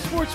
sports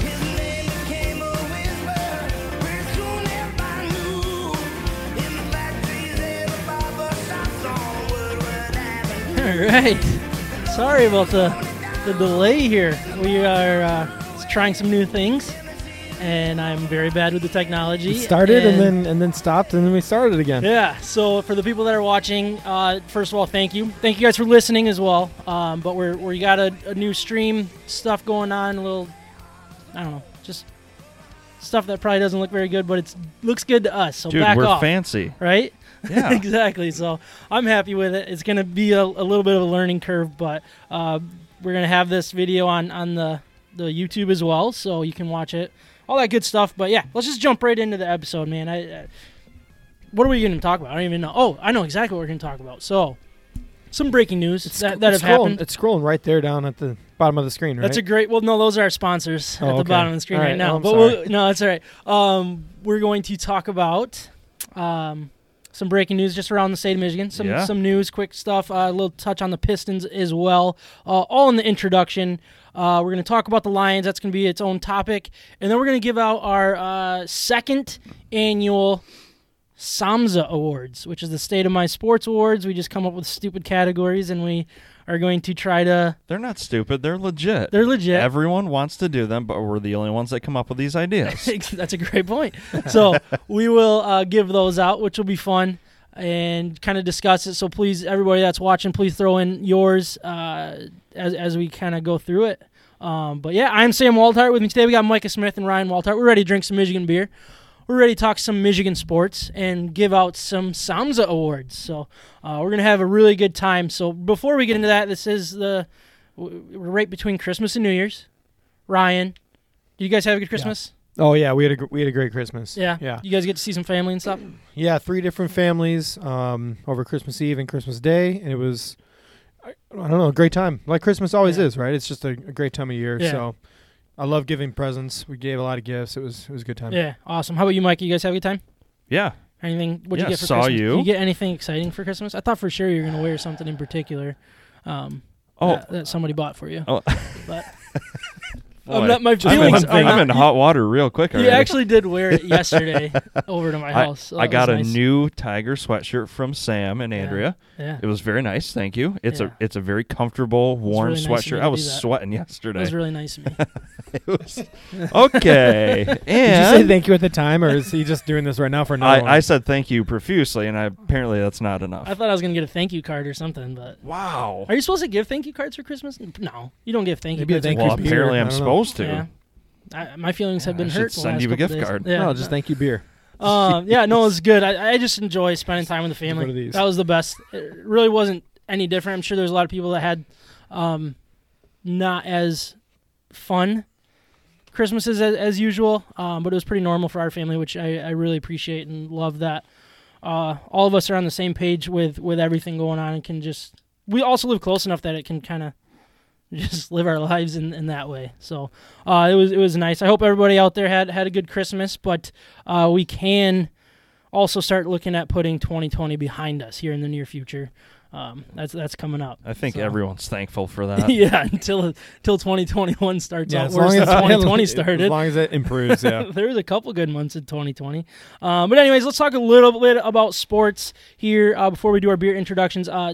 His name became a whisper, where soon everybody knew. In the factories, everybody but Samson would run All out. right. Sorry about the the delay here. We are uh, trying some new things, and I'm very bad with the technology. It started and, then and then stopped and then we started again. yeah. So for the people that are watching, uh, first of all, thank you. Thank you guys for listening as well. Um, but we're we got a, a new stream stuff going on. A little, I don't know, just stuff that probably doesn't look very good, but it looks good to us. So Dude, back we're off, fancy. right? Yeah. exactly. So I'm happy with it. It's going to be a, a little bit of a learning curve, but uh, we're going to have this video on on the the YouTube as well, so you can watch it. All that good stuff. But yeah, let's just jump right into the episode, man. I, I what are we going to talk about? I don't even know. Oh, I know exactly what we're going to talk about. So some breaking news that, that it's have scrolling, happened. It's scrolling right there down at the bottom of the screen, right? That's a great. Well, no, those are our sponsors Oh, at the okay. bottom of the screen All right, right. now. Oh, I'm but sorry. we'll, no, that's all right. Um, we're going to talk about um, some breaking news just around the state of Michigan. Some Yeah. some news, quick stuff. Uh, a little touch on the Pistons as well. Uh, all in the introduction. Uh, we're going to talk about the Lions. That's going to be its own topic, and then we're going to give out our uh, second annual Samza Awards, which is the State of My Sports Awards. We just come up with stupid categories, and we are going to try to. They're not stupid. They're legit. They're legit. Everyone wants to do them, but we're the only ones that come up with these ideas. That's a great point. So we will uh, give those out, which will be fun and kind of discuss it. So please, everybody that's watching, please throw in yours uh, as as we kind of go through it. Um, but yeah, I'm Sam Waltart. With me today, we got Micah Smith and Ryan Waltart. We're ready to drink some Michigan beer. We're ready to talk some Michigan sports and give out some Samza awards. So uh, we're gonna have a really good time. So before we get into that, this is the w- we're right between Christmas and New Year's. Ryan, did you guys have a good Christmas? oh yeah, we had a gr- we had a great Christmas. Yeah. yeah, You guys get to see some family and stuff. yeah. Three different families um, over Christmas Eve and Christmas Day, and it was I, I don't know, a great time. Like Christmas always Yeah. is, right? It's just a, a great time of year. Yeah. So I love giving presents. We gave a lot of gifts. It was it was a good time. Yeah. Awesome. How about you, Mike? You guys have a good time? yeah. Anything? What'd Yeah, you get for saw Christmas? you. Did you get anything exciting for Christmas? I thought for sure you were gonna wear something in particular. Um, Oh, that, that somebody bought for you. Oh. but boy. I'm not. My I'm in, feelings are I'm not. in hot water real quick. you already. actually did wear it yesterday over to my I, house. so I that got a was nice. new tiger sweatshirt from Sam and Yeah. Andrea. Yeah. It was very nice, thank you. It's Yeah. a it's a very comfortable, warm really nice of you sweatshirt. to I do was that. sweating It yesterday. was really nice of me. okay, and Did you say thank you at the time, or is he just doing this right now for another one? I, I said thank you profusely, and I, apparently that's not enough. I thought I was gonna get a thank you card or something, but wow. are you supposed to give thank you cards for Christmas? No, you don't give thank Maybe a you cards. for thank you Well, beer, apparently I I'm don't know. supposed to. Yeah. I, my feelings have Yeah, been I should hurt. the send last you a couple gift days. card. Yeah. no, just thank you beer. Um, yeah, no, it was good. I, I just enjoy spending time with the One of family. these. That was the best. It really wasn't any different. I'm sure there's a lot of people that had um, not as fun Christmases as, as usual, um, but it was pretty normal for our family, which I, I really appreciate and love that uh, all of us are on the same page with with everything going on and can just. We also live close enough that it can kind of just live our lives in, in that way. So uh, it was it was nice. I hope everybody out there had had a good Christmas, but uh, we can also start looking at putting 2020 behind us here in the near future. Um, that's that's coming up. I think So- everyone's thankful for that. yeah, until until 2021 starts out worse than as- 2020 As started. long as it improves, yeah. there was a couple good months in 2020. Um, but anyways, let's talk a little bit about sports here uh, before we do our beer introductions. Uh,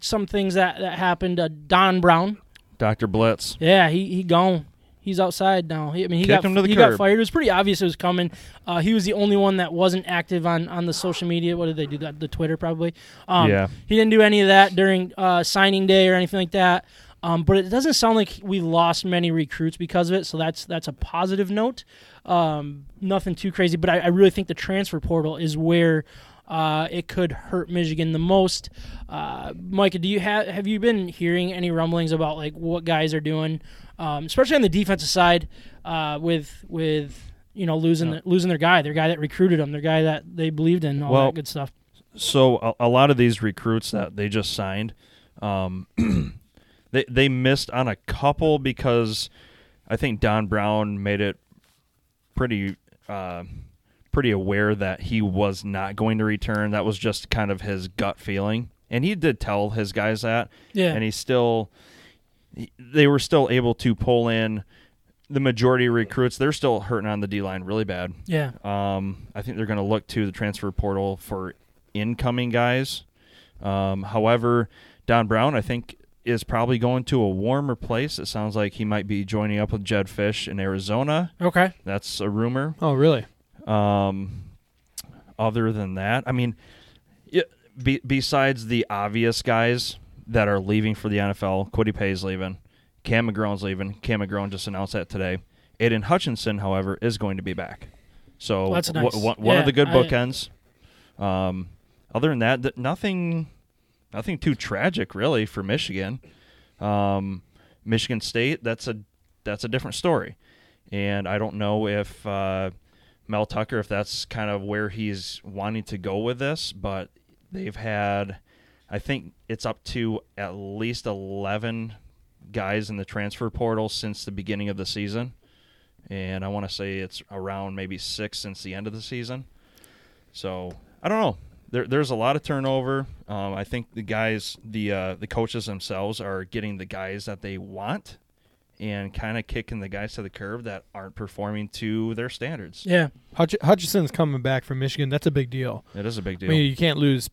some things that that happened. Uh, Don Brown, Dr. Blitz. yeah, he he gone. He's outside now. He, I mean, he Kick got him to the he got curb. fired. It was pretty obvious it was coming. Uh, he was the only one that wasn't active on, on the social media. What did they do? The, the Twitter probably. Um, Yeah. He didn't do any of that during uh, signing day or anything like that. Um, but it doesn't sound like we lost many recruits because of it, so that's that's a positive note. Um, nothing too crazy, but I, I really think the transfer portal is where uh, it could hurt Michigan the most. Uh, Micah, do you have have you been hearing any rumblings about like what guys are doing, um, especially on the defensive side uh, with with you know losing the, losing their guy, their guy that recruited them, their guy that they believed in, all Well, that good stuff. so a, a lot of these recruits that they just signed, um, they they missed on a couple because I think Don Brown made it pretty uh, pretty aware that he was not going to return. That was just kind of his gut feeling, and he did tell his guys that. Yeah. and he still he- they were still able to pull in the majority of recruits. They're still hurting on the D line really bad. Yeah, Um, I think they're going to look to the transfer portal for incoming guys. Um, however, Don Brown, I think, is probably going to a warmer place. It sounds like he might be joining up with Jed Fish in Arizona. okay, That's a rumor. Oh, really? Um, other than that, I mean, y be, besides the obvious guys that are leaving for the NFL, Quiddy Pay's leaving, Cam McGrone's leaving. Cam McGrone just announced that today. Aiden Hutchinson, however, is going to be back. So Well, that's wha- nice. wha- one Yeah, of the good I- bookends. Um, other than that, th- nothing, nothing too tragic really for Michigan. Um, Michigan State, that's a that's a different story, and I don't know if uh, Mel Tucker, if that's kind of where he's wanting to go with this, but they've had, I think it's up to at least eleven guys in the transfer portal since the beginning of the season, and I want to say it's around maybe six since the end of the season. So I don't know. There, there's a lot of turnover. Um, I think the guys, the uh, the coaches themselves, are getting the guys that they want, and kind of kicking the guys to the curb that aren't performing to their standards. yeah, Hutch- Hutchison's coming back from Michigan. That's a big deal. It is a big I deal. mean, you can't lose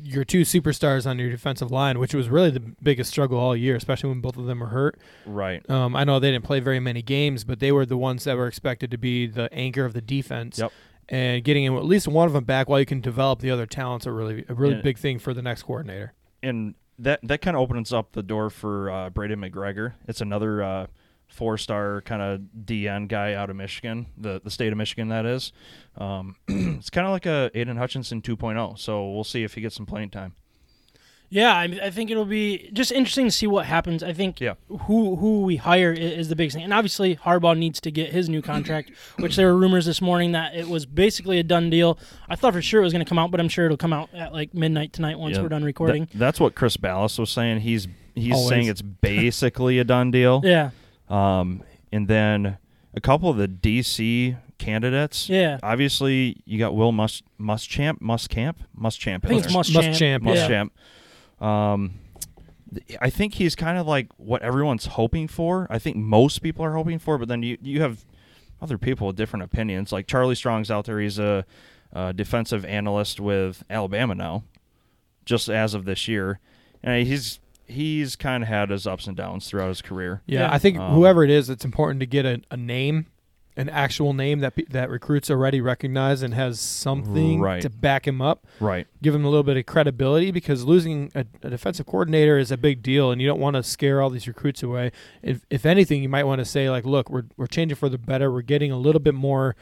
your two superstars on your defensive line, which was really the biggest struggle all year, especially when both of them were hurt. right. Um, I know they didn't play very many games, but they were the ones that were expected to be the anchor of the defense. Yep. And getting in at least one of them back while you can develop the other talents are really a really Yeah. big thing for the next coordinator. and that that kind of opens up the door for uh, Braden McGregor. It's another uh, four star kind of DN guy out of Michigan, the the state of Michigan that is. Um, it's kind of like a Aiden Hutchinson 2.0. So we'll see if he gets some playing time. yeah. I, I think it'll be just interesting to see what happens. I think Yeah. who who we hire i- is, the biggest thing, and obviously Harbaugh needs to get his new contract, which there were rumors this morning that it was basically a done deal. I thought for sure it was going to come out, but I'm sure it'll come out at like midnight tonight once Yeah, we're done that- recording. that's what Chris Ballas was saying. He's he's Always. saying it's basically a done deal. yeah, Um, and then a couple of the DC candidates. Yeah. Obviously, you got Will Must Muschamp Muschamp Muschamp. I think it's in there. Muschamp. Muschamp, Yeah. Muschamp. Um, th- I think he's kind of like what everyone's hoping for. I think most people are hoping for, but then you you have other people with different opinions. Like Charlie Strong's out there; he's a, uh defensive analyst with Alabama now, just as of this year, and he's he's kind of had his ups and downs throughout his career. Yeah, Yeah. I think Um, whoever it is, it's important to get a, a name, an actual name that pe- that recruits already recognize and has something Right. to back him up. Right. Give him a little bit of credibility because losing a, a defensive coordinator is a big deal, and you don't want to scare all these recruits away. If if anything, you might want to say like, look, we're we're changing for the better. We're getting a little bit more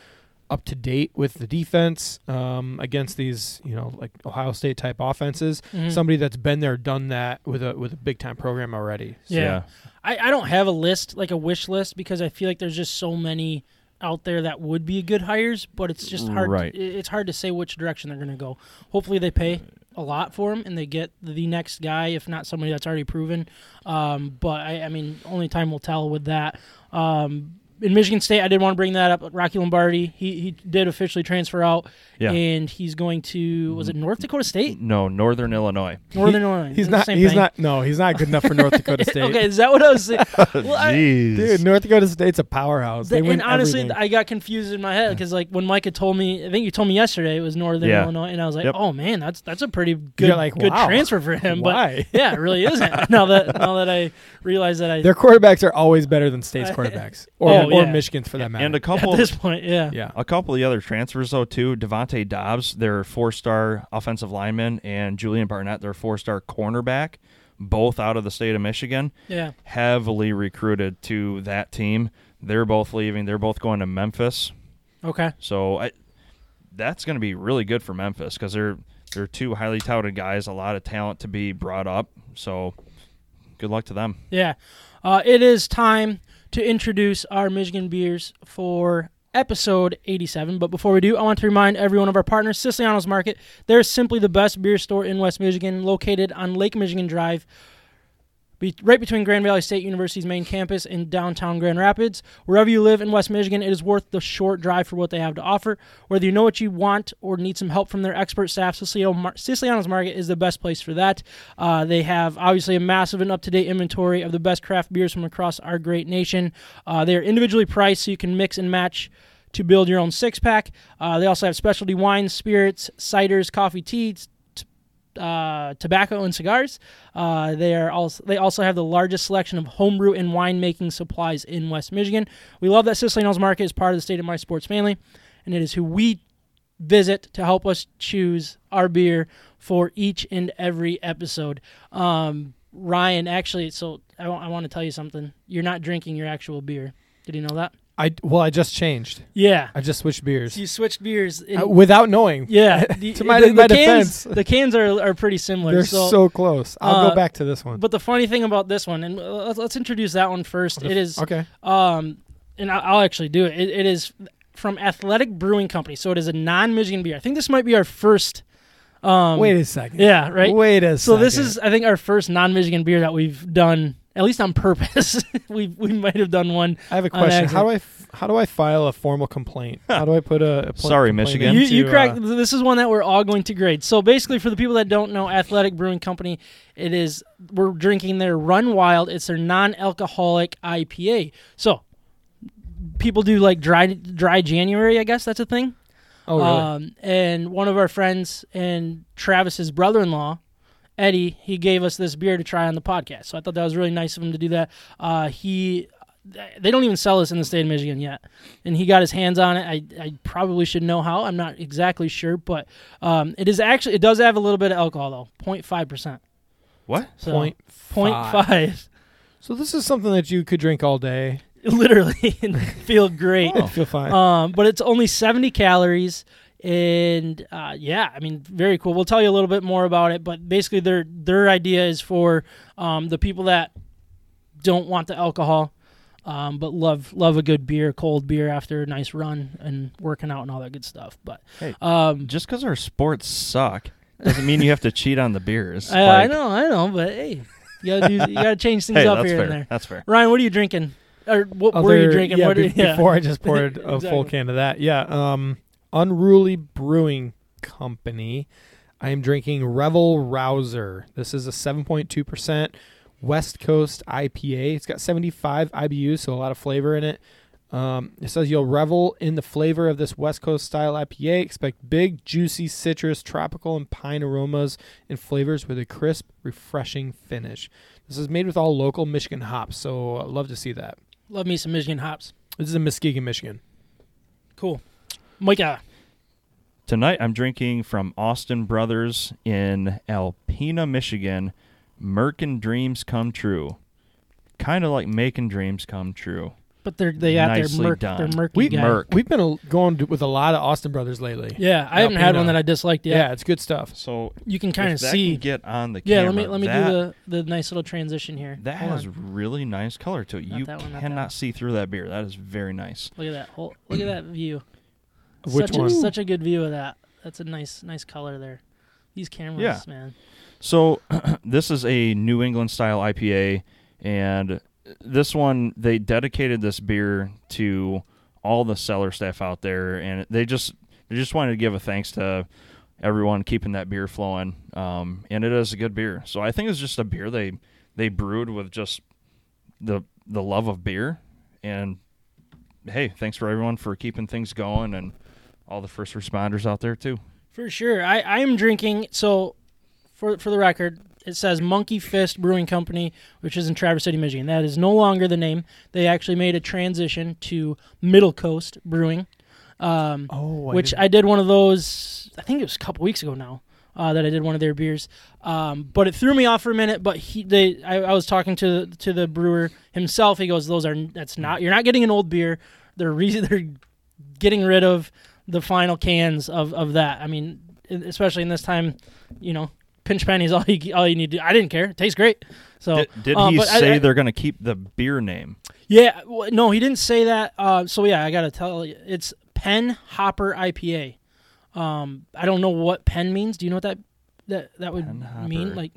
up to date with the defense um, against these, you know, like Ohio State type offenses. Mhm. Somebody that's been there, done that with a with a big time program already. Yeah. I, I don't have a list, like a wish list, because I feel like there's just so many out there that would be good hires, but it's just hard. Right. i- It's hard to say which direction they're going to go. Hopefully, they pay a lot for him and they get the next guy, if not somebody that's already proven. Um, but I, I mean, only time will tell with that. Um, in Michigan State, I did want to bring that up. Rocky Lombardi, he, he did officially transfer out, Yeah. and he's going to was it North Dakota State, No, Northern Illinois. Northern Illinois. He's the not. same He's thing. not. No, he's not good enough for North Dakota State. Okay, is that what I was saying? Well, I- Dude, North Dakota State's a powerhouse. The- They win and honestly, everything. I got confused in my head because like when Micah told me, I think you told me yesterday it was Northern Yeah. Illinois, and I was like, Yep. oh man, that's that's a pretty good like, good wow. transfer for him. Why? But yeah, it really isn't. now that now that I realize that I Their quarterbacks are always better than state's quarterbacks, or Oh, or yeah. Michigan's for that matter. and a couple at this point, yeah, yeah, A couple of the other transfers, though, too. Devontae Dobbs, their four star offensive lineman, and Julian Barnett, their four star cornerback, both out of the state of Michigan, Yeah. heavily recruited to that team. They're both leaving. They're both going to Memphis. Okay. So I, that's going to be really good for Memphis because they're they're two highly touted guys, a lot of talent to be brought up. So good luck to them. Yeah. Uh, it is time to introduce our Michigan beers for episode 87. But before we do, I want to remind everyone of our partners, Siciliano's Market. They're simply the best beer store in West Michigan, located on Lake Michigan Drive. Be- right between Grand Valley State University's main campus and downtown Grand Rapids. Wherever you live in West Michigan, it is worth the short drive for what they have to offer. Whether you know what you want or need some help from their expert staff, Siciliano Mar- Siciliano's Market is the best place for that. Uh, they have obviously a massive and up to date inventory of the best craft beers from across our great nation. Uh, they are individually priced so you can mix and match to build your own six pack. Uh, they also have specialty wines, spirits, ciders, coffee, teas, uh, tobacco and cigars. Uh, they are also they also have the largest selection of homebrew and winemaking supplies in West Michigan. We love that Siciliano's Market is part of the state of my sports family, and it is who we visit to help us choose our beer for each and every episode. Um, Ryan, actually, so I want to tell you something. You're not drinking your actual beer. Did you know that? I well, I just changed. Yeah. I just switched beers You switched beers. In, Uh, without knowing. yeah. The, To my- the, my the cans, defense. the cans are, are pretty similar. They're so, so, close. I'll uh, go back to this one. But the funny thing about this one, and let's, let's introduce that one first. It is, okay. um, and I- I'll actually do it. it. It is from Athletic Brewing Company, so it is a non-Michigan beer. I think this might be our first. Um, Wait a second. yeah, right. Wait a so second. this is, I think, our first non-Michigan beer that we've done, at least on purpose. we we might have done one. I have a on question. accident. How do I f- how do I file a formal complaint? how do I put a, a pl- Sorry, complaint Michigan. in You, you to, crack. uh, this is one that we're all going to grade. So basically, for the people that don't know, Athletic Brewing Company, it is we're drinking their Run Wild. It's their non-alcoholic IPA. So people do like dry dry January. I guess that's a thing. oh, really? Um, and one of our friends and Travis's brother-in-law, Eddie, he gave us this beer to try on the podcast. So I thought that was really nice of him to do that. Uh, he, they don't even sell this in the state of Michigan yet, and he got his hands on it. I, I probably should know how. I'm not exactly sure, but um, it is actually it does have a little bit of alcohol though, 0.5 percent. What? So Point 0.5. So this is something that you could drink all day. literally, and feel great. Oh. Feel fine. um, but it's only 70 calories and uh, yeah i mean very cool we'll tell you a little bit more about it but basically their their idea is for um, the people that don't want the alcohol um, but love love a good beer cold beer after a nice run and working out and all that good stuff but Hey, um, Just because our sports suck doesn't mean you have to cheat on the beers. I, I Like, know i know but hey you gotta, do, you gotta change things Hey, up that's here fair. and there That's fair. ryan what are you drinking or what were you Other- drinking Yeah, what be- are- yeah. Before I just poured a Exactly. full can of that. Yeah. Um, Unruly Brewing Company. I am drinking Revel Rouser. This is a 7.2% West Coast IPA. It's got 75 IBUs, so a lot of flavor in it. Um, it says you'll revel in the flavor of this West Coast style IPA. Expect big, juicy citrus, tropical, and pine aromas and flavors with a crisp, refreshing finish. This is made with all local Michigan hops, so I love to see that. love me some michigan hops This is in Muskegon, Michigan. cool micah Tonight I'm drinking from Austin Brothers in Alpena, Michigan. Merkin dreams come true. Kind of like making dreams come true. But they're they got their Nicely murk, done. their murky We- guy. Merc. We've been a- going to, with a lot of Austin Brothers lately. Yeah, I haven't had Alpina. one that I disliked yeah, yet. it's good stuff. So You can kind of if that see. Can get on the yeah, camera. let me let me that, do the the nice little transition here. That Hold has on. really nice color to it. Not you that one, not that one. cannot see through that beer. That is very nice. Look at that. Hold, look at that view. Which such one? A, such a good view of that. That's a nice nice color there. These cameras, Yeah. man. So this is a New England style IPA, and this one they dedicated this beer to all the cellar staff out there, and they just they just wanted to give a thanks to everyone keeping that beer flowing. Um, and it is a good beer. So I think it's just a beer they they brewed with just the the love of beer, and hey, thanks for everyone for keeping things going and all the first responders out there too. For sure. I I am drinking. So, for for the record, it says Monkey Fist Brewing Company, which is in Traverse City, Michigan. That is no longer the name. They actually made a transition to Middle Coast Brewing. Um, Oh, which I did one of those. I think it was a couple weeks ago now. uh, that I did one of their beers. Um, but it threw me off for a minute. But he, they, I, I was talking to to the brewer himself. He goes, "Those are that's not you're not getting an old beer. They're re- they're getting rid of the final cans of of that. I mean, e, especially in this time, you know, pinch pennies all you all you need to. I didn't care. It tastes great. So Did, did um, he but I- say I- they're going to keep the beer name? yeah, w- no, he didn't say that. Uh, so yeah, I gotta tell you, it's Penn Hopper IPA. Um, I don't know what Penn means. Do you know what that that that would Penn Hopper. mean? Like,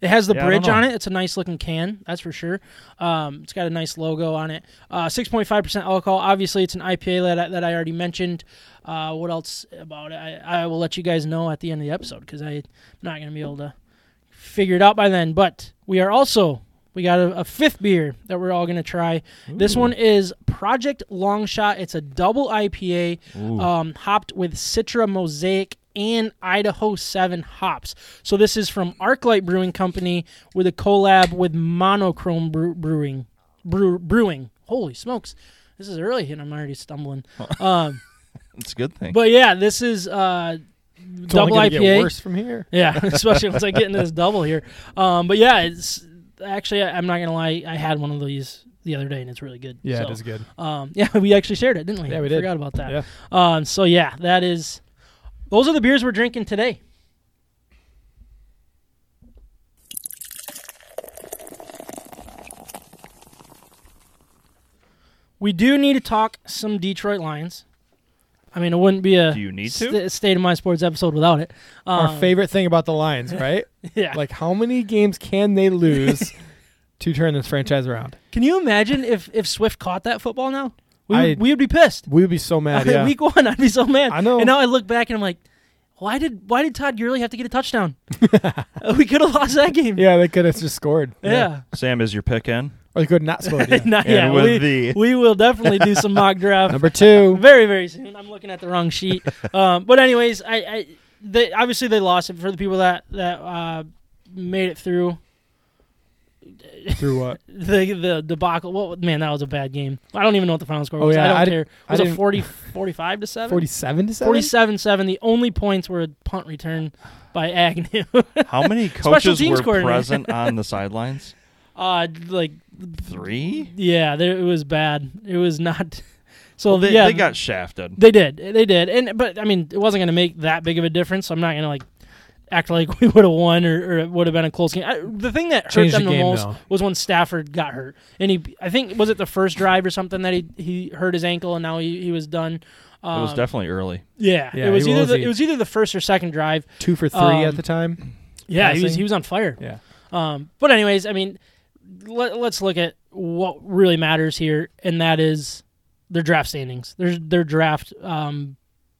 it has the Yeah, I don't bridge on know. it. It's a nice looking can, that's for sure. Um, it's got a nice logo on it. Uh, Six point five percent alcohol. Obviously, it's an IPA that I, that I already mentioned. Uh, what else about it? I, I will let you guys know at the end of the episode because I'm not gonna be able to figure it out by then. But we are also we got a, a fifth beer that we're all gonna try. This one is Project Long Shot. It's a double IPA, um, hopped with Citra Mosaic and Idaho Seven hops. So this is from ArcLight Brewing Company with a collab with Monochrome Brew- Brewing. Brew- brewing. Holy smokes! This is early and I'm already stumbling. um, It's a good thing. but yeah, this is uh, It's double only IPA. gonna Get worse from here. Yeah, especially once I get into this double here. Um, but yeah, it's actually I- I'm not gonna lie. I had one of these the other day, and it's really good. Yeah, So, it is good. Um, yeah, we actually shared it, didn't we? Yeah, we I did. Forgot about that. Yeah. Um, so yeah, that is. Those are the beers we're drinking today. We do need to talk some Detroit Lions. I mean, it wouldn't be a Do you need to? sta- state of mind sports episode without it. Our Um, favorite thing about the Lions, right? yeah. Like, how many games can they lose to turn this franchise around? Can you imagine if if Swift caught that football now? We I- would, we would be pissed. We would be so mad. Yeah. Week one, I'd be so mad. I know. And now I look back and I'm like, why did why did Todd Gurley have to get a touchdown? we could have lost that game. yeah, they could have just scored. Yeah. Sam is your pick in. Or they could have not scored. yeah. Not And yet. with We, the- we will definitely do some mock draft Number two. very very soon. I'm looking at the wrong sheet. um, but anyways, I, I they, obviously they lost it for the people that that uh, made it through Through what? the the debacle. Well, man, that was a bad game. I don't even know what the final score Oh, was. yeah, I don't I di- care. It I was it didn't- 40, 45 to seven? 47 to 7? 47 7. The only points were a punt return by Agnew. How many coaches teams were coordinator. present on the sidelines? uh, like, Three. yeah, there, it was bad. It was not. So Well, they, yeah, they got shafted. They did. They did. And but I mean, it wasn't going to make that big of a difference. So I'm not going to like act like we would have won or, or it would have been a close game. I, the thing that hurt Changed them the the, game, most though. was when Stafford got hurt, and he I think was it the first drive or something that he he hurt his ankle and now he, he was done. Um, it was definitely early. yeah, Yeah, It was he either was- the, he- it was either the first or second drive. Two for three Um, at the time. Yeah, he was Passing. he was on fire. Yeah. Um, but anyways, I mean, let, let's look at what really matters here, and that is their draft standings. Their their draft um,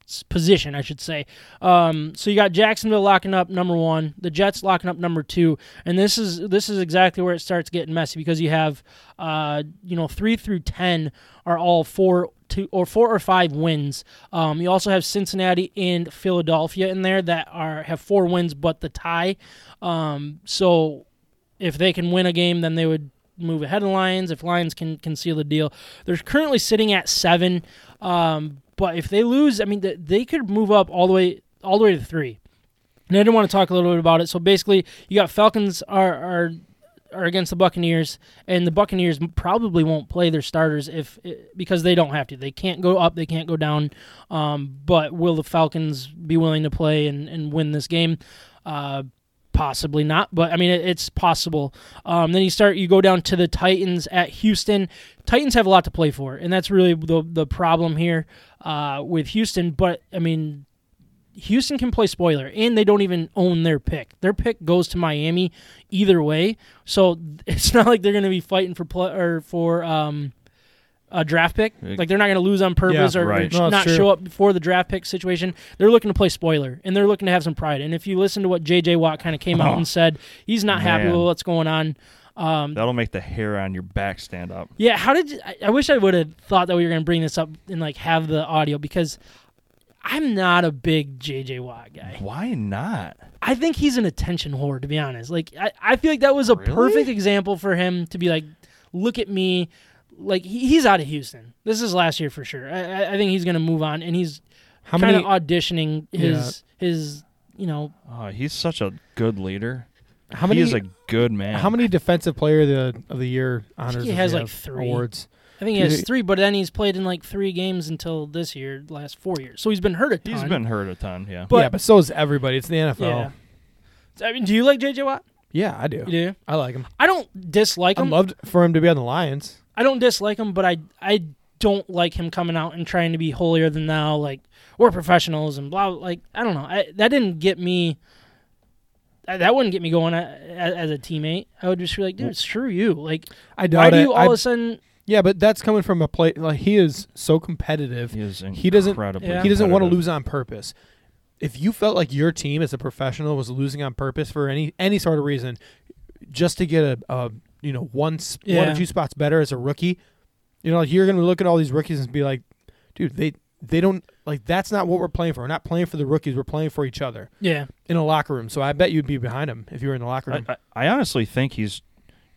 s- position, I should say. Um, so you got Jacksonville locking up number one, the Jets locking up number two, and this is this is exactly where it starts getting messy because you have uh, you know three through ten are all four. Two or four or five wins. Um, you also have Cincinnati and Philadelphia in there that are have four wins, but the tie. Um, so if they can win a game, then they would move ahead of Lions. If Lions can can seal the deal, they're currently sitting at seven. Um, but if they lose, I mean, th- they could move up all the way all the way to three. And I didn't want to talk a little bit about it. So basically, you got Falcons are are are against the Buccaneers, and the Buccaneers m- probably won't play their starters if because they don't have to. They can't go up, they can't go down. Um, but will the Falcons be willing to play and, and win this game? Uh, possibly not, but I mean it, it's possible. Um, then you start you go down to the Titans at Houston. Titans have a lot to play for, and that's really the the problem here uh, with Houston. But I mean Houston can play spoiler, and they don't even own their pick. Their pick goes to Miami either way, so it's not like they're going to be fighting for pl- or for um, a draft pick. Yeah. Like they're not going to lose on purpose Yeah, or, or right. sh- No, it's not true. show up before the draft pick situation. They're looking to play spoiler, and they're looking to have some pride. And if you listen to what J.J. Watt kind of came out Oh, and said, he's not happy man. with what's going on. Um, That'll make the hair on your back stand up. yeah, how did I, I wish I would have thought that we were going to bring this up and like have the audio because I'm not a big J.J. Watt guy. Why not? I think he's an attention whore, to be honest. Like I, I feel like that was a Really? perfect example for him to be like, look at me, like he, he's out of Houston. This is last year for sure. I, I, I think he's gonna move on, and he's How kind of many? auditioning his his you know, Oh, he's such a good leader. How many? He is a good man. how many defensive player of the of the year honors? he does has, like, have, three. awards. I think he He's has a- three, but then he's played in like three games until this year, last four years. So he's been hurt a ton. He's been hurt a ton. Yeah. But- yeah, but so is everybody. It's the NFL. Yeah. Yeah, I mean, do you like JJ Watt? I do. You do. I like him. I don't dislike I him. loved for him to be on the Lions. I don't dislike him, but I I don't like him coming out and trying to be holier than thou. Like we're professionals and blah. Like I don't know. I, that didn't get me. I, that wouldn't get me going a- a- as a teammate. I would just be like, dude, screw you. Like I why doubt do it. you all I- of a sudden? yeah, but that's coming from a play. Like he is so competitive. He is He doesn't- incredibly Yeah. He doesn't want to competitive. lose on purpose. If you felt like your team as a professional was losing on purpose for any any sort of reason, just to get a, a you know one s one Yeah. or two spots better as a rookie, you know like you're gonna look at all these rookies and be like, dude, they they don't like that's not what we're playing for. We're not playing for the rookies. We're playing for each other Yeah. in a locker room. So I bet you'd be behind him if you were in the locker room. I, I I honestly think he's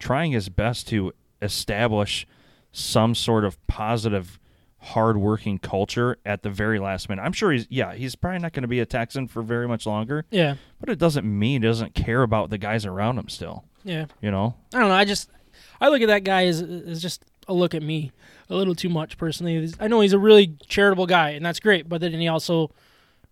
trying his best to establish some sort of positive, hardworking culture at the very last minute. I'm sure he's, yeah, he's probably not going to be a Texan for very much longer, Yeah. but it doesn't mean he doesn't care about the guys around him still, Yeah. you know? I don't know. I just I look at that guy as, as just a look at me a little too much personally. He's- I know he's a really charitable guy, and that's great. But then he also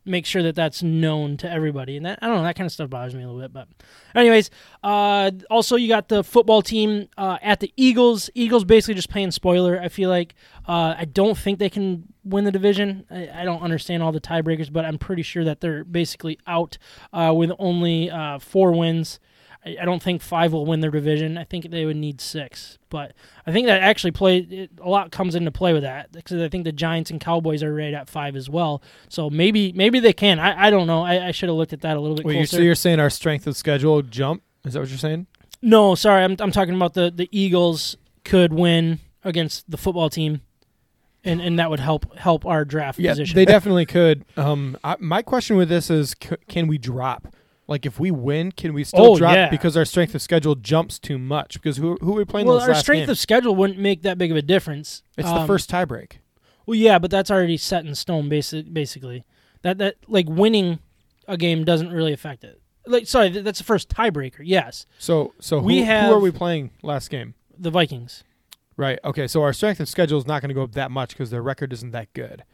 makes sure that that's known to everybody, and that I don't know that kind of stuff bothers me a little bit. But anyways, uh, also you got the football team uh, at the Eagles. Eagles basically just playing spoiler. I feel like uh, I don't think they can win the division. I, I don't understand all the tiebreakers, but I'm pretty sure that they're basically out uh, with only uh, four wins. I, I don't think five will win their division. I think they would need six, but I think that actually play it, a lot comes into play with that because I think the Giants and Cowboys are right at five as well. So maybe maybe they can. I, I don't know. I, I should have looked at that a little bit Wait, you, closer. so you're saying our strength of schedule jump? Is that what you're saying? no, sorry, I'm I'm talking about the the Eagles could win against the football team, and and that would help help our draft Yeah, position. they definitely could. Um, I, my question with this is, c- can we drop? Like, if we win, can we still Oh, drop yeah. because our strength of schedule jumps too much? Because who who are we playing? well, this our last strength game? of schedule wouldn't make that big of a difference. it's the Um, first tiebreak. Well, yeah, but that's already set in stone, basic, basically. That that like winning a game doesn't really affect it. Like, sorry, th- that's the first tiebreaker. Yes, So so we who, have- who are we playing last game? the Vikings. Right. Okay. So our strength of schedule is not going to go up that much because their record isn't that good.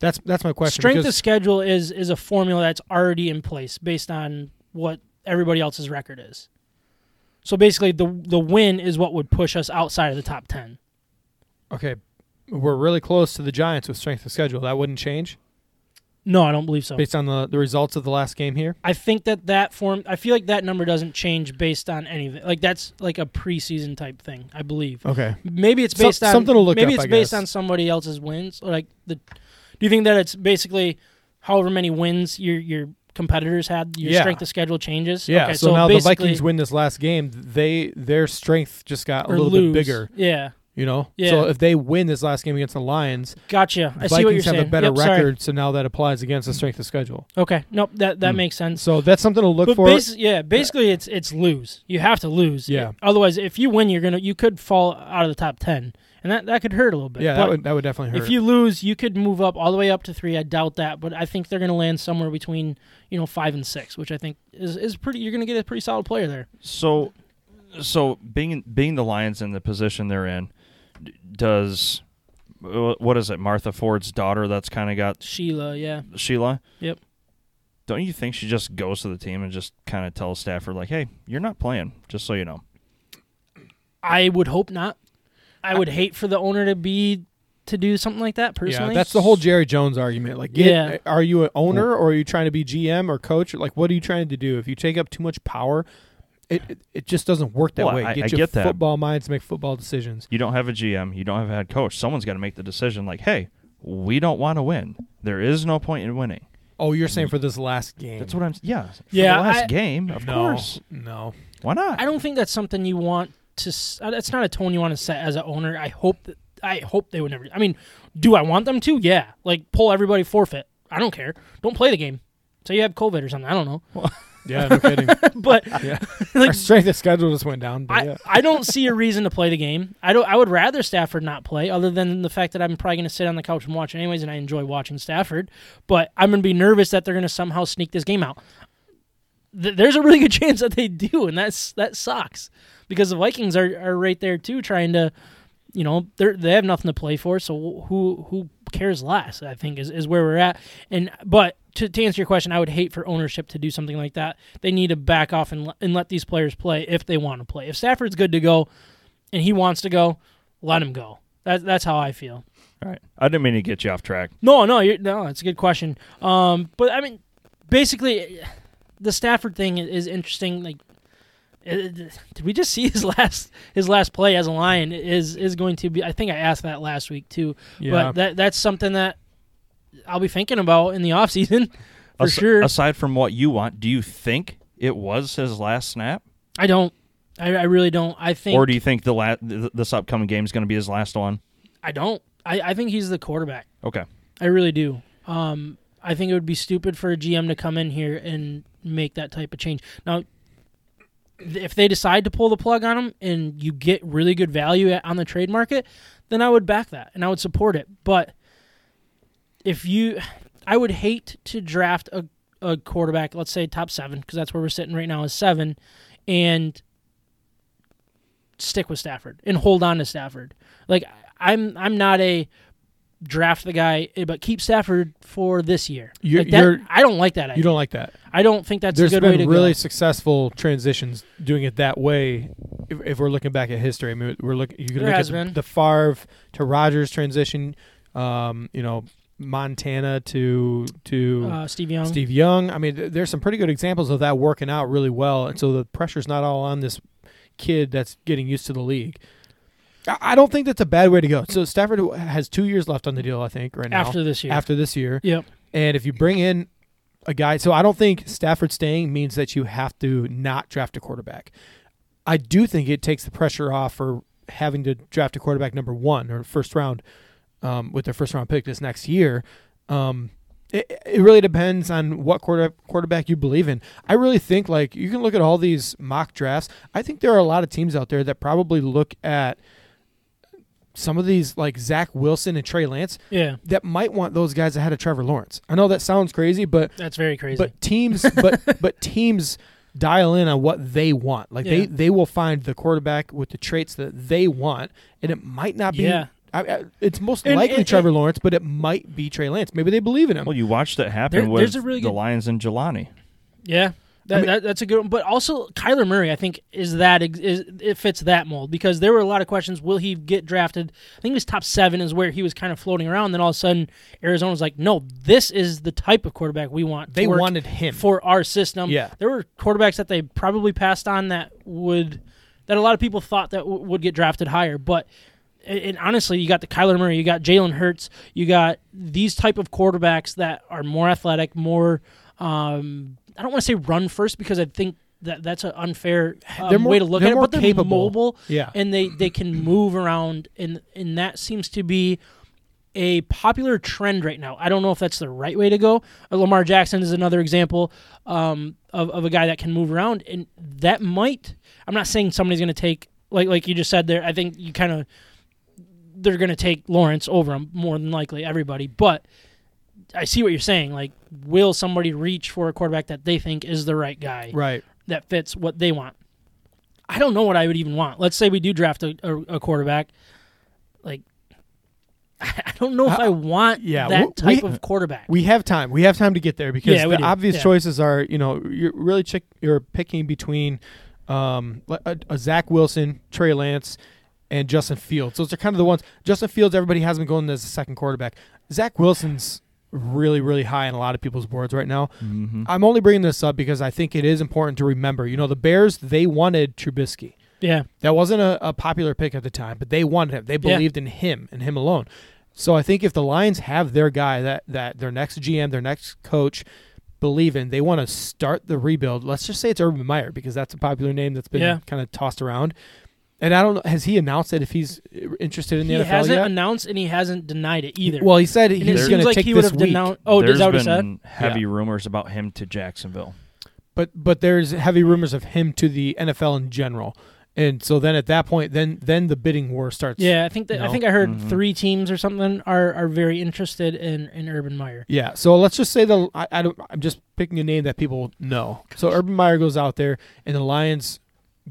That's that's my question. Strength of because- schedule is is a formula that's already in place based on what everybody else's record is. So basically, the the win is what would push us outside of the top ten. okay, we're really close to the Giants with strength of schedule. That wouldn't change No, I don't believe so. based on the the results of the last game here. I think that that form. I feel like that number doesn't change based on anything. Like that's like a preseason type thing. I believe. Okay. Maybe it's So- based on something to look Maybe up, it's I based guess. on somebody else's wins. Or like the, do you think that it's basically however many wins your your competitors had, your Yeah. strength of schedule changes. Yeah. Okay, so, now the basically- Vikings win this last game. They their strength just got a or little lose. bit bigger. Yeah, You know. Yeah. So if they win this last game against the Lions, gotcha. I Vikings see what you're have saying. a better Yep, sorry. record. So now that applies against the strength of schedule. Okay, nope that that Hmm. makes sense. So that's something to look But for. basi- yeah, basically it's it's lose. You have to lose. Yeah. Otherwise, if you win, you're gonna you could fall out of the top ten, and that that could hurt a little bit. yeah, But that would that would definitely hurt. If you lose, you could move up all the way up to three. I doubt that, but I think they're going to land somewhere between you know five and six, which I think is, is pretty. You're going to get a pretty solid player there. So, so being being the Lions in the position they're in, d- does wh- what is it? Martha Ford's daughter. That's kind of got Sheila, yeah, Sheila. Yep. Don't you think she just goes to the team and just kind of tells Stafford like, "Hey, you're not playing," just so you know. I would hope not. I would hate for the owner to be to do something like that personally. Yeah, that's the whole Jerry Jones argument. Like, get, Yeah. are you an owner or are you trying to be GM or coach? Like, what are you trying to do? If you take up too much power, it it, it just doesn't work that Well, way. I- get I your get that. football minds to make football decisions. You don't have a GM. You don't have a head coach. Someone's got to make the decision. Like, hey, we don't want to win. There is no point in winning. Oh, you're saying for this last game? Mm. That's what I'm. Yeah. For Yeah, The last I- game, of no, course. No, Why not? I don't think that's something you want to. s- uh, That's not a tone you want to set as an owner. I hope that I hope they would never. I mean, do I want them to? Yeah, like pull everybody forfeit. I don't care. Don't play the game. Say you have COVID or something. I don't know, yeah, no kidding. but Yeah. like Our strength of schedule just went down. But I, yeah. I don't see a reason to play the game. I don't. I would rather Stafford not play, other than the fact that I'm probably going to sit on the couch and watch it anyways, and I enjoy watching Stafford. But I'm going to be nervous that they're going to somehow sneak this game out. th- there's a really good chance that they do, and that's that sucks because the Vikings are, are right there too, trying to, you know, they they have nothing to play for, so who who cares less? I think is, is where we're at. And but to, to answer your question, I would hate for ownership to do something like that. They need to back off and le- and let these players play if they want to play. If Stafford's good to go, and he wants to go, let him go. That, that's how I feel. All right. I didn't mean to get you off track. No, no, you're, no. It's a good question. Um, but I mean, basically, the Stafford thing is, is interesting. Like, it- it- did we just see his last his last play as a Lion is is going to be? I think I asked that last week too. Yeah. But that that's something that I'll be thinking about in the off season for As- sure. Aside from what you want, do you think it was his last snap, I don't. I, I really don't. I think. or do you think the la- th- this upcoming game is going to be his last one? I don't. I, I think he's the quarterback. Okay. I really do. Um, I think it would be stupid for a GM to come in here and make that type of change. Now, th- if they decide to pull the plug on him and you get really good value at, on the trade market, then I would back that and I would support it. But if you, I would hate to draft a, a quarterback, let's say top seven, because that's where we're sitting right now is seven, and stick with Stafford and hold on to Stafford. Like I'm, I'm not a draft the guy, eh, but keep Stafford for this year. You're- Like that- you're- I don't like that idea. You don't like that. I don't think that's There's a good way been to really go. successful transitions doing it that way. If, if we're looking back at history, I mean, we're looking. You could There look at has the, been. the Favre to Rogers transition. Um, you know, Montana to to Uh, Steve Young. Steve Young. I mean, th- there's some pretty good examples of that working out really well, and so the pressure's not all on this kid that's getting used to the league. I- I don't think that's a bad way to go. So Stafford has two years left on the deal, I think, right now. after this year. after this year, yep. and if you bring in a guy, so I don't think Stafford staying means that you have to not draft a quarterback. I do think it takes the pressure off for having to draft a quarterback number one or first round um, with their first round pick this next year. Um, it, it really depends on what quarter, quarterback you believe in. I really think like you can look at all these mock drafts. I think there are a lot of teams out there that probably look at some of these like Zach Wilson and Trey Lance Yeah. that might want those guys ahead of Trevor Lawrence. I know that sounds crazy, but That's very crazy. but teams but but teams dial in on what they want. Like they Yeah. they will find the quarterback with the traits that they want, and it might not be. Yeah. I, I, it's most And- likely and- Trevor Lawrence, but it might be Trey Lance. Maybe they believe in him. Well, you watched it happen There- with there's a really the good- Lions and Jelani. yeah. That, mean- that, that's a good one. But also, Kyler Murray, I think, is that ex- is, it fits that mold because there were a lot of questions. Will he get drafted? I think it was top seven is where he was kind of floating around. Then all of a sudden, Arizona's like, no, this is the type of quarterback we want. to they work wanted him. for our system. Yeah. there were quarterbacks that they probably passed on that would that a lot of people thought that w- would get drafted higher, but. And and honestly, you got the Kyler Murray, you got Jalen Hurts, you got these type of quarterbacks that are more athletic, more. Um, I don't want to say run first because I think that that's an unfair um, They're more- way to look they're at it. more but they're capable. mobile, Yeah. and they they can move around, and and that seems to be a popular trend right now. I don't know if that's the right way to go. Uh, Lamar Jackson is another example um, of, of a guy that can move around, and that might. I'm not saying somebody's going to take like like you just said there. I think you kind of they're going to take Lawrence over him more than likely everybody, but. I see what you're saying. Like, will somebody reach for a quarterback that they think is the right guy? right. that fits what they want. I don't know what I would even want. Let's say we do draft a, a, a quarterback. Like, I don't know if I want Uh, yeah, that we- type we- of quarterback. We have time. We have time to get there because Yeah, we the do. obvious Yeah. choices are, you know, you're really chick- you're picking between um, li- a, a Zach Wilson, Trey Lance, and Justin Fields. Those are kind of the ones. Justin Fields, everybody has him going as a second quarterback. Zach Wilson's really, really high on a lot of people's boards right now. Mm-hmm. I'm only bringing this up because I think it is important to remember. You know, the Bears they wanted Trubisky. yeah, That wasn't a, a popular pick at the time, but they wanted him. They believed in him and him alone. So I think if the Lions have their guy that that their next GM, their next coach believe in, they want to start the rebuild. Let's just say it's Urban Meyer because that's a popular name that's been Yeah. kind of tossed around. And I don't know has he announced that if he's uh, interested in the he NFL hasn't yet? announced and he hasn't denied it either. Well, he said and it he's seems going to like take he would this have week. denounced. Oh, There's is that what he said? been heavy rumors about him to Jacksonville. but but there's heavy rumors of him to the NFL in general. And so then at that point, then then the bidding war starts. Yeah, I think that, I No. Mm-hmm. think I heard Mhm. three teams or something are, are very interested in, in Urban Meyer. Yeah. So let's just say the I, I don't I'm just picking a name that people know. So Urban Meyer goes out there and the Lions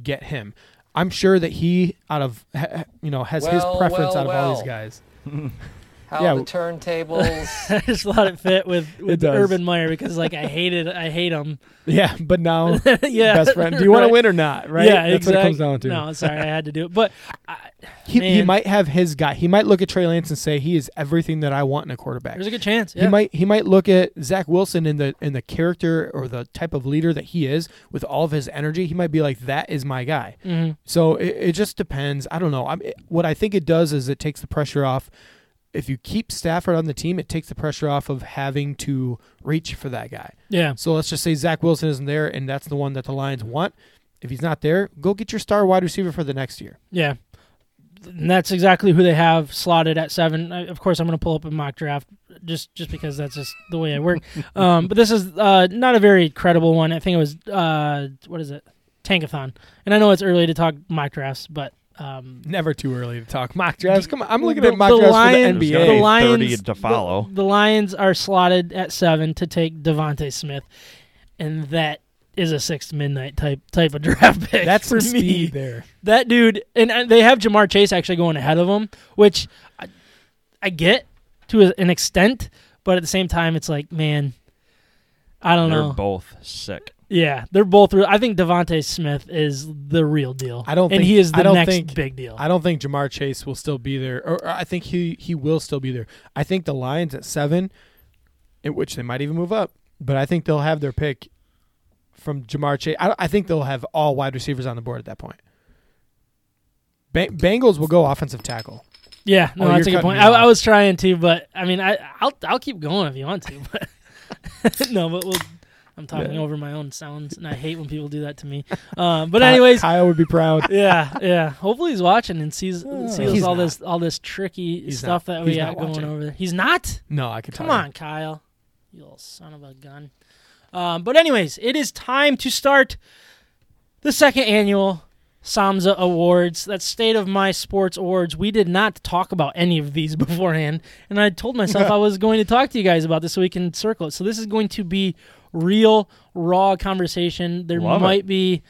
get him. I'm sure that he out of ha- ha- you know has his Well, preference well, out of all well. these guys. How Yeah, the w- turntables. I just thought it fit with, with does. Urban Meyer because like I hated I hate him. Yeah, but now yeah, best friend. Do you want right. to win or not? Right. Yeah, That's exactly. what it comes down to. No, sorry, I had to do it. But I, he, he man. might have his guy. He might look at Trey Lance and say he is everything that I want in a quarterback. there's a good chance. Yeah. He might he might look at Zach Wilson in the in the character or the type of leader that he is with all of his energy. He might be like that is my guy. hmm So it, it just depends. I don't know. I'm, it, what I think it does is it takes the pressure off. If you keep Stafford on the team, it takes the pressure off of having to reach for that guy. Yeah. So let's just say Zach Wilson isn't there, and that's the one that the Lions want. If he's not there, go get your star wide receiver for the next year. Yeah. And that's exactly who they have slotted at seven. I, of course, I'm going to pull up a mock draft just just because that's just the way I work. Um, but this is uh, not a very credible one. I think it was uh, what is it, Tankathon. And I know it's early to talk mock drafts, but um, Never too early to talk mock drafts. Come on, I'm looking the- at mock the drafts Lions- for the There's gotta NBA. be the Lions 30 to follow. The, the Lions are slotted at seven to take Devonte Smith, and that is a six to midnight type type of draft pick. that's for some me. speed there. That dude, and, and they have Jamar Chase actually going ahead of him, which I, I get to a- an extent, but at the same time, it's like, man, I don't They're know. both sick. yeah, they're both. Real. I think Devonte Smith is the real deal. I don't and think- he is the I don't next think- big deal. I don't think Jamar Chase will still be there, or, or I think he he will still be there. I think the Lions at seven, in which they might even move up, but I think they'll have their pick from Jamar Chase. I, I think they'll have all wide receivers on the board at that point. Ba- Bengals will go offensive tackle. yeah, no, Oh, that's a you're good cutting point. me I, off. I was trying to, but I mean, I, I'll I'll keep going if you want to. But no, but we'll. I'm talking Yeah. over my own sounds, and I hate when people do that to me. Um, but Ky- anyways, Kyle would be proud. yeah, yeah. Hopefully he's watching and sees sees He's all not. this all this tricky He's stuff not. that we He's got not going watching. over there. He's not. No, I could. Come tell you. on, Kyle. You little son of a gun. Um, but anyways, it is time to start the second annual Samza Awards. That's State of My Sports Awards. We did not talk about any of these beforehand, and I told myself I was going to talk to you guys about this so we can circle it. So this is going to be real, raw conversation. There Love it. might be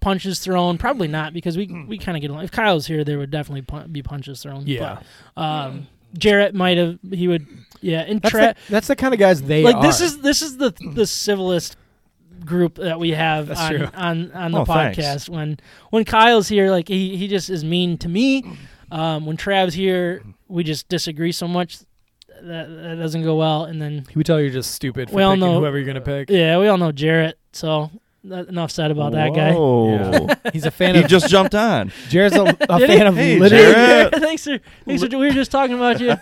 punches thrown, probably not because we Mm. we kind of get along. If Kyle's here, there would definitely pun- be punches thrown. Yeah. But, um, Jarrett might have. He would. Yeah. And That's, Tra- the, that's the kind of guys they like this are. is this is the the Mm. civilist group that we have That's on, true. on on the Oh, podcast thanks. when when Kyle's here like he he just is mean to me um when Trav's here we just disagree so much that, that doesn't go well and then We tell you you're just stupid for We all picking know- whoever you're gonna pick. yeah we all know Jarrett so not- enough said about that guy Whoa. He's a fan he of. just jumped on. Jared's a, a Did he? fan of Hey, literally Jared. Jarrett. thanks for thanks for we were just talking about you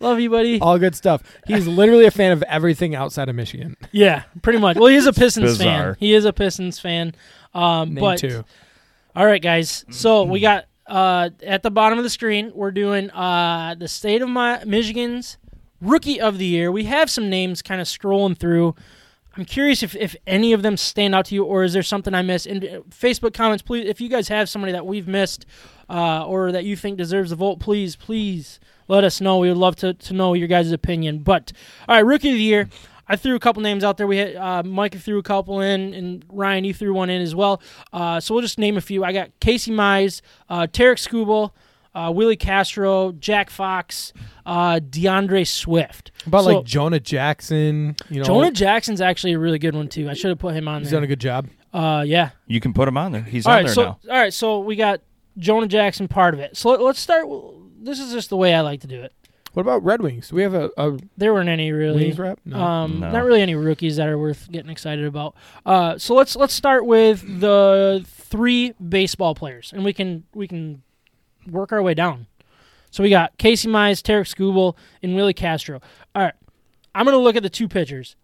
love you buddy all good stuff. He's literally a fan of everything outside of Michigan. yeah pretty much well he's a Pistons fan bizarre. he is a Pistons fan um Name but two. All right, guys. So we got uh, at the bottom of the screen, we're doing uh, the state of my Michigan's rookie of the year. We have some names kind of scrolling through. I'm curious if, if any of them stand out to you, or is there something I missed? And uh, Facebook comments, please. If you guys have somebody that we've missed, uh, or that you think deserves a vote, please, please let us know. We would love to, to know your guys' opinion. But all right, rookie of the year. I threw a couple names out there. We had uh, Mike threw a couple in, and Ryan, you threw one in as well. Uh, so we'll just name a few. I got Casey Mize, uh, Tarek Skubal, uh, Willie Castro, Jack Fox, uh, DeAndre Swift. About So- like Jonah Jackson, you know, Jonah Jackson's actually a really good one too. I should have put him on he's there. done a good job. uh, yeah. You can put him on there. He's All on right. there So now. all right. So we got Jonah Jackson part of it. So let, us start. w- This is just the way I like to do it. What about Red Wings? Do we have a, a There weren't any really. Wings rep? No. Um, No. not really any rookies that are worth getting excited about. Uh, so let's let's start with the three baseball players, and we can we can work our way down. So we got Casey Mize, Tarek Skubal, and Willie Castro. All right, I'm gonna look at the two pitchers.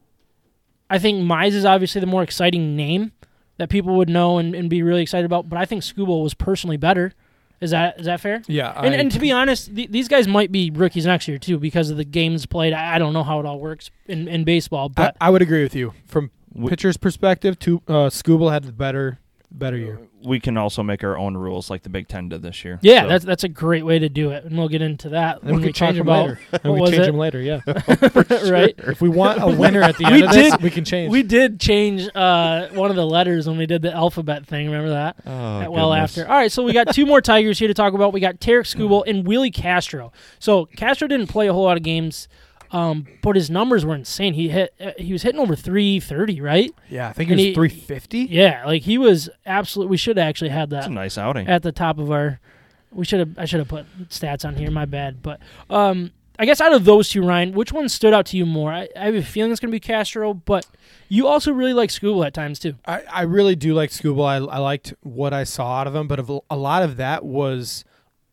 I think Mize is obviously the more exciting name that people would know and, and be really excited about, but I think Skubal was personally better. Is that is that fair? yeah. And, I- and to be honest, th- these guys might be rookies next year too because of the games played. I, I don't know how it all works in, in baseball, I, but I would agree with you. From W- pitcher's perspective, to, uh, Scooble had the better better year. we can also make our own rules like the Big Ten did this year. Yeah, So, that's that's a great way to do it, and we'll get into that And when we we can change talk them about later. And we was can change it? them later. Yeah. right. if we want a winner at the We end of this, did- we can change. We did change uh, one of the letters when we did the alphabet thing. Remember that? Oh, at well goodness. after. All right, so we got two more Tigers here to talk about. We got Tarek Skubal and Willie Castro. So Castro didn't play a whole lot of games, um, but his numbers were insane. He hit uh, he was hitting over three thirty, right? yeah, I think And it he- was 350. Yeah, like he was absolutely. We should have actually had That's that a nice outing. at the top of our. We should have. I should have put stats on here. My bad. But um, I guess out of those two, Ryan, which one stood out to you more? I, I have a feeling it's going to be Castro, but you also really like Skubal at times too. I, I really do like Scuba. I, I liked what I saw out of him, but of- a lot of that was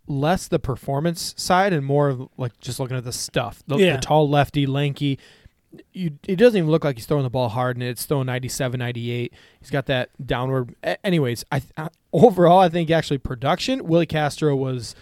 less the performance side and more of like just looking at the stuff. The, the Yeah. tall lefty, lanky. You, it doesn't even look like he's throwing the ball hard, and it's throwing 97, 98. He's got that downward. a- Anyways, I, I overall I think actually production. Willie Castro was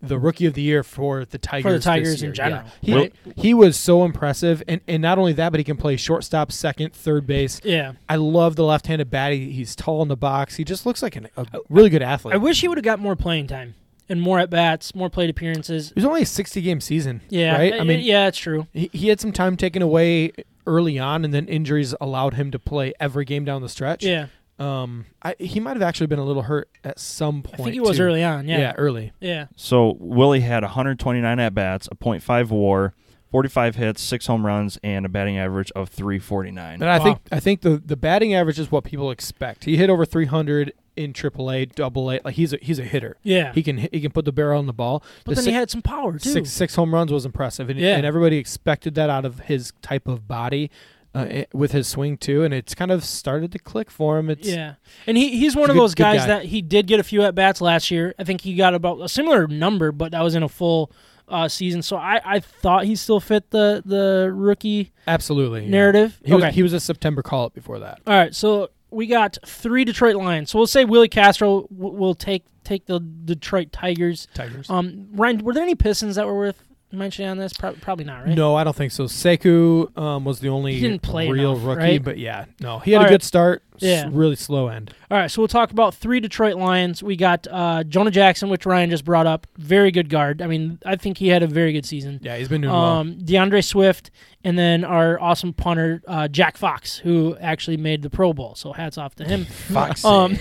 the rookie of the year for the Tigers. this Tigers in year. general. He, Will- he was so impressive, and, and not only that, but he can play shortstop, second, third base. Yeah. I love the left-handed bat. He, he's tall in the box. He just looks like an, a really good athlete. I wish he would have got more playing time and more at bats, more plate appearances. it was only a 60-game season. Yeah, right. I uh, mean, yeah, it's true. he, he had some time taken away early on, and then injuries allowed him to play every game down the stretch. Yeah, Um, I, he might have actually been a little hurt at some point. I think he was too. early on. Yeah, early. yeah, So Willie had 129 at bats, a .5 WAR, 45 hits, six home runs, and a batting average of 349. And I Wow. think I think the the batting average is what people expect. He hit over 300 in AAA, Double A. Like he's a, he's a hitter. yeah. He can hit- he can put the barrel on the ball. but The then si- he had some power too. six six home runs was impressive, and, Yeah. and everybody expected that out of his type of body, uh, it- with his swing too, and it's kind of started to click for him. It's yeah, and he, he's one a of good- those good guys guy. that he did get a few at bats last year. I think he got about a similar number, but that was in a full uh, season. So I, I thought he still fit the the rookie absolutely yeah. narrative. He, okay, was, he was a September call up before that. all right. So we got three Detroit Lions. So we'll say Willie Castro w- will take take the Detroit Tigers. Tigers. Um, Ryan, were there any Pistons that were worth mentioning on this? Pro- probably not, right? No, I don't think so. Seku um, was the only He didn't play real enough, rookie, right? but yeah, no, he had All a right. good start. s- Yeah. really slow end. All right, so we'll talk about three Detroit Lions. We got uh, Jonah Jackson, which Ryan just brought up. Very good guard. I mean, I think he had a very good season. Yeah, he's been doing well. Um, DeAndre Swift, and then our awesome punter uh, Jack Fox, who actually made the Pro Bowl. So hats off to him. Fox. Um,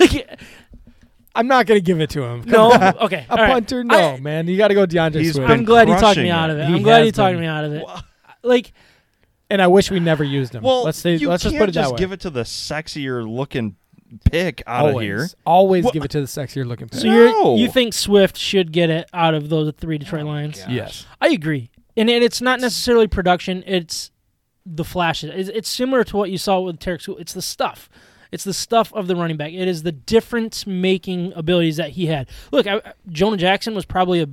like, I'm not gonna give it to him. Come no, on. okay, a all right. punter. No, I- man, you got to go DeAndre He's Swift. I'm been glad he talked crushing me out it. of it. He I'm glad has he talked been. me out of it. Like, and I wish we never used him. well, let's say, you let's can't just put it that way. give it to the sexier looking pick out always, of here. always Well- give it to the sexier looking. so pick. No. you you think Swift should get it out of those three Detroit Lions? Yes. I agree, and, and it's not necessarily production. It's the flashes. It's, it's similar to what you saw with Tarek Skubal. It's the stuff. It's the stuff of the running back. It is the difference-making abilities that he had. Look, I, Jonah Jackson was probably a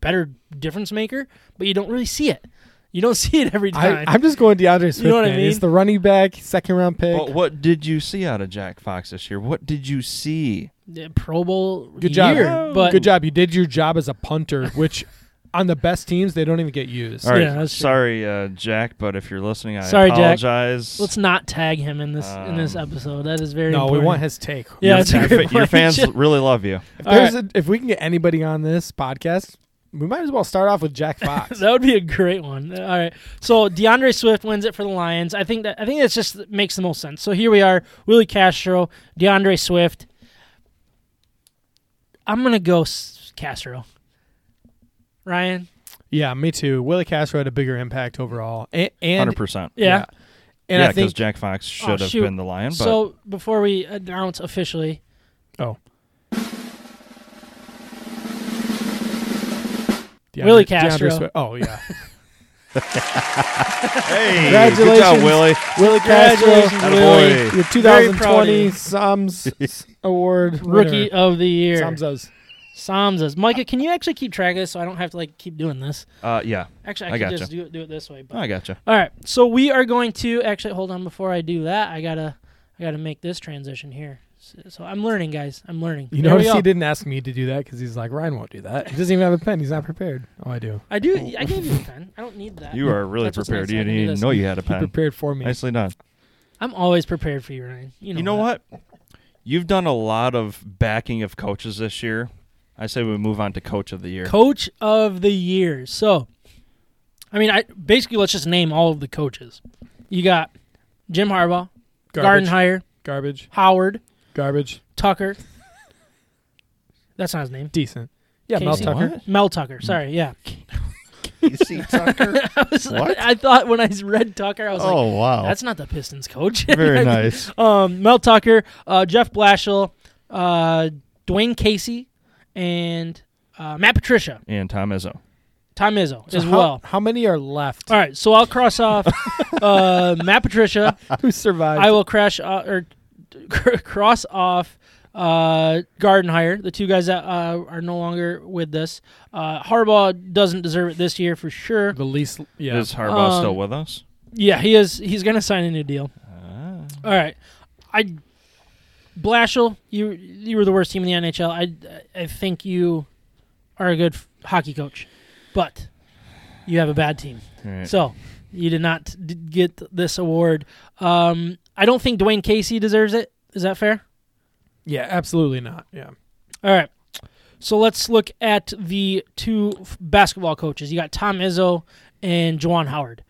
better difference maker, but you don't really see it. You don't see it every I, time. I'm just going DeAndre Swift. know what I man. He's mean? the running back, second round pick. But what did you see out of Jack Fox this year? What did you see? Uh, Pro Bowl Good job. year, but Good job. You did your job as a punter, which on the best teams they don't even get used. All right, Yeah, that's true. sorry, uh, Jack, but if you're listening, I Sorry, Jack. apologize. let's not tag him in this in this Um, episode. That is very No, we important. want his take. Yeah, If that's a your, good fa- your point. fans really love you. there's a- if we can get anybody on this podcast, we might as well start off with Jack Fox. That would be a great one. All right. So DeAndre Swift wins it for the Lions. I think that I think that's just makes the most sense. So here we are, Willie Castro, DeAndre Swift. I'm gonna go S- Castro. Ryan. yeah, me too. Willie Castro had a bigger impact overall, and, and 100%. Yeah. and yeah, I think because Jack Fox should have Oh, shoot. been the lion, but So before we announce officially, oh. Willie DeAndre Castro. Swift- Oh yeah, hey, Congratulations. good job, Willie. Willie Castro, Congratulations, Attaboy. Willie. your Very proud of 2020 you. Psalms Award Rookie of the Year. Samzos. Samzas. Micah, can you actually keep track of this so I don't have to like keep doing this? Uh, yeah, Actually, I, I can gotcha. just do it, do it this way. But I gotcha. All right, so we are going to actually hold on before I do that. I gotta, I gotta make this transition here. So, so I'm learning, guys. I'm learning. You There we notice go. he didn't ask me to do that because he's like Ryan won't do that. He doesn't even have a pen. He's not prepared. Oh, I do. I do. I gave you a pen. I don't need that. You are really That's what's prepared. nice. I You can do didn't even this. know you had a He pen. prepared for me. Nicely done. I'm always prepared for you, Ryan. You know. You know that. what? You've done a lot of backing of coaches this year. I say we move on to coach of the year. Coach of the year. So, I mean, I basically let's just name all of the coaches. You got Jim Harbaugh, Garbage. Gardenhire, Garbage. Howard, Garbage. Tucker. That's not his name. Decent. Yeah, Mel Casey. Tucker. Mel Tucker. Sorry, yeah. Casey Tucker. I, was, What? I thought when I read Tucker, I was like, oh wow, "That's not the Pistons coach." very nice. Um, Mel Tucker, uh, Jeff Blashill, uh, Dwayne Casey, and uh, Matt Patricia, And Tom Izzo. Tom Izzo So as how- Uh-huh. well. How many are left? All right, so I'll cross off uh, Matt Patricia. Who survived? I will crash uh, or cross off uh, Garden Hire, the two guys that uh, are no longer with this. Uh, Harbaugh doesn't deserve it this year for sure. the least. Yeah. Is Harbaugh Um, still with us? Ah. Yeah, he is. He's going to sign a new deal. All right, I Blashill, you you were the worst team in the NHL. I I think you are a good f- hockey coach, but you have a bad team. All right. So you did not d- get this award. Um, I don't think Dwayne Casey deserves it. Is that fair? Yeah. Absolutely not. Yeah. All right. So let's look at the two f- basketball coaches. You got Tom Izzo and Juwan Howard.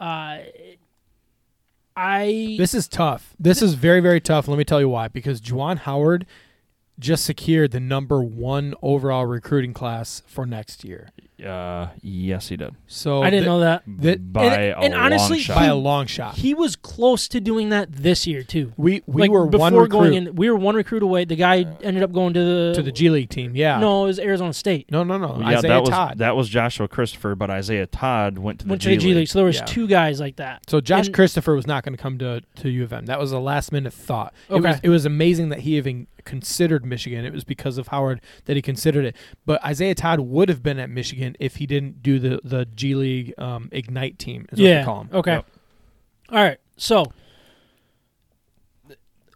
Uh, I This is tough. This is very, very tough. Let me tell you why. Because Juwan Howard just secured the number one overall recruiting class for next year. uh, yes, he did. So I didn't know that. that by and- a and honestly, long shot. by a long shot. He was close to doing that this year too. we we Like, were before one recruit going in. We were one recruit away. The guy ended up going to the to the G League team. Yeah. No, it was Arizona State. No. No. No. Well, yeah, Isaiah that was Todd. that was Joshua Christopher, but Isaiah Todd went to the Went G to the G League. So there was Yeah. two guys like that. So Josh And- Christopher was not going to come to to U of M. That was a last minute thought. It was, Okay. it was amazing that he even considered Michigan. It was because of Howard that he considered it. But Isaiah Todd would have been at Michigan if he didn't do the the G League um, Ignite team. Is what yeah. they call him. Okay. Yep. All right. So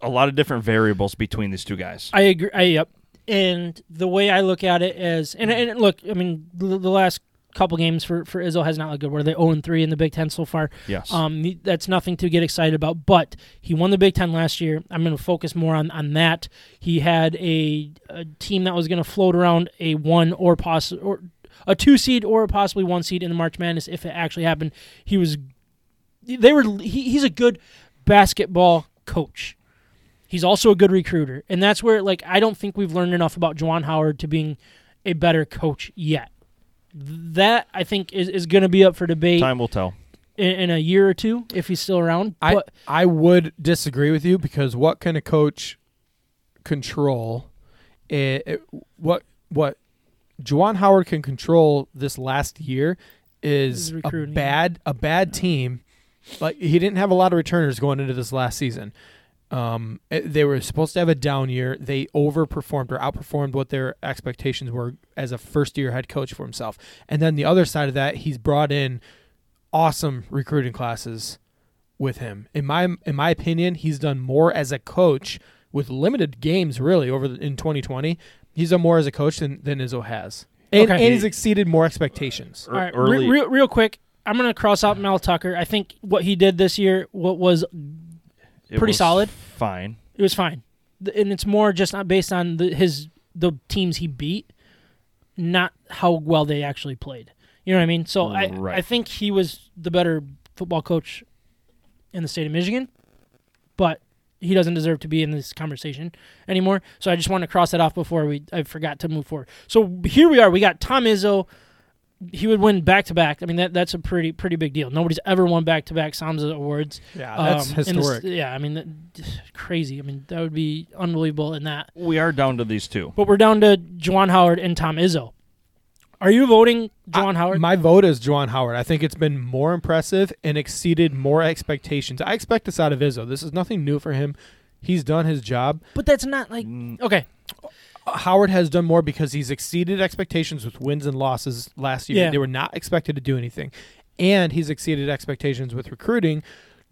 A lot of different variables between these two guys. I agree. I, yep. And the way I look at it is, and, Mm-hmm. and look, I mean, the, the last couple games for for Izzo has not looked good. Where they zero and three in the Big Ten so far. yes. Um, he- that's nothing to get excited about. But he won the Big Ten last year. I'm going to focus more on on that. He had a, a team that was going to float around a one or poss or a two seed or possibly one seed in the March Madness if it actually happened. He was, they were. He, he's a good basketball coach. He's also a good recruiter, and that's where like I don't think we've learned enough about Juwan Howard to being a better coach yet. That I think is, is going to be up for debate Time will tell. in, in a year or two if he's still around. I but I would disagree with you because what can a coach control? It, it- what what Juwan Howard can control this last year is Is a recruiting. bad a bad team. Like he didn't have a lot of returners going into this last season. Um, it- they were supposed to have a down year. They overperformed or outperformed what their expectations were as a first year head coach for himself. And then the other side of that, he's brought in awesome recruiting classes with him. In my in my opinion, he's done more as a coach with limited games really over the, in 2020. He's done more as a coach than than Izzo has, and, Okay. and he's exceeded more expectations. Er- all right, re- early, real, real quick, I'm gonna cross out Mel Tucker. I think what he did this year what was it pretty was solid. Fine. it was fine, Th- and it's more just not based on the, his the teams he beat, not how well they actually played. You know what I mean? So I Right. I think he was the better football coach in the state of Michigan, but. He doesn't deserve to be in this conversation anymore. So I just want to cross that off before we I forgot to move forward. So here we are. We got Tom Izzo, he would win back to back. I mean, that that's a pretty pretty big deal. Nobody's ever won back to back Samza awards. Yeah, Uh, that's Um, and this- historic. yeah, I mean, that, crazy. I mean, that would be unbelievable in that. We are down to these two. But we're down to Juwan Howard and Tom Izzo. Are you voting Juwan Howard? My vote is Juwan Howard. I think it's been more impressive and exceeded more expectations. I expect this out of Izzo. This is nothing new for him. He's done his job. but that's not like Mm. okay. Howard has done more because he's exceeded expectations with wins and losses last year. Yeah. They were not expected to do anything. And he's exceeded expectations with recruiting.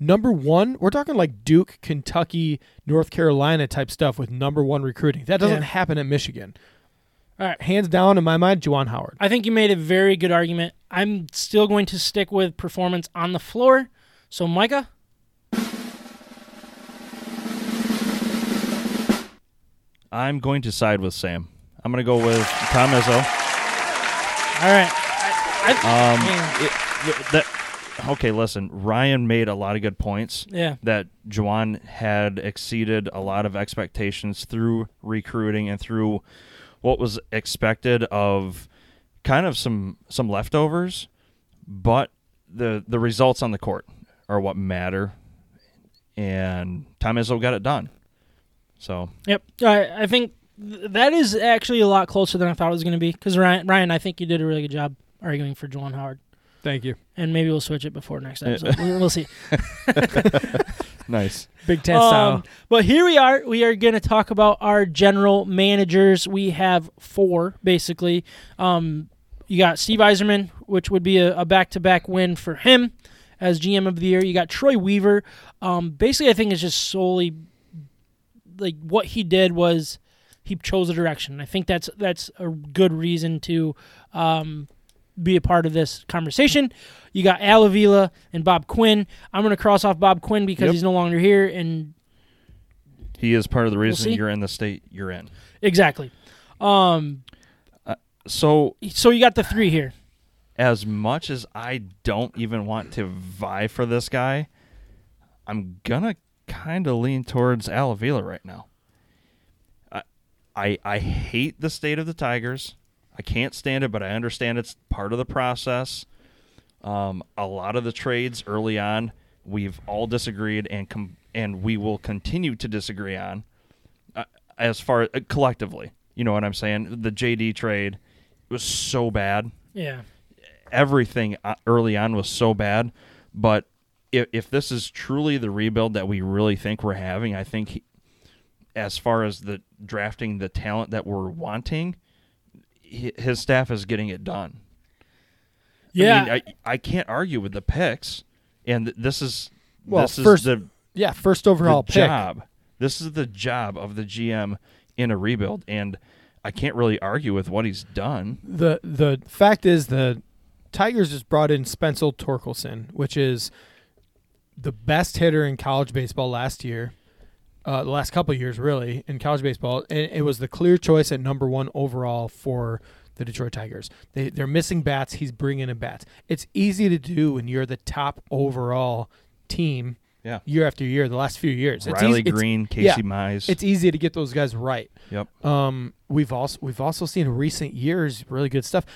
Number one, we're talking like Duke, Kentucky, North Carolina type stuff with number one recruiting. That doesn't Yeah. happen at Michigan. All right. Hands down in my mind, Juwan Howard. I think you made a very good argument. I'm still going to stick with performance on the floor. So Micah, I'm going to side with Sam. I'm going to go with Tom Izzo. All right. I, I, Um, man, it- that, okay, listen. Ryan made a lot of good points. yeah. that Juwan had exceeded a lot of expectations through recruiting and through what was expected of kind of some some leftovers, but the the results on the court are what matter, and Tom Izzo got it done. So Yep. I, I think th- that is actually a lot closer than I thought it was going to be because Ryan, Ryan, I think you did a really good job arguing for Juwan Howard. Thank you. And maybe we'll switch it before next episode. we'll, we'll see. nice. Big Ten Um, but here we are. We are going to talk about our general managers. We have four, basically. Um, you got Steve Eiserman, which would be a, a back-to-back win for him as GM of the year. You got Troy Weaver. Um, basically, I think it's just solely like what he did was he chose a direction. I think that's that's a good reason to um, be a part of this conversation. You got Al Avila and Bob Quinn. I'm going to cross off Bob Quinn because Yep. he's no longer here, and He is part of the reason see. you're in the state you're in. exactly. Um, So so you got the three here. as much as I don't even want to vie for this guy, I'm gonna kind of lean towards Alavila right now. I, I I hate the state of the Tigers. I can't stand it, but I understand it's part of the process. Um, a lot of the trades early on, we've all disagreed and com- and we will continue to disagree on uh, as far uh, collectively. You know what I'm saying? The JD trade was so bad Yeah, everything uh, early on was so bad. But if, if this is truly the rebuild that we really think we're having, I think he, as far as the drafting the talent that we're wanting, hi- his staff is getting it done. yeah. I, mean, I, I can't argue with the picks, and th- this is Well, this first is the, yeah, first overall the pick. job. This is the job of the GM in a rebuild, and I can't really argue with what he's done. The the fact is the Tigers just brought in Spencer Torkelson, which is the best hitter in college baseball last year. Uh, the last couple of years, really, in college baseball, and it was the clear choice at number one overall for the Detroit Tigers. They they're missing bats. He's bringing in bats. It's easy to do when you're the top overall team Yeah, year after year. The last few years, It's Riley easy- it's- Green, Casey yeah. Mize. it's easy to get those guys right. yep. Um, we've also we've also seen in recent years really good stuff.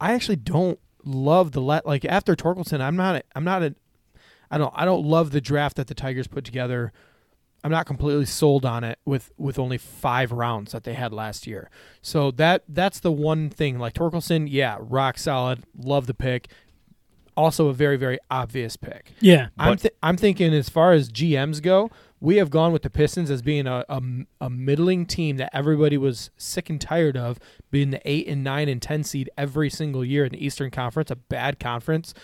I actually don't love the let like after Torkelson. I'm not a, I'm not a I don't I don't love the draft that the Tigers put together. I'm not completely sold on it with with only five rounds that they had last year. So that that's the one thing. Like Torkelson, yeah, rock solid. Love the pick. Also a very very obvious pick. yeah. I'm But- th- I'm thinking as far as GMs go, we have gone with the Pistons as being a, a, a middling team that everybody was sick and tired of being the eight and nine and ten seed every single year in the Eastern Conference, a bad conference,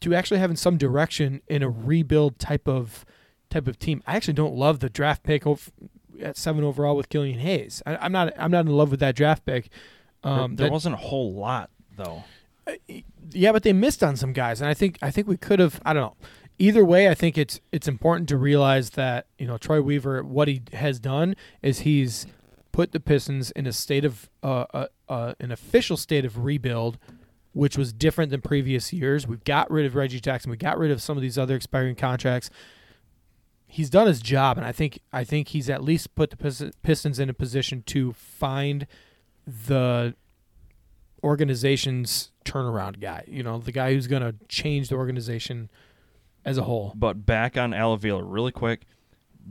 to actually having some direction in a rebuild type of type of team. I actually don't love the draft pick of, at seven overall with Killian Hayes. I, I'm not I'm not in love with that draft pick. Um, there that- wasn't a whole lot though. Uh, yeah, but they missed on some guys, and I think I think we could have. I don't know. Either way, I think it's it's important to realize that you know Troy Weaver, what he has done is he's put the Pistons in a state of uh, uh, uh, an official state of rebuild, which was different than previous years. We've got rid of Reggie Jackson, we got rid of some of these other expiring contracts. He's done his job, and I think I think he's at least put the Pist- Pistons in a position to find the organization's turnaround guy. You know, the guy who's going to change the organization as a whole. But back on Alavila really quick.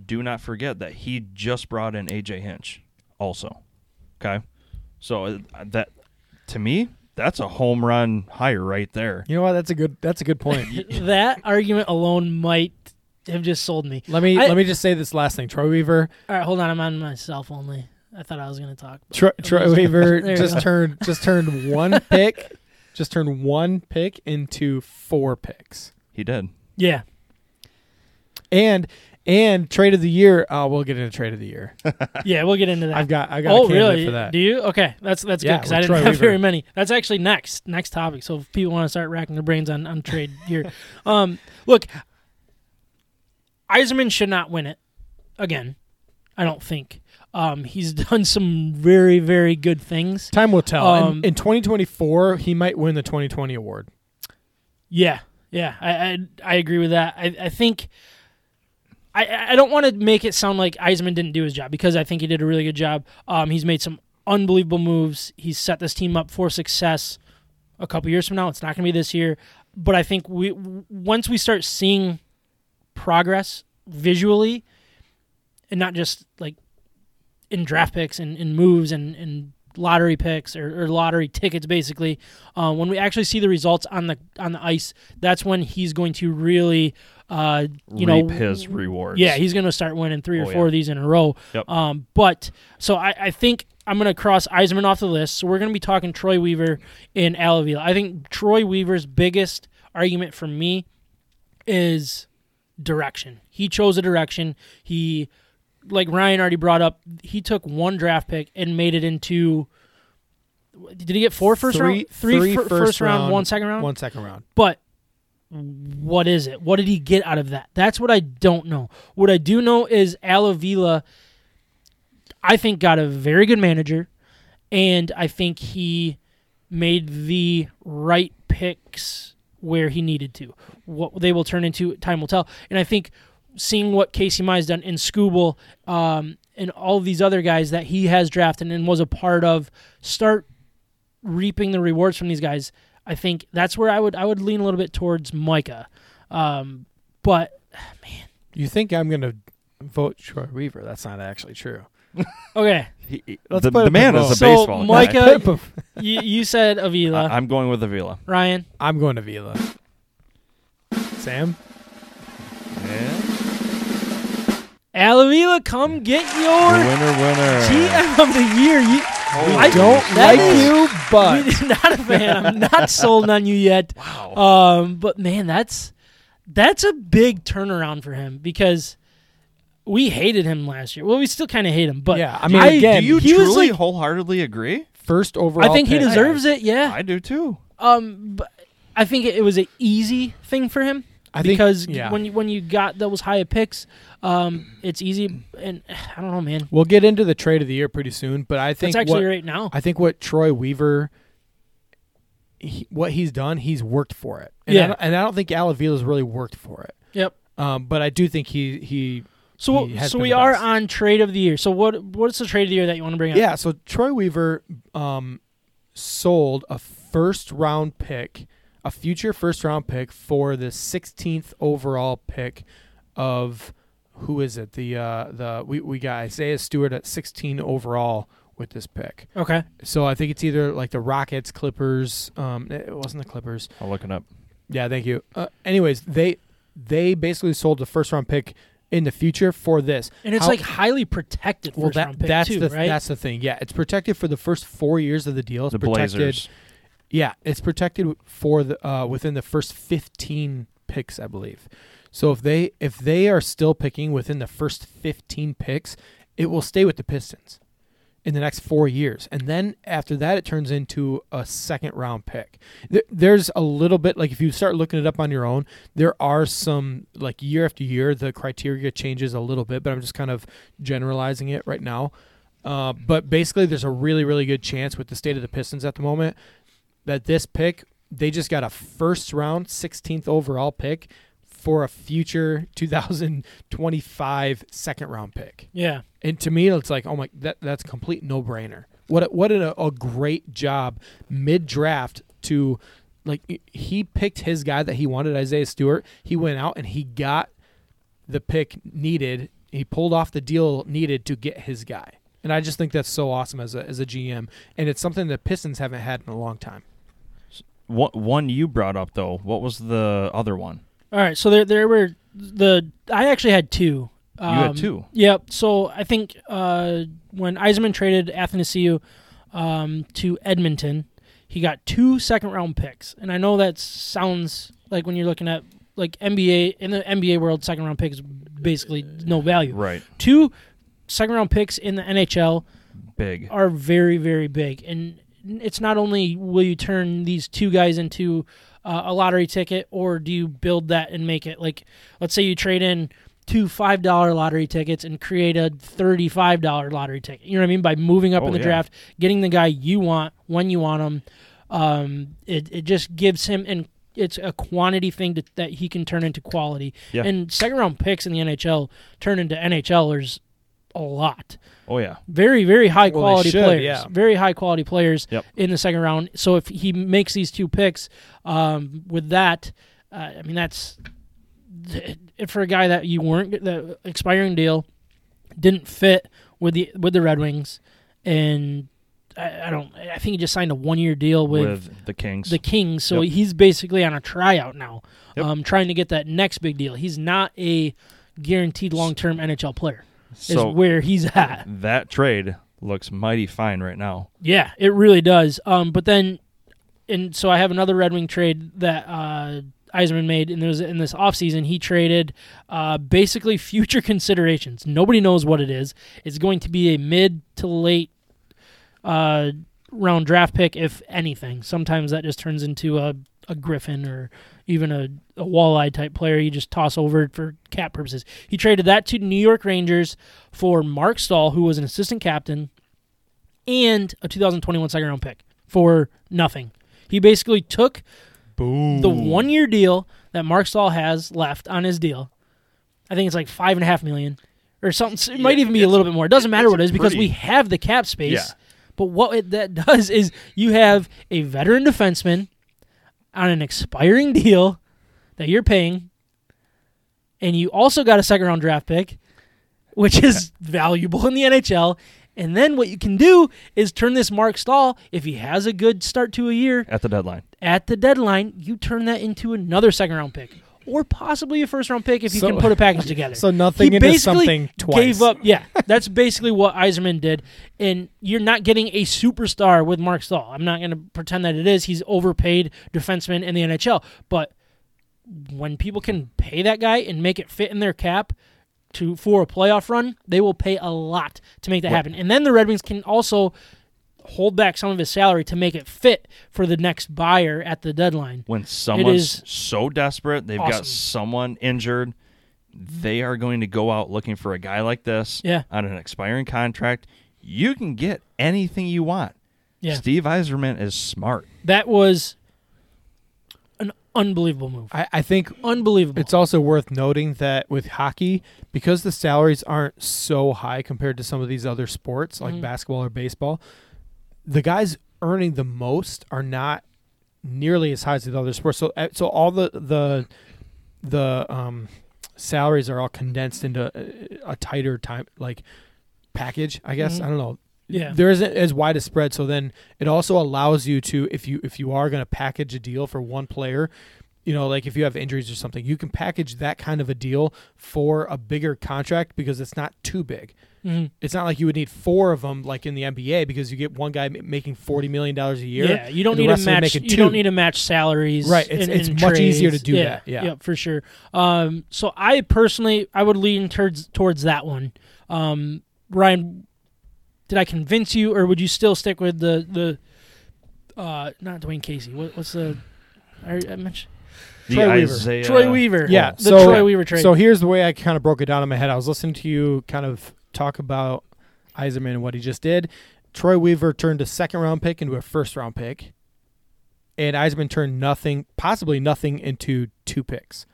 Do not forget that he just brought in AJ Hinch, also. Okay, so uh, that to me that's a home run hire right there. You know what? That's a good. That's a good point. that argument alone might have just sold me. let me I- let me just say this last thing. Troy Weaver, All right, hold on. I'm on my cell phone. Lee. I thought I was going to talk. Troy, Troy Weaver There you just go. turned just turned one pick, just turned one pick into four picks, He did. Yeah. and and trade of the year. Uh, we'll get into trade of the year. Yeah, we'll get into that. I've got I got a Oh, candidate really? for that. Do you? Okay, that's that's good Yeah, 'cause with I didn't Troy have Weaver. very many. That's actually next next topic. So if people want to start racking their brains on on trade here, um, look, Eiserman should not win it again. I don't think. Um, he's done some very, very good things. Time will tell. Um, in, in 2024, he might win the 2020 award. Yeah, yeah, I I, I agree with that. I, I think I I don't want to make it sound like Eisman didn't do his job because I think he did a really good job. Um, he's made some unbelievable moves. He's set this team up for success a couple years from now. It's not going to be this year, but I think we w- once we start seeing progress visually and not just like in draft picks and, and moves and, and lottery picks or, or lottery tickets basically uh, when we actually see the results on the on the ice that's when he's going to really uh, you know Reap his rewards. yeah he's going to start winning three or Oh, four yeah. of these in a row Yep. um, but so I, I think I'm going to cross Eisman off the list. So we're going to be talking Troy Weaver and Alavila. I think Troy Weaver's biggest argument for me is direction. He chose a direction. He, like Ryan already brought up, he took one draft pick and made it into. Did he get four first Three- round? Three, three fir- first first round, round, one second round? One second round. But what is it? What did he get out of that? That's what I don't know. What I do know is Alavila, I think, got a very good manager, and I think he made the right picks where he needed to. What they will turn into, time will tell. And I think seeing what Casey Mai's done in Scooble um, and all these other guys that he has drafted and was a part of start reaping the rewards from these guys. I think that's where I would I would lean a little bit towards Micah, um, but You think I'm going to vote Troy Weaver? That's not actually true. okay. He- he- Let's the, put the up man the is a vote. So, baseball guy. Micah- Yeah. Pip, you, you said Avila, I, am going with Avila. Ryan. I'm going to Vila. Sam, Al Avila, come get The your winner, winner. GM of the year. You, I don't that like is- you, but You're not a fan. I'm not sold on you yet. Wow. Um, but man, that's that's a big turnaround for him because we hated him last year. Well, we still kind of hate him, but Yeah, I mean, do again, you he was truly like- wholeheartedly agree? first overall. I think he pick. deserves it. Yeah. I do too. Um, but I think it, it was an easy thing for him I think- because yeah. when you, when you got those high picks, um, it's easy. And I don't know, man. We'll get into the trade of the year pretty soon, but I think That's actually what, right now. I think what Troy Weaver, he, what he's done, he's worked for it. And Yeah. I don't, and I don't think Alavila's really worked for it. yep. Um, but I do think he he So he has so been we the are best. on trade of the year. So what what's the trade of the year that you want to bring up? yeah. So Troy Weaver um, sold a first round pick, a future first round pick for the 16th overall pick of who is it? The uh, the we we got Isaiah Stewart at 16 overall with this pick. Okay. So I think it's either like the Rockets, Clippers. Um, it wasn't the Clippers. I'll look it up. Yeah, thank you. Uh, anyways, they they basically sold the first round pick in the future for this. And it's How- like highly protected first well, round that pick that's too, the right? that's the thing. Yeah, it's protected for the first four years of the deal. It's The protected, Blazers. Yeah, it's protected for the uh, within the first fifteen picks, I believe. So if they if they are still picking within the first fifteen picks, it will stay with the Pistons in the next four years, and then after that, it turns into a second round pick. There, there's a little bit like if you start looking it up on your own, there are some like year after year the criteria changes a little bit, but I'm just kind of generalizing it right now. Uh, but basically, there's a really really good chance with the state of the Pistons at the moment that this pick they just got a first round 16th overall pick for a future 2025 second round pick yeah. and to me it's like oh my that that's a complete no brainer what a, what a, a great job mid draft to like he- he picked his guy that he wanted Isaiah Stewart he went out and he got the pick needed he pulled off the deal needed to get his guy and I just think that's so awesome as a as a GM and it's something the Pistons haven't had in a long time One, one you brought up though. What was the other one? All right, so there there were the I actually had two. Um, had two? Yep. So I think uh, when Eisenman traded Athanasiu um, to Edmonton, he got two second round picks, and I know that sounds like when you're looking at like NBA in the NBA world, second round picks basically no value. Right. Two second round picks in the NHL Big. are very very big and it's not only will you turn these two guys into uh, a lottery ticket or do you build that and make it like let's say you trade in two five dollar lottery tickets and create a thirty five dollar lottery ticket. You know what I mean? By moving up Oh, in the yeah. draft, getting the guy you want when you want him, um, it it just gives him and it's a quantity thing to, that he can turn into quality. Yeah. And second round picks in the NHL turn into NHLers a lot Oh yeah. very very high Well, they quality should, players yeah. very high quality players Yep. in the second round so if he makes these two picks um, with that uh, i mean that's if for a guy that you weren't the expiring deal didn't fit with the with the red wings and i, I don't i think he just signed a one year deal With, with, the Kings. the Kings. So Yep. he's basically on a tryout now, Yep. um, trying to get that next big deal. He's not a guaranteed long term NHL player. Is So- where he's at. that trade looks mighty fine right now. Yeah, it really does. Um, but then, and so I have another Red Wing trade that uh, Eisenman made, and there was in this offseason, he traded uh, basically future considerations. Nobody knows what it is. It's going to be a mid to late uh, round draft pick, if anything. Sometimes that just turns into a, a Griffin or even a, a walleye type player you just toss over for cap purposes. He traded that to New York Rangers for Mark Stahl, who was an assistant captain and a 2021 second round pick for nothing. He basically took the one year deal that Mark Stahl has left on his deal. I think it's like five and a half million or something. It might Yeah, even be a it's- little bit more. It doesn't matter it's what it is because we pretty- have the cap space. Yeah. But what it, that does is you have a veteran defenseman on an expiring deal that you're paying, and you also got a second round draft pick, which is valuable in the NHL. And then what you can do is turn this Mark Stahl, if he has a good start to a year At the deadline. at the deadline, you turn that into another second round pick. Or possibly a first round pick if you So- can put a package together. so nothing he into basically something twice. Gave up. Yeah, that's basically what Eiserman did. And you're not getting a superstar with Mark Stahl. I'm not going to pretend that it is. He's overpaid defenseman in the NHL. But when people can pay that guy and make it fit in their cap to for a playoff run, they will pay a lot to make that happen. And then the Red Wings can also hold back some of his salary to make it fit for the next buyer at the deadline. When someone's is so desperate, they've awesome. got someone injured, they are going to go out looking for a guy like this Yeah. on an expiring contract. You can get anything you want. Yeah. Steve Eiserman is smart. That was an unbelievable move. I, I think Unbelievable. It's also worth noting that with hockey, because the salaries aren't so high compared to some of these other sports Mm-hmm. like basketball or baseball, the guys earning the most are not nearly as high as the other sports. So, uh, so all the the the um, salaries are all condensed into a, a tighter time like package. I guess I don't know Mm-hmm. yeah. there isn't as wide a spread. So then it also allows you to, if you if you are going to package a deal for one player, you know, like if you have injuries or something, you can package that kind of a deal for a bigger contract because it's not too big. Mhm. It's not like you would need four of them like in the NBA because you get one guy ma- making forty million dollars a year. Yeah, you don't and the need to rest of them match. making You don't two. need to match salaries. Right, it's- in- it's in much easier to trades. do Yeah, that, yeah. for sure. Um, so I personally, I would lean towards towards that one. Um, Ryan, did I convince you, or would you still stick with the the uh, not Dwayne Casey? What, what's the I, I mentioned The Troy Weaver. Isaiah Troy Weaver. Yeah, the so- Troy Weaver trade. So here's the way I kind of broke it down in my head. I was listening to you kind of talk about Eiserman and what he just did. Troy Weaver turned a second round pick into a first round pick, and Eiserman turned nothing, possibly nothing, into two picks.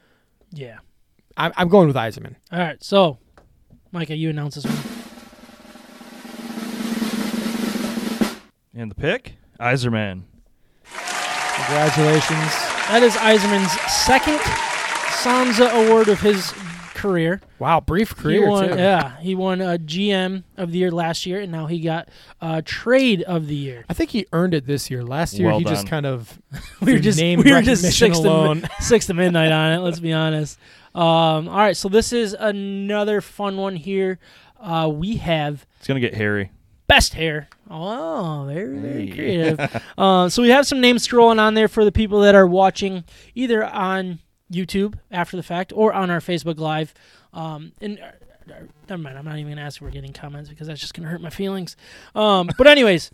yeah. I'm, I'm going with Eiserman. All right. So, Micah, you announce this one. And the pick? Eiserman. Congratulations. That is Eiserman's second Sansa Award of his career. Wow, brief career he won, too. Yeah, he won a GM of the year last year, and now he got uh, trade of the year. I think he earned it this year. Last year Well he just done. kind of We were through just name we were just recognition six to, alone. mi- six to midnight on it. Let's be honest. Um, all right, so this is another fun one here. Uh, we have It's going to get hairy. best hair. Oh, very, very Hey. creative. uh, so we have some names scrolling on there for the people that are watching either on YouTube after the fact or on our Facebook Live. Um, and uh, uh, never mind, I'm not even gonna ask if we're getting comments because that's just gonna hurt my feelings. Um, but anyways,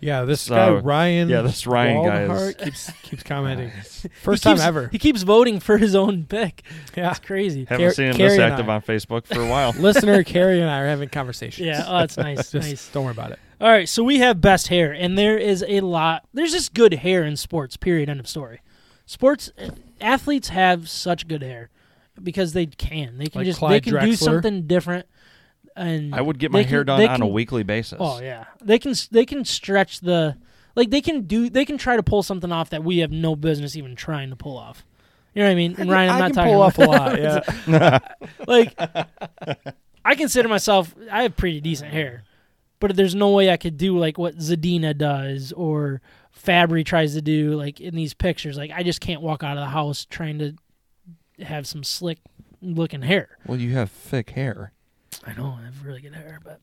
Yeah, this So- guy Ryan. yeah, this Ryan guy is- Waldhart keeps keeps commenting. He First time keeps- ever. He keeps voting for his own pick. Yeah, It's crazy. Haven't Car- seen him Carrie this and active I. on Facebook for a while. listener Carrie and I are having conversations. Yeah, oh, it's nice. Just nice. don't worry about it. All right, so we have best hair, and there is a lot. There's just good hair in sports. Period. End of story. Sports athletes have such good hair because they can. They can Like just Clyde they can do Drexler. something different. And I would get they my can- hair done they on a can- weekly basis. Oh yeah, they can they can stretch the like they can do they can try to pull something off that we have no business even trying to pull off. You know what I mean? And Ryan, I'm I not can talking pull about- off a lot. Yeah, like I consider myself I have pretty decent hair. But there's no way I could do like what Zadina does or Fabry tries to do like in these pictures. Like I just can't walk out of the house trying to have some slick looking hair. Well, you have thick hair. I know I have really good hair, but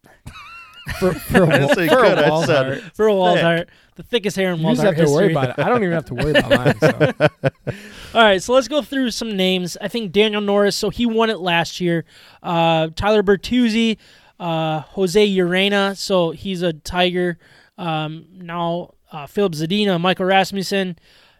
for, for a, wa- That's a for a good- I wall uh, said- art, for a Walzart, the thickest hair in you just Walzart have history. to worry about it. I don't even have to worry about mine. So. All right, so let's go through some names. I think Daniel Norris, so he won it last year. Uh, Tyler Bertuzzi, uh, Jose Urena, so he's a Tiger. Um, now uh, Philip Zadina, Michael Rasmussen,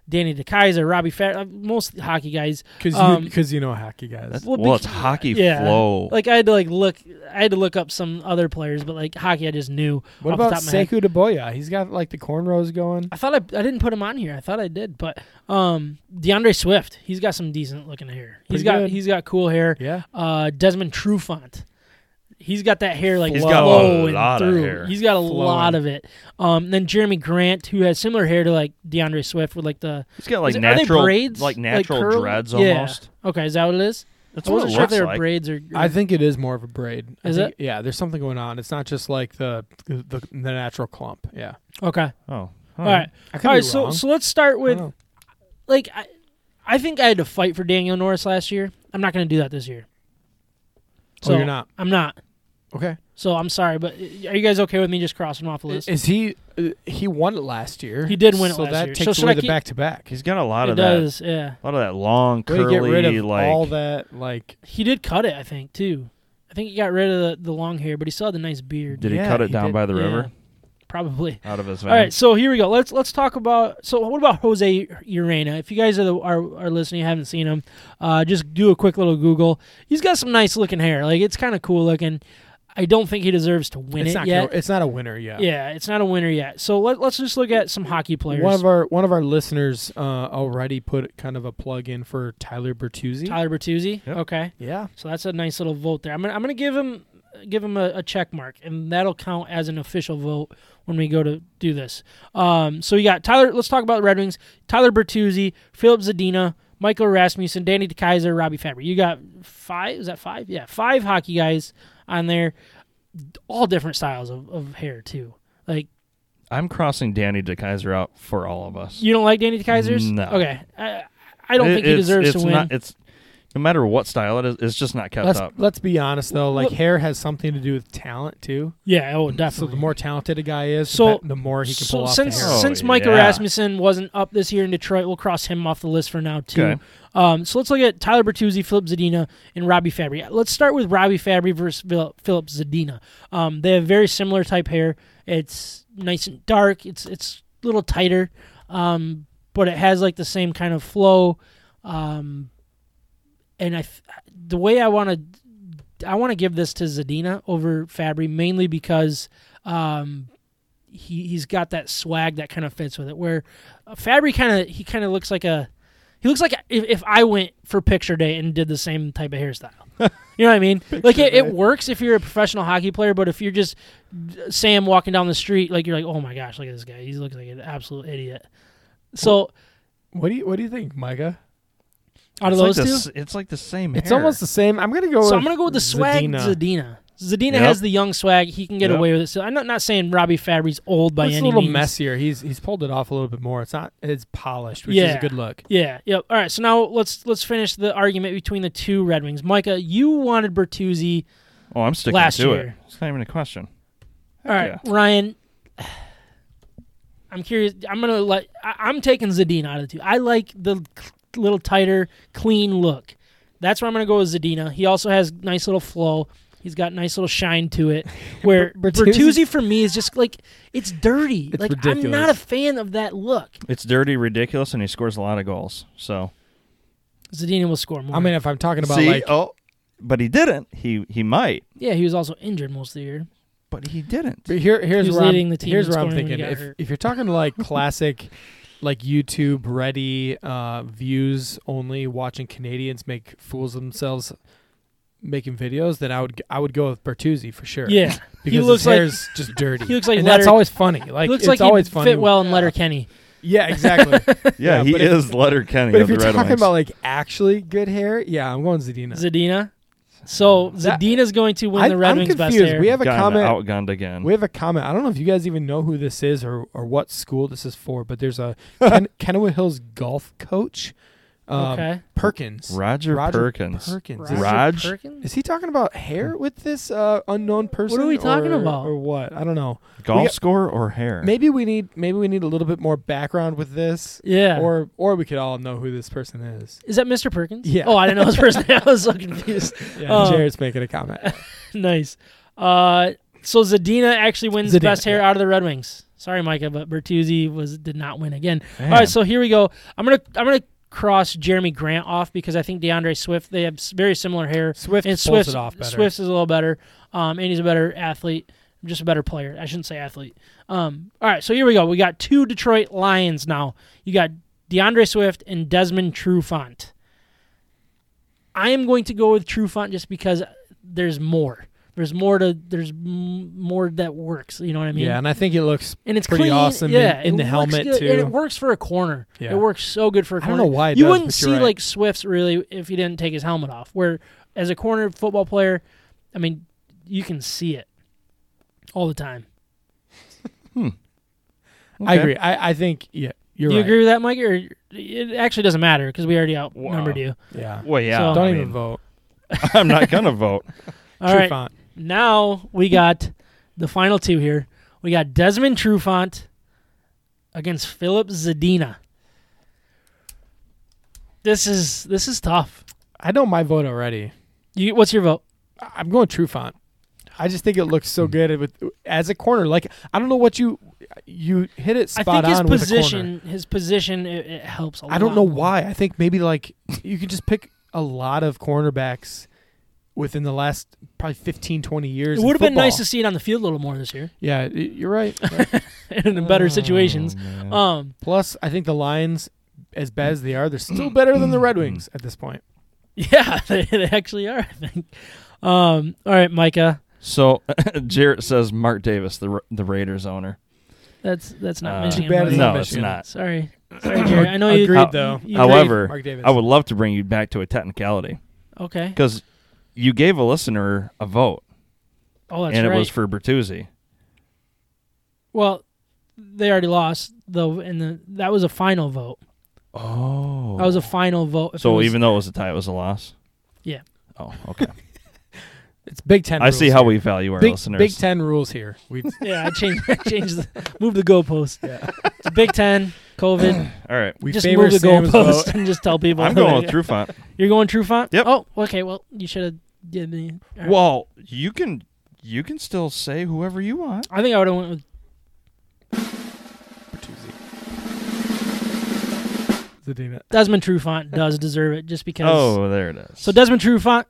Danny DeKaiser, Robbie Fat, uh, most hockey guys. Because Um, you, 'cause you know hockey guys. That's, well, bec- it's hockey yeah, flow. Like I had to like look, I had to look up some other players, but like hockey, I just knew. What off the about top of my head. Sekou Deboya? He's got like the cornrows going. I thought I, I didn't put him on here. I thought I did, but um, DeAndre Swift, he's got some decent looking hair. He's Pretty got good. he's got cool hair. Yeah, uh, Desmond Trufant. He's got that hair like He's flowing got a lot of through. hair. He's got a Flowing. lot of it. Um, then Jeremy Grant, who has similar hair to like DeAndre Swift, with like the It's got like is it- are they natural, braids, like natural curl- dreads Yeah. almost. Okay, is that what it is? That's I what wasn't it sure if looks they were like. braids or. I think it is more of a braid. I Is think- Yeah, there's something going on. It's not just like the the, the, the natural clump. Yeah. okay. Oh, All right. I could All be right. So wrong. so let's start I don't with know. like I, I think I had to fight for Daniel Norris last year. I'm not going to do that this year. Oh, you're not. I'm not. okay. So I'm sorry, but uh, are you guys okay with me just crossing him off the list? Is he? Uh, he won it last year. He did win it so last that year. So takes should I away the keep- back to back. he's got a lot it of that. does. Yeah. A lot of that long curly, get rid of like all that. Like He did cut it, I think, too. I think he got rid of the, the long hair, but he still had the nice beard. Did Yeah, he cut it he down did. by the Yeah, river probably. out of his All van? right, so here we go. Let's let's talk about. So what about Jose Urena? If you guys are the, are, are listening, you haven't seen him, uh, just do a quick little Google. He's got some nice looking hair. Like it's kind of cool looking. I don't think he deserves to win it's it not. yet. Gonna, it's not a winner yet. yeah, it's not a winner yet. So let, let's just look at some hockey players. One of our one of our listeners uh, already put kind of a plug in for Tyler Bertuzzi. Tyler Bertuzzi. Yep. Okay, Yeah, so that's a nice little vote there. I'm gonna I'm gonna give him give him a, a check mark, and that'll count as an official vote when we go to do this. Um, so you got Tyler. Let's talk about the Red Wings. Tyler Bertuzzi, Philip Zadina, Michael Rasmussen, Danny DeKaiser, Robbie Fabry. You got five. Is that five? Yeah, five hockey guys on there, all different styles of, of hair too. Like I'm crossing Danny DeKaiser out for all of us. you don't like Danny DeKaiser's? No. Okay. I, I don't It- think he it's- deserves it's to win. Not, it's no matter what style it is, it's just not kept let's up. let's be honest though. Like Look- hair has something to do with talent too. yeah. Oh, So definitely. the more talented a guy is, the So- be- the more he can so pull off. the since hair. Oh, since Michael yeah. Rasmussen wasn't up this year in Detroit, we'll cross him off the list for now too. Okay. Um, so let's look at Tyler Bertuzzi, Philip Zadina, and Robbie Fabry. Let's start with Robbie Fabry versus Phil- Philip Zadina. Um, they have very similar type hair. It's nice and dark. It's it's a little tighter, um, but it has like the same kind of flow. Um, and I, th- the way I want to I want to give this to Zadina over Fabry mainly because um, he he's got that swag that kind of fits with it. Where uh, Fabry kind of he kind of looks like a he looks like a- if, if I went for picture day and did the same type of hairstyle. you know what I mean? like it, it works if you're a professional hockey player, but if you're just uh, Sam walking down the street, like you're like, oh my gosh, look at this guy. He's looking like an absolute idiot. So what do you what do you think, Micah? out of it's like those the two, s- it's like the same. It's hair. almost the same. I'm gonna go. So with I'm gonna go with the swag Zadina. Zadina. Zadina Yep. has the young swag. He can get Yep. away with it. So I'm not, not saying Robbie Fabry's old by it's a any little means. messier. He's he's pulled it off a little bit more. It's not. It's polished, which is Yeah. a good look. Yeah. Yep. All right. So now let's let's finish the argument between the two Red Wings. Micah, you wanted Bertuzzi. Oh, I'm sticking last to it. year. It's not even a question. All right, Ryan. I'm curious. I'm gonna let. I, I'm taking Zadina out of the two. I like the cl- little tighter, clean look. That's where I'm gonna go with Zadina. He also has nice little flow. He's got nice little shine to it. Where Bertuzzi- Bertuzzi for me is just like it's dirty. It's like I'm ridiculous. not a fan of that look. It's dirty, ridiculous, and he scores a lot of goals. So, Zadina will score more. I mean, if I'm talking about See, like oh, but he didn't. He he might, yeah, he was also injured most of the year. but he didn't. But here, here's He was where leading I'm, the team here's in where I'm scoring when he thinking. got If, hurt. if you're talking like classic, like YouTube ready uh, views only, watching Canadians make fools of themselves, making videos, then I would I would go with Bertuzzi for sure. Yeah, because he looks his like hair's just dirty. he looks like and that's Letter- always funny. Like he looks it's like always he funny. fit well in Letter Kenny. Yeah, exactly. Yeah, Yeah, he but if- is letter Kenny but of if the you're Red talking Wings. about like actually good hair, yeah, I'm going Zadina. Zadina. So That- Zadina's going to win I, the Red I'm Wings confused. best hair. We have a Gun, comment. outgunned again. We have a comment. I don't know if you guys even know who this is or, or what school this is for, but there's a Ken, Kennewood Hills golf coach, um, okay. Perkins. Roger, Roger Perkins. Mm. Perkins. Roger Raj? Perkins? Is he talking about hair with this uh, unknown person? we talking or- about? Or what? I don't know. Golf We got- score or hair? Maybe we need maybe we need a little bit more background with this, Yeah. or or we could all know who this person is. is that Mr. Perkins? Yeah. Oh, I didn't know his first name. I was so confused. Yeah, Oh. Jared's making a comment. nice. Uh, so Zadina actually wins Zadina, best hair yeah. out of the Red Wings. Sorry, Micah, but Bertuzzi was did not win again. Man. All right, so here we go. I'm gonna I'm gonna cross Jeremy Grant off because I think DeAndre Swift they have s- very similar hair. Swift and pulls Swift's, it off better. Swift's is a little better. Um, and he's a better athlete, just a better player. I shouldn't say athlete. Um, all right, so here we go. We got two Detroit Lions now. You got DeAndre Swift and Desmond Trufant. I am going to go with Trufant just because there's more. There's more to there's m- more that works. You know what I mean? yeah, and I think it looks and it's pretty clean. awesome in- Yeah, in, it the looks helmet good, too. And it works for a corner. Yeah. It works so good for a I corner. don't know why it you does, wouldn't but see you're right. like Swifts really if he didn't take his helmet off. Where as a corner football player, I mean, you can see it all the time. I Okay. agree. I, I think yeah, you're Do you right. agree with that, Mike? Or it actually doesn't matter because we already outnumbered Wow. you. Yeah. Well, yeah. So- I Don't even mean, vote. I'm not gonna vote. All right, Trufant. now we got the final two here. We got Desmond Trufant against Philip Zadina. This is this is tough. I know my vote already. You, what's your vote? I- I'm going Trufant. I just think it looks Hmm. so good with as a corner. Like I don't know what you you hit it spot I think his on with a corner. position, his position, it, it helps a lot. I don't know why. I think maybe like you can just pick a lot of cornerbacks within the last probably 15 20 years. It in would have been nice football. to see it on the field a little more this year, Yeah, y- you're right. and in better situations. Oh, man. Uh, Um, Plus, I think the Lions as bad as they are, they're still better than the Hmm. Red Wings at this point. yeah, they, they actually are. I think. Um, all right, Micah, so Jarrett says Mark Davis, the Ra- the Raiders owner. that's that's not Uh, Michigan. bad buddy. as no, Michigan. it's not. Sorry, sorry, Jerry. I know you Agreed, you- though. you- However, Mark Davis. I would love to bring you back to a technicality okay. because you gave a listener a vote, Oh, that's and right. it was for Bertuzzi. well, they already lost though, and the, that was a final vote. Oh, That was a final vote. If it so was- even though it was a tie, it was a loss. Yeah. Oh, okay. It's Big 10 I see rules how here. we value our Big, listeners. Big 10 rules here. We yeah, I changed, I changed, the, moved the goalpost. Yeah. It's Big Ten, COVID. All right. we just favor move the Sam's goalpost vote. and just tell people. I'm going with Trufant. You're going true font. Yep. Oh, okay. Well, you should have given me. all right. Well, you can you can still say whoever you want. I think I would have went with. Zadina. Desmond Trufant does deserve it just because. Oh, there it is. So Desmond Trufant,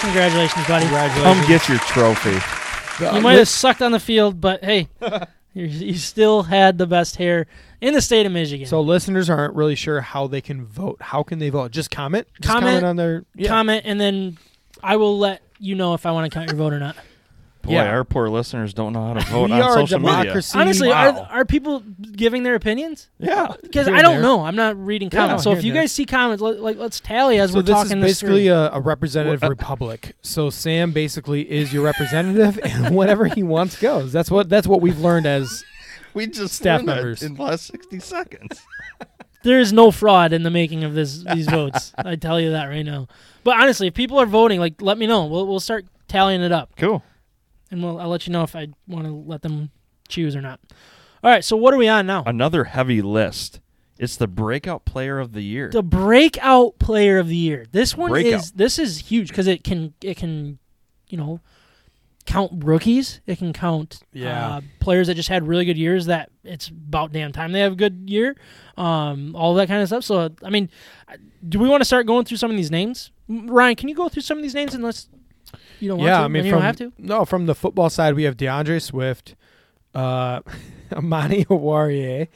congratulations, buddy. Congratulations. come get your trophy. uh, You might have sucked on the field, but hey, you, you still had the best hair in the state of Michigan. So listeners aren't really sure how they can vote. How can they vote? Just comment. Just Comment. on their yeah. comment, and then I will let you know if I want to count your vote or not. Boy, Yeah. our poor listeners don't know how to vote We on are a social media. democracy. Honestly, Wow. are, are people giving their opinions? Yeah. Because Here I and don't there. know. I'm not reading Yeah, comments. so if here and you there. guys see comments, let, like let's tally as so we're this talking. is basically through. a, a representative republic. So Sam basically is your representative, and whatever he wants goes. That's what that's what we've learned as We just Staff learned that members. in the last 60 seconds. there is no fraud in the making of this these votes. I tell you that right now. But honestly, if people are voting, like let me know. We'll we'll start tallying it up, Cool. and we'll I'll let you know if I want to let them choose or not. All right. So what are we on now? Another heavy list It's the breakout player of the year. the breakout player of the year. This one Breakout. is this is huge because it can it can, you know, count rookies. It can count Yeah. uh, players that just had really good years. That it's about damn time they have a good year. Um, all that kind of stuff. So I mean, do we want to start going through some of these names? M- Ryan, can you go through some of these names unless you don't want yeah, to? I mean, And you from, don't have to. No, from the football side, we have DeAndre Swift, uh, Amani Warrior,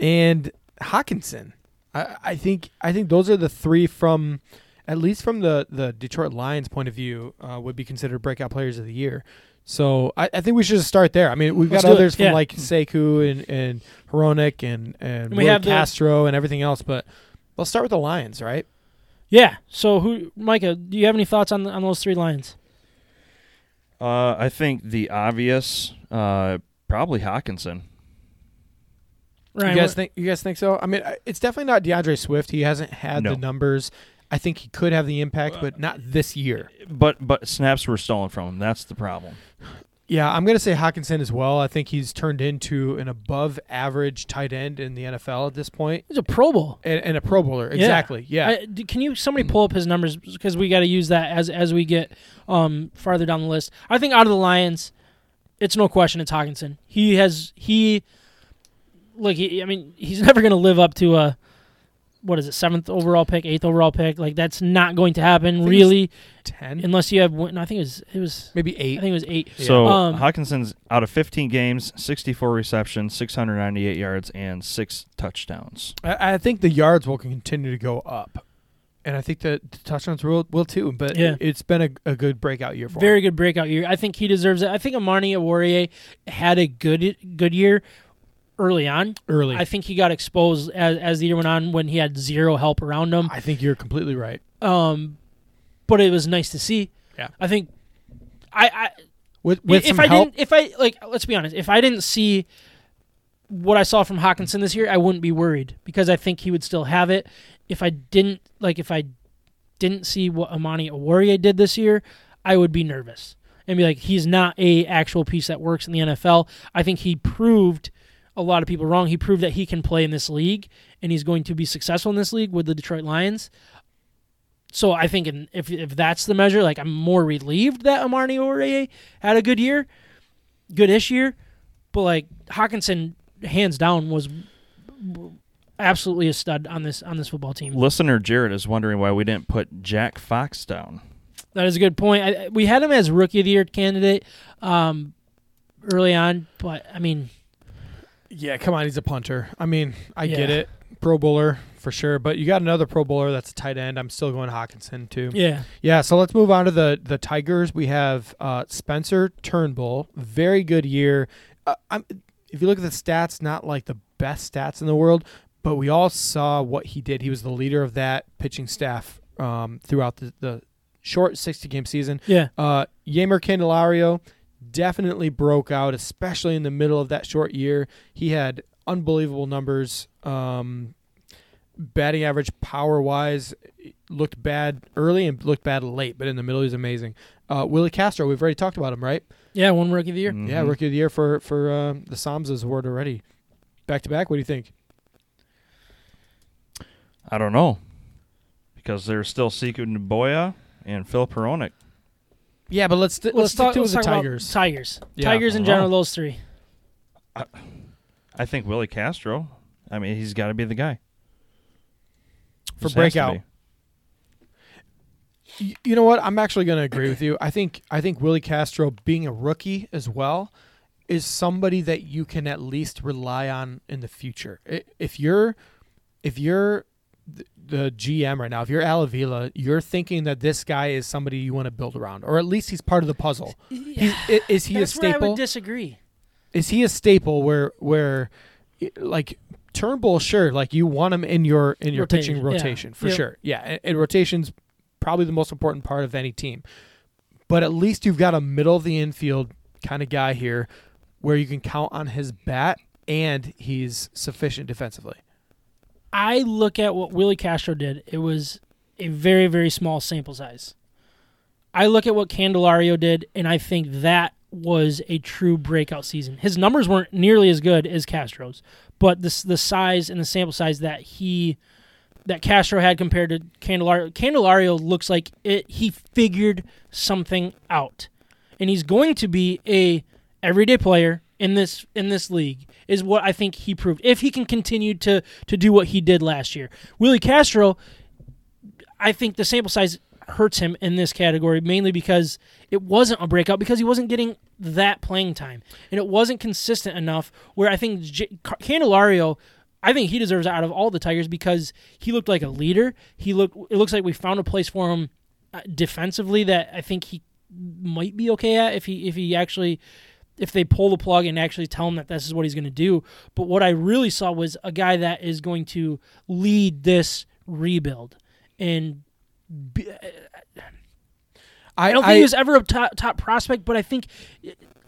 and Hawkinson. I, I think I think those are the three from, at least from the the Detroit Lions point of view, uh, would be considered breakout players of the year. So I, I think we should just start there. I mean, we've Let's got do it, others from yeah. like Sekou and and Hronik and and We Willie have the- Castro and everything else, but let's start with the Lions, right? Yeah. So who, Micah? Do you have any thoughts on on those three lines? Uh, I think the obvious, uh, probably Hawkinson. Ryan, you guys what- think you guys think so? I mean, I- it's definitely not DeAndre Swift. He hasn't had No. the numbers. I think he could have the impact, but not this year. But but snaps were stolen from him. That's the problem. Yeah, I'm going to say Hawkinson as well. I think he's turned into an above average tight end in the NFL at this point he's a Pro Bowl. and, and a Pro Bowler. Exactly. Yeah. I- d- can you somebody pull up his numbers because we got to use that as as we get um farther down the list. I think out of the Lions, it's no question it's Hawkinson. He has he like he, I mean he's never going to live up to a what is it seventh overall pick, eighth overall pick. Like that's not going to happen think it's- really 10, unless you have. one- No, I think it was it was maybe I 8. think it was eight. So Um, Hawkinson's out of 15 games, 64 receptions, 698 yards, and six touchdowns. I, I think the yards will continue to go up. And I think the, the touchdowns will, will too, but Yeah. it's been a, a good breakout year for him. Very good breakout year. I think he deserves it. I think Amani Awarie had a good good year early on. early. I think he got exposed as, as the year went on when he had zero help around him. I think you're completely right. Um, but it was nice to see. Yeah. I think I, I With, with if some I help, didn't if I like let's be honest if I didn't see what I saw from Hawkinson this year I wouldn't be worried because I think he would still have it. If I didn't like if I didn't see what Amani Awarie did this year I would be nervous and be like he's not a actual piece that works in the NFL. I think he proved a lot of people wrong. He proved that he can play in this league and he's going to be successful in this league with the Detroit Lions. So I think in, if if that's the measure, like I'm more relieved that Amani Ore had a good year, good-ish year, but like Hawkinson, hands down, was absolutely a stud on this on this football team. Listener Jared is wondering why we didn't put Jack Fox down. That is a good point. I, I- we had him as rookie of the year candidate um, early on, but I mean, Yeah, come on, he's a punter. I mean, I get Yeah. it. Pro bowler for sure, but you got another pro bowler that's a tight end. I'm still going Hawkinson too. Yeah, yeah, so let's move on to the the Tigers. We have uh, Spencer Turnbull, very good year. Uh, I'm, if you look at the stats, not like the best stats in the world, but we all saw what he did. He was the leader of that pitching staff um, throughout the, the short 60 game season. yeah, Uh, Yamer Candelario definitely broke out, especially in the middle of that short year. He had unbelievable numbers. Um, batting average, power wise, looked bad early and looked bad late, but in the middle, he was amazing. Uh, Willie Castro, we've already talked about him, right? yeah. One rookie of the year. Yeah, Mhm. rookie of the year for for uh, the Samsas award already. Back to back, what do you think? I don't know because there's still Siku Naboya and Phil Peronic. Yeah, but let's let's, stick to the Tigers. About Tigers. Yeah. Uh-huh. Tigers in Oh. general. Those three. I think Willie Castro. I mean, he's got to be the guy For Just has to breakout. be. Y- you know what? I'm actually going to agree with you. I think I think Willie Castro being a rookie as well is somebody that you can at least rely on in the future. I- If you're if you're th- the GM right now, if you're Alavila, you're thinking that this guy is somebody you want to build around, or at least he's part of the puzzle. He's, i- is he a That's staple? where I would disagree. is he a staple where where like Turnbull sure like you want him in your in your Rotation, pitching yeah. rotation for Yep. sure yeah and, and rotation's probably the most important part of any team but at least you've got a middle of the infield kind of guy here where you can count on his bat and he's sufficient defensively I look at what Willie Castro did. It was a very, very small sample size. I look at what Candelario did, and I think that was a true breakout season. His numbers weren't nearly as good as Castro's, but this the size and the sample size that he that Castro had compared to Candelario Candelario looks like it he figured something out. And he's going to be a everyday player in this in this league is what I think he proved. If he can continue to to do what he did last year. Willie Castro I think the sample size hurts him in this category mainly because it wasn't a breakout because he wasn't getting that playing time and it wasn't consistent enough. Where I think J- Ca- Candelario, I think he deserves it out of all the Tigers because he looked like a leader. He looked. It looks like we found a place for him uh, defensively that I think he might be okay at if he if he actually if they pull the plug and actually tell him that this is what he's going to do. But what I really saw was a guy that is going to lead this rebuild and I don't think he was ever a top, top prospect, but I think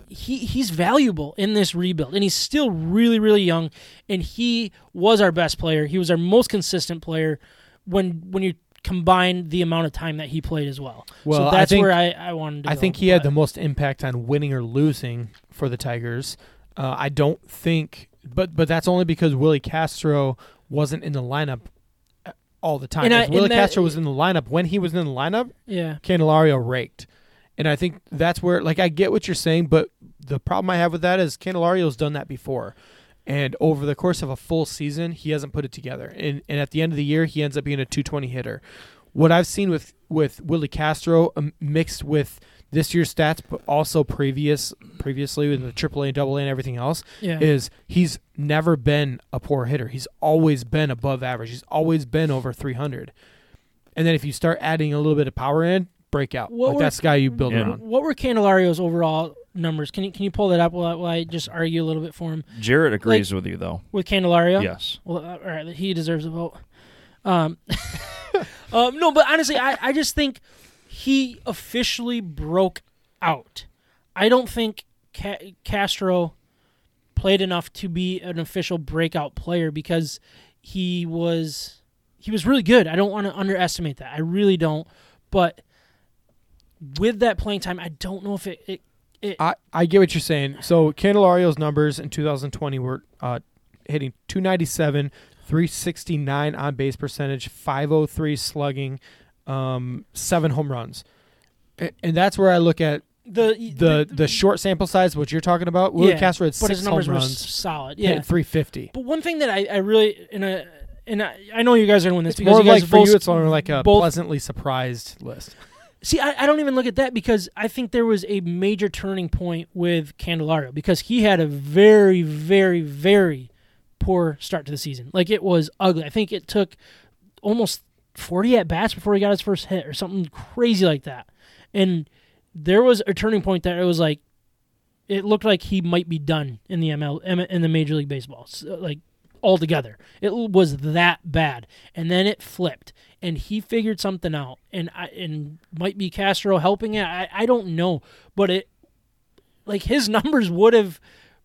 he he's valuable in this rebuild, and he's still really really young. And he was our best player. He was our most consistent player when when you combine the amount of time that he played as well. Well, so I that's think- where I I wanted. to I go, think he had the but- most impact on winning or losing for the Tigers. Uh, I don't think, but but that's only because Willie Castro wasn't in the lineup uh, all the time. And I- if Willie and that- Castro was in the lineup when he was in the lineup, yeah. Candelario raked, and I think that's where like I get what you're saying, but the problem I have with that is Candelario's done that before. And over the course of a full season, he hasn't put it together. And, and at the end of the year, he ends up being a 220 hitter. What I've seen with, with Willie Castro um, mixed with this year's stats, but also previous previously with the AAA, AA, and everything else, Yeah. is he's never been a poor hitter. He's always been above average. He's always been over 300. And then if you start adding a little bit of power in, breakout. What Like were- that's the guy you build Yeah. around. What were Candelario's overall numbers? Can you can you pull that up while I, while I just argue a little bit for him Jarrett agrees with you though. with Candelario? Yes. Well, uh, all right, he deserves a vote. Um, um, no, but honestly, I, I just think he officially broke out. I don't think Ca- Castro played enough to be an official breakout player because he was he was really good. I don't want to underestimate that. I really don't. But with that playing time, I don't know if it. it, it I, I get what you're saying. So Candelario's numbers in 2020 were uh, hitting 297, 369 on base percentage, 503 slugging, um, seven home runs. A- And that's where I look at the the the short sample size, what you're talking about. Willie yeah, Castro had but six his numbers home were s- runs, solid. hitting Yeah, 350. But one thing that I, I really and I and I, I know you guys are gonna win this It's because more you guys like for both you, it's more like a both- pleasantly surprised list. see. I, I don't even look at that because I think there was a major turning point with Candelario because he had a very very very poor start to the season. Like it was ugly. I think it took almost forty at bats before he got his first hit or something crazy like that. And there was a turning point that it was like it looked like he might be done in the ML M- in the Major League Baseball, so, like altogether. It l- was that bad, and then it flipped, and he figured something out, and I and might be Castro helping it. I, I don't know, but it like his numbers would have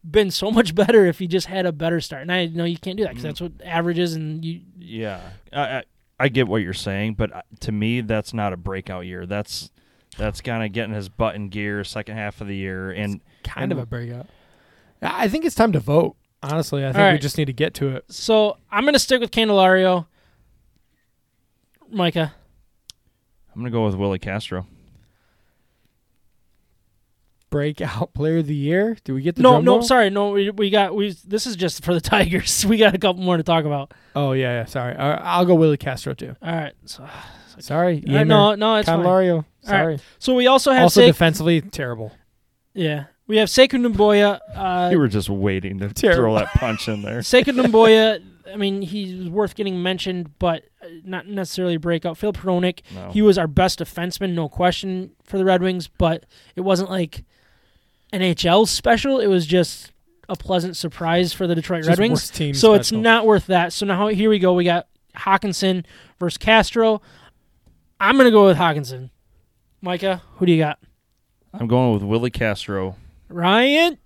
been so much better if he just had a better start. And I know you can't do that because that's what averages and you. Yeah. I, I I get what you're saying, but uh, to me that's not a breakout year. That's that's kind of getting his butt in gear second half of the year and Kind of a breakout. I I think it's time to vote. Honestly, I think we right. just need to get to it. So I'm gonna stick with Candelario. Micah, I'm going to go with Willie Castro. Breakout player of the year. Do we get the no, drum no, roll? sorry, no. We, we got we. This is just for the Tigers. We got a couple more to talk about. Oh yeah, yeah. Sorry, I, I'll go Willie Castro too. All right. So, Sorry, Uh, no, no, it's fine. Candelario. Sorry. So we also have Also Sek- defensively terrible. yeah, we have Sekou Numboya. Uh, You were just waiting to Terrible. throw that punch in there. Sekou Numboya. I mean, he's worth getting mentioned, but uh, not necessarily a breakout. Phil Peronik. No. He was our best defenseman, no question, for the Red Wings. But it wasn't like NHL special. It was just a pleasant surprise for the Detroit Red Just Wings. worst team so it's special. not worth that. So now here we go. We got Hawkinson versus Castro. I'm gonna go with Hawkinson. Micah, who do you got? I'm going with Willie Castro. Ryan,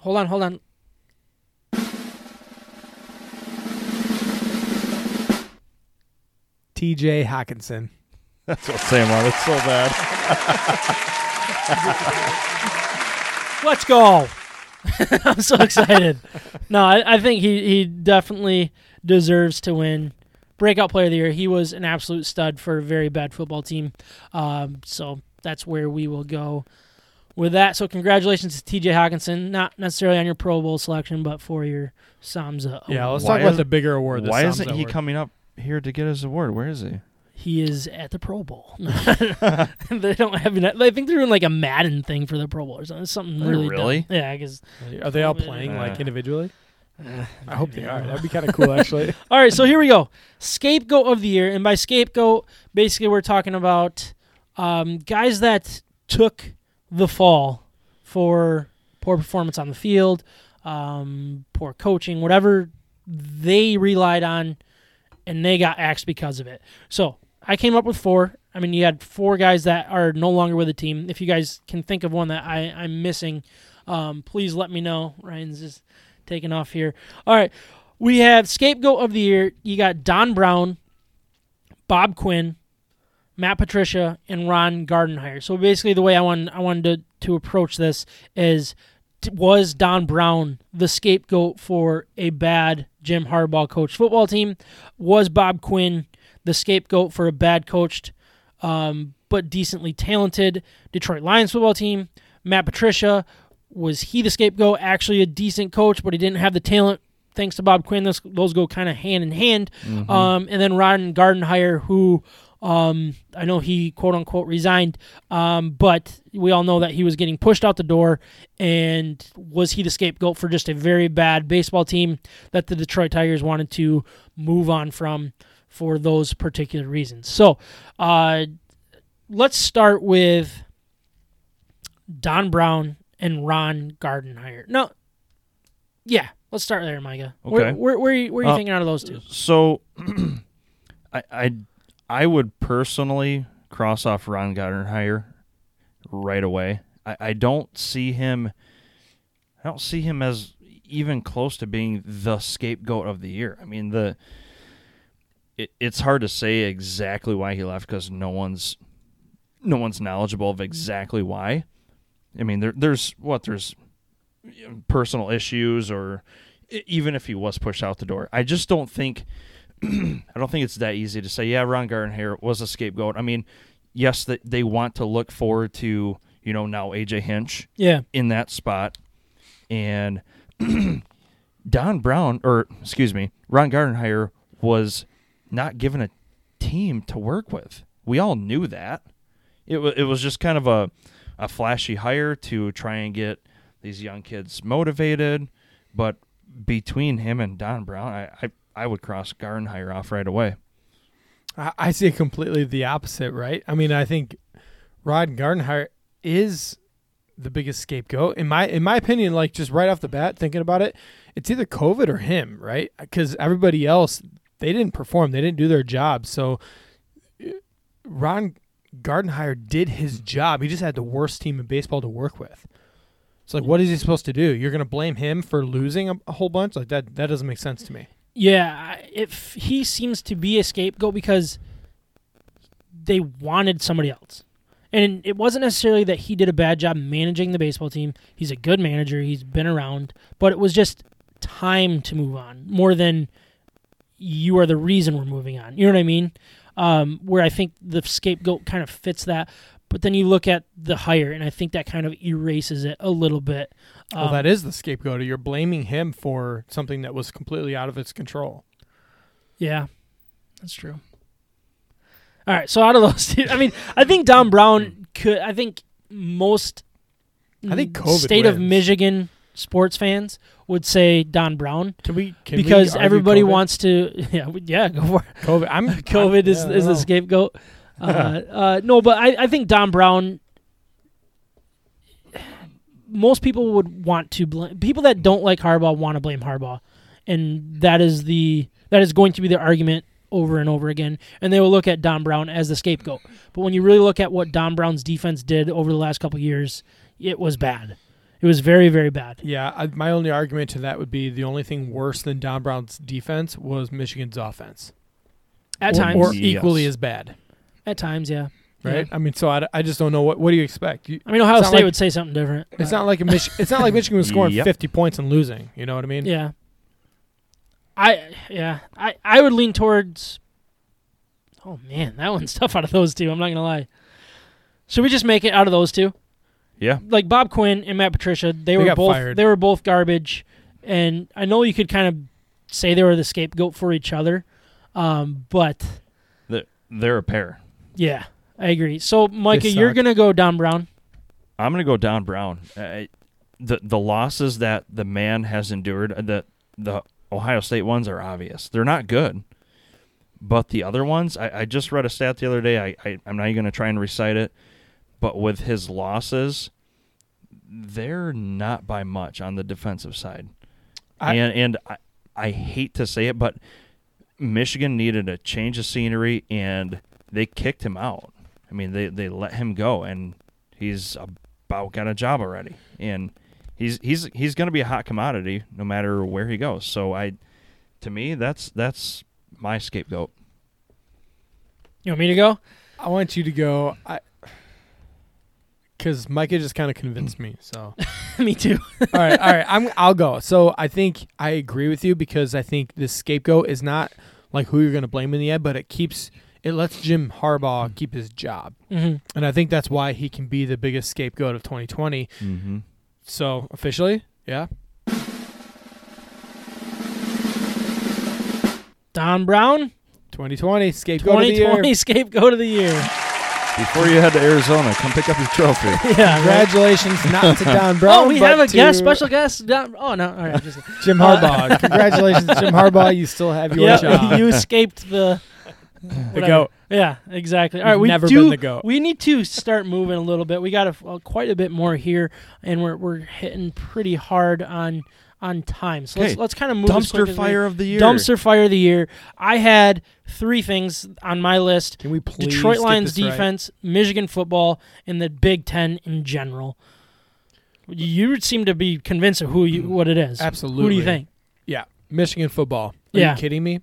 hold on, hold on. T.J. Hawkinson. That's what Sam wanted It's so bad. Let's go. I'm so excited. no, I, I think he, he definitely deserves to win breakout player of the year. He was an absolute stud for a very bad football team. Um, so that's where we will go with that. So congratulations to TJ Hawkinson, not necessarily on your Pro Bowl selection, but for your Samza. Yeah, award. let's Why talk about is- the bigger award. the Why Sams isn't he Award. coming up here to get his award? Where is he? he is at the Pro Bowl. they don't have. I think they're doing like a Madden thing for the Pro Bowl or something. Something Are they really, really? dumb. yeah. I guess Are they all playing like Uh, individually? I hope they are. That'd be kind of cool, actually. All right, so here we go. Scapegoat of the year, and by scapegoat, basically we're talking about um, guys that took the fall for poor performance on the field, um, poor coaching, whatever they relied on, and they got axed because of it. So I came up with four. I mean, you had four guys that are no longer with the team. If you guys can think of one that I, I'm missing, um, please let me know. Ryan's just taking off here. All right. We have scapegoat of the year. You got Don Brown, Bob Quinn, Matt Patricia, and Ron Gardenhire. So basically, the way I wanted I wanted to, to approach this is, t- was Don Brown the scapegoat for a bad Jim Harbaugh coached football team? Was Bob Quinn the scapegoat for a bad coached, um, but decently talented Detroit Lions football team? Matt Patricia was he the scapegoat? Actually, a decent coach, but he didn't have the talent thanks to Bob Quinn, those, those go kind of hand in hand. Mm-hmm. Um, and then Ron Gardenhire, who um, I know he quote unquote resigned, um, but we all know that he was getting pushed out the door. And was he the scapegoat for just a very bad baseball team that the Detroit Tigers wanted to move on from for those particular reasons? So uh, let's start with Don Brown and Ron Gardenhire. No, yeah, let's start there, Micah. Where, Okay. where, where, are you- where are you Uh, thinking out of those two? So, I, I I would personally cross off Ron Gardenhire right away. I, I don't see him. I don't see him as even close to being the scapegoat of the year. I mean the. It, it's hard to say exactly why he left because no one's no one's knowledgeable of exactly why. I mean, there, there's what there's personal issues or e- even if he was pushed out the door. I just don't think I don't think it's that easy to say, yeah, Ron Gardenhire was a scapegoat. I mean, yes, that they want to look forward to, you know, now AJ Hinch Yeah, in that spot. And Don Brown or excuse me, Ron Gardenhire was not given a team to work with. We all knew that. It wa it was just kind of a a flashy hire to try and get these young kids motivated, but between him and Don Brown, I I, I would cross Gardenhire off right away. I, I see it completely the opposite, right? I mean, I think Rod Gardenhire is the biggest scapegoat in my in my opinion. Like just right off the bat, thinking about it, it's either COVID or him, right? Because everybody else they didn't perform, they didn't do their job. So eh, Ron Gardenhire did his job. He just had the worst team in baseball to work with. It's like, what is he supposed to do? You're gonna blame him for losing a, a whole bunch? Like that that doesn't make sense to me. yeah. I- If he seems to be a scapegoat because they wanted somebody else, and it wasn't necessarily that he did a bad job managing the baseball team. He's a good manager. He's been around, but it was just time to move on more than you are the reason we're moving on. You know what I mean? Um, where I think the scapegoat kind of fits that. But then you look at the hire, and I think that kind of erases it a little bit. Um, well, that is the scapegoat. You're blaming him for something that was completely out of its control. Yeah, that's true. All right, so out of those two, I mean, I think Don Brown could. I think most. I think COVID state of wins. Michigan sports fans would say Don Brown Can we? Can we because argue everybody COVID? wants to. Yeah, we- yeah, go for it. COVID. I'm COVID is, yeah, I is the know. scapegoat. Uh, uh, no, but I, I think Don Brown. Most people would want to blame people that don't like Harbaugh want to blame Harbaugh, and that is the that is going to be the argument over and over again. And they will look at Don Brown as the scapegoat. But when you really look at what Don Brown's defense did over the last couple of years, it was bad. It was very very bad. Yeah, I, my only argument to that would be the only thing worse than Don Brown's defense was Michigan's offense, At or, times, or Yes. equally as bad. at times, yeah. right? I mean, so I, I just don't know what what do you expect? You, I mean, Ohio It's not State like- would say something different. it's not like a Mich- it's not like Michigan was scoring Yep. 50 points and losing. You know what I mean? Yeah. I yeah I I would lean towards. Oh man, that one's tough out of those two. I'm not gonna lie. Should we just make it out of those two? Yeah. Like Bob Quinn and Matt Patricia, they, were got both fired. they were both garbage, and I know you could kind of say they were the scapegoat for each other, um, but They're, they're a pair. yeah, I agree. So Micah, They you're suck. gonna go Don Brown. I'm gonna go Don Brown. Uh, I, the the losses that the man has endured, uh, the the Ohio State ones are obvious. They're not good, but the other ones, I, I just read a stat the other day. I, I I'm not even gonna try and recite it, but with his losses, they're not by much on the defensive side. I- and and I, I hate to say it, but Michigan needed a change of scenery, and they kicked him out. I mean, they they let him go, and he's about got a job already, and he's he's he's going to be a hot commodity no matter where he goes. So I, to me, that's that's my scapegoat. You want me to go? I want you to go. I because Micah just kind of convinced me. So me too. all right, all right, I'm I'll go. So I think I agree with you because I think the scapegoat is not like who you're going to blame in the end, but it keeps it lets Jim Harbaugh keep his job, hmm and I think that's why he can be the biggest scapegoat of 2020. Mm-hmm. So officially, yeah, Don Brown, 2020 scapegoat of the 2020 year. scapegoat of the year. Before you head to Arizona, come pick up your trophy. Yeah, right. Congratulations, not to Don Brown. Oh, we but have a to guest, special guest. Don- Oh no, all right, just, Jim Uh, Harbaugh. Congratulations, Jim Harbaugh. You still have your yeah, job. you escaped the. the whatever. goat. Yeah, exactly. All You've right, we never do. been the goat. We need to start moving a little bit. We got a, uh, quite a bit more here, and we're we're hitting pretty hard on on time. So let's Okay. let's kind of move. as quick Dumpster as we- fire of the year. Dumpster fire of the year. I had three things on my list. Can we please Detroit get Lions this right? defense, Michigan football, and the Big Ten in general. You seem to be convinced of who you what it is. Absolutely. Who do you think? Yeah, Michigan football. Are Yeah. you kidding me? You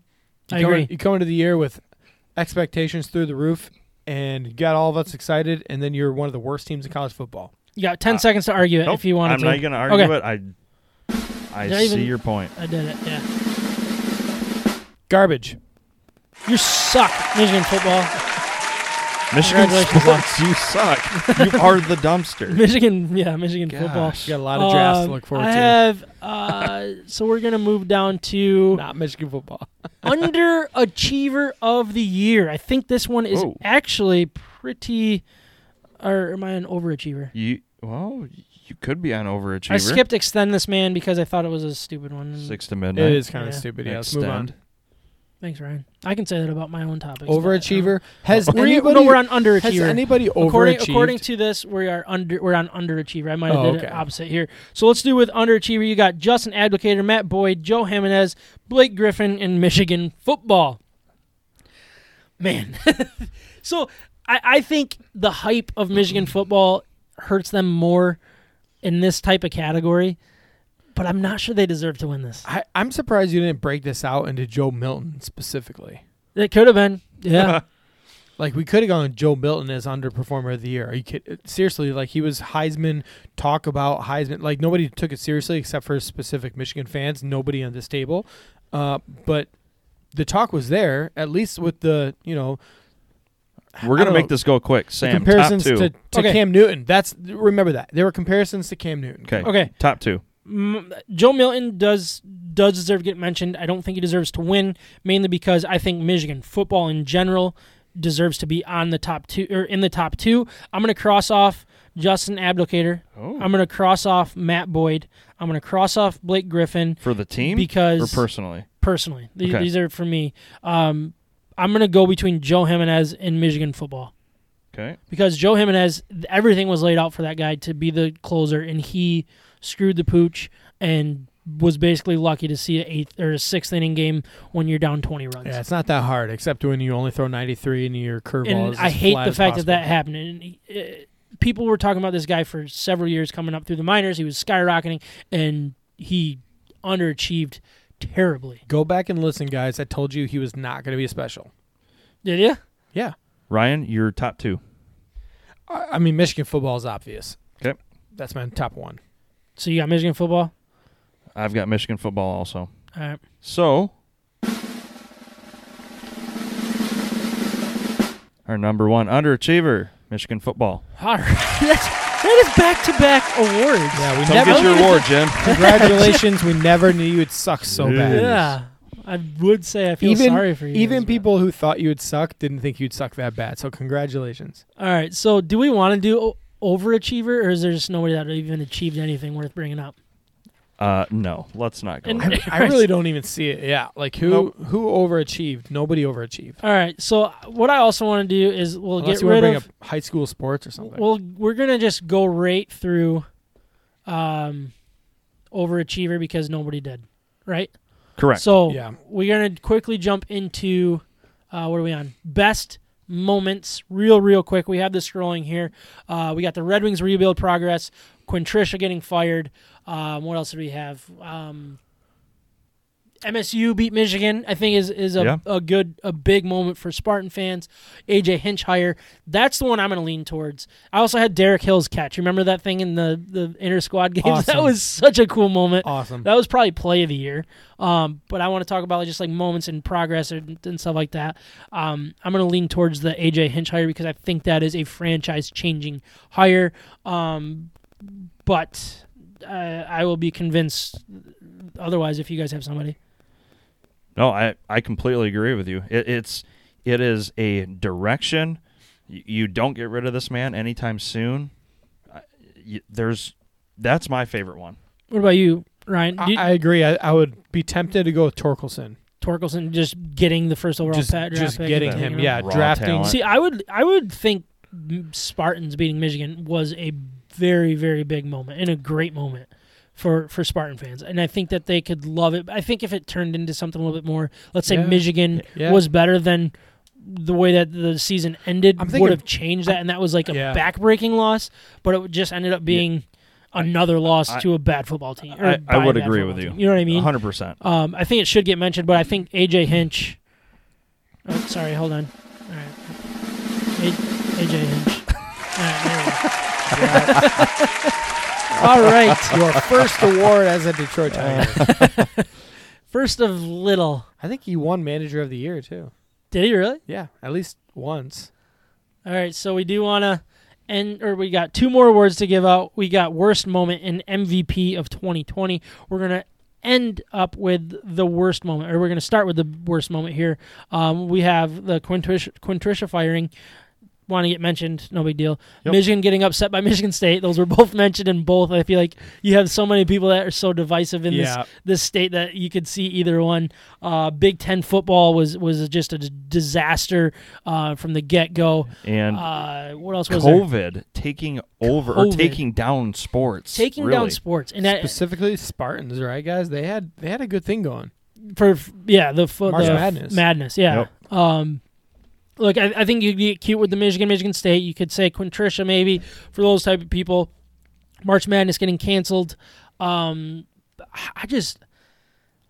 I come, agree. You come into the year with expectations through the roof, and you got all of us excited, and then you're one of the worst teams in college football. You got ten Uh, seconds to argue it if you wanted I'm to. not going to argue Okay. it. I I Did I see even- your point. I did it. Yeah. Garbage. You suck, Michigan football. Michigan Congratulations, Bob. sports, you suck. you are the dumpster. Michigan, yeah, Michigan football. Gosh. You got a lot of drafts Um, to look forward I to. have. Uh, so we're gonna move down to Not Michigan football. underachiever of the year. I think this one is Whoa. actually pretty. Or am I an overachiever? You well, you could be on overachiever. I skipped extend this man because I thought it was a stupid one. and- six to midnight. It is kind of Yeah. stupid. Yeah, let's move Extend. on. Thanks, Ryan. I can say that about my own topics. Overachiever. Has We're, anybody? no, we're on has underachiever. anybody according, overachieved? according to this, we are under. We're on underachiever. I might have Oh, did it okay. opposite here. So let's do with underachiever. You got Justin Advocator, Matt Boyd, Joe Jimenez, Blake Griffin, and Michigan football. Man, so I, I think the hype of Michigan football hurts them more in this type of category. But I'm not sure they deserve to win this. I, I'm surprised you didn't break this out into Joe Milton specifically. It could have been. Yeah. Like we could have gone Joe Milton as underperformer of the year. Are you kidding? Seriously, like he was Heisman. Talk about Heisman. Like nobody took it seriously except for specific Michigan fans. Nobody on this table, uh, but the talk was there. At least with the you know I We're gonna don't make know. this go quick. the Sam, comparisons top to, two. to Okay. Cam Newton. That's remember that there were comparisons to Cam Newton. okay. okay. Top two. M- Joe Milton does does deserve to get mentioned. I don't think he deserves to win, mainly because I think Michigan football in general deserves to be on the top two or in the top two. I'm gonna cross off Justin Abdulkader. Oh. I'm gonna cross off Matt Boyd. I'm gonna cross off Blake Griffin For the team or because personally? personally, Th- Okay. these are for me. Um, I'm gonna go between Joe Jimenez and Michigan football Okay. because Joe Jimenez, everything was laid out for that guy to be the closer, and he screwed the pooch and was basically lucky to see an eighth or a sixth inning game when you're down 20 runs. Yeah, it's not that hard except when you only throw 93 and your curveball and is I as hate flat the as fact that that possible. happened. And uh, people were talking about this guy for several years coming up through the minors. He was skyrocketing, and he underachieved terribly. Go back and listen, guys. I told you he was not going to be special. Did you? Yeah. Ryan, your top two. I, I mean, Michigan football is obvious. 'Kay. That's my top one. So you got Michigan football. I've got Michigan football also. All right. So, our number one underachiever, Michigan football. All right. That's, that is back to back awards. Yeah, we Come never. get your award, Jim. congratulations. we never knew you would suck so Yeah. bad. Yeah. I would say I feel even sorry for you. even guys, but- people who thought you would suck didn't think you'd suck that bad. So congratulations. All right. So do we want to do o- overachiever, or is there just nobody that even achieved anything worth bringing up? Uh, no, let's not go. And- there. I, I really don't even see it. Yeah, like who Nope. who overachieved? Nobody overachieved. All right. So what I also want to do is we'll Unless get you wanna rid bring of. up high school sports or something. Well, we're gonna just go right through, um, overachiever because nobody did, right? Correct. So Yeah. we're gonna quickly jump into uh, what are we on? Best moments, real, real quick. We have this scrolling here. Uh, we got the Red Wings rebuild progress. Quintricia getting fired. Um, what else did we have? Um, MSU beat Michigan. I think is is a, Yeah. a good a big moment for Spartan fans. AJ Hinch hire. That's the one I'm going to lean towards. I also had Derek Hill's catch. Remember that thing in the the inter squad games? That Awesome. was such a cool moment. awesome. That was probably play of the year. Um, but I want to talk about like, just like moments in progress and, and stuff like that. Um, I'm going to lean towards the AJ Hinch hire because I think that is a franchise changing hire. Um, but uh, I will be convinced otherwise if you guys have somebody. No, I, I completely agree with you. It, it's it is a direction. Y- You don't get rid of this man anytime soon. I- y- There's that's my favorite one. What about you, Ryan? Do I, you- I agree. I, I would be tempted to go with Torkelson. Torkelson just getting the first overall Just, pat- draft just pick getting and him. taking Yeah, Raw drafting. talent. See, I would I would think Spartans beating Michigan was a very very big moment and a great moment for for Spartan fans, and I think that they could love it. I think if it turned into something a little bit more, let's say Yeah. Michigan Yeah. was better than the way that the season ended I'm would thinking- have changed that, and that was like a Yeah. backbreaking loss, but it just ended up being. Another loss I- to a bad football team. or I- I by a would bad agree football with you. team. You know what I mean? 100%. Um, I think it should get mentioned, but I think AJ Hinch. Oh, sorry, hold on. All right, A- AJ Hinch. All right, there we go. All right, Your first award as a Detroit Tiger. first of little. I think he won Manager of the Year too. Did he really? Yeah, at least once. All right, so we do want to end, or we got two more awards to give out. We got worst moment and MVP of 2020. We're gonna end up with the worst moment, or we're gonna start with the worst moment here. Um, we have the Quintricia, Quintricia firing. Want to get mentioned? No big deal. Yep. Michigan getting upset by Michigan State. Those were both mentioned in both. I feel like you have so many people that are so divisive in this Yeah. this state that you could see either one. Uh, Big Ten football was was just a d- disaster uh, from the get go. And Uh, what else was there? COVID taking over or COVID. taking down sports. Taking really. down sports and that, Specifically Spartans, right guys? They had they had a good thing going. for yeah the, fo- March the Madness. madness yeah. Um, look, I, I think you get cute with the Michigan Michigan State. You could say Quintricia maybe for those type of people. March Madness getting canceled. Um, I just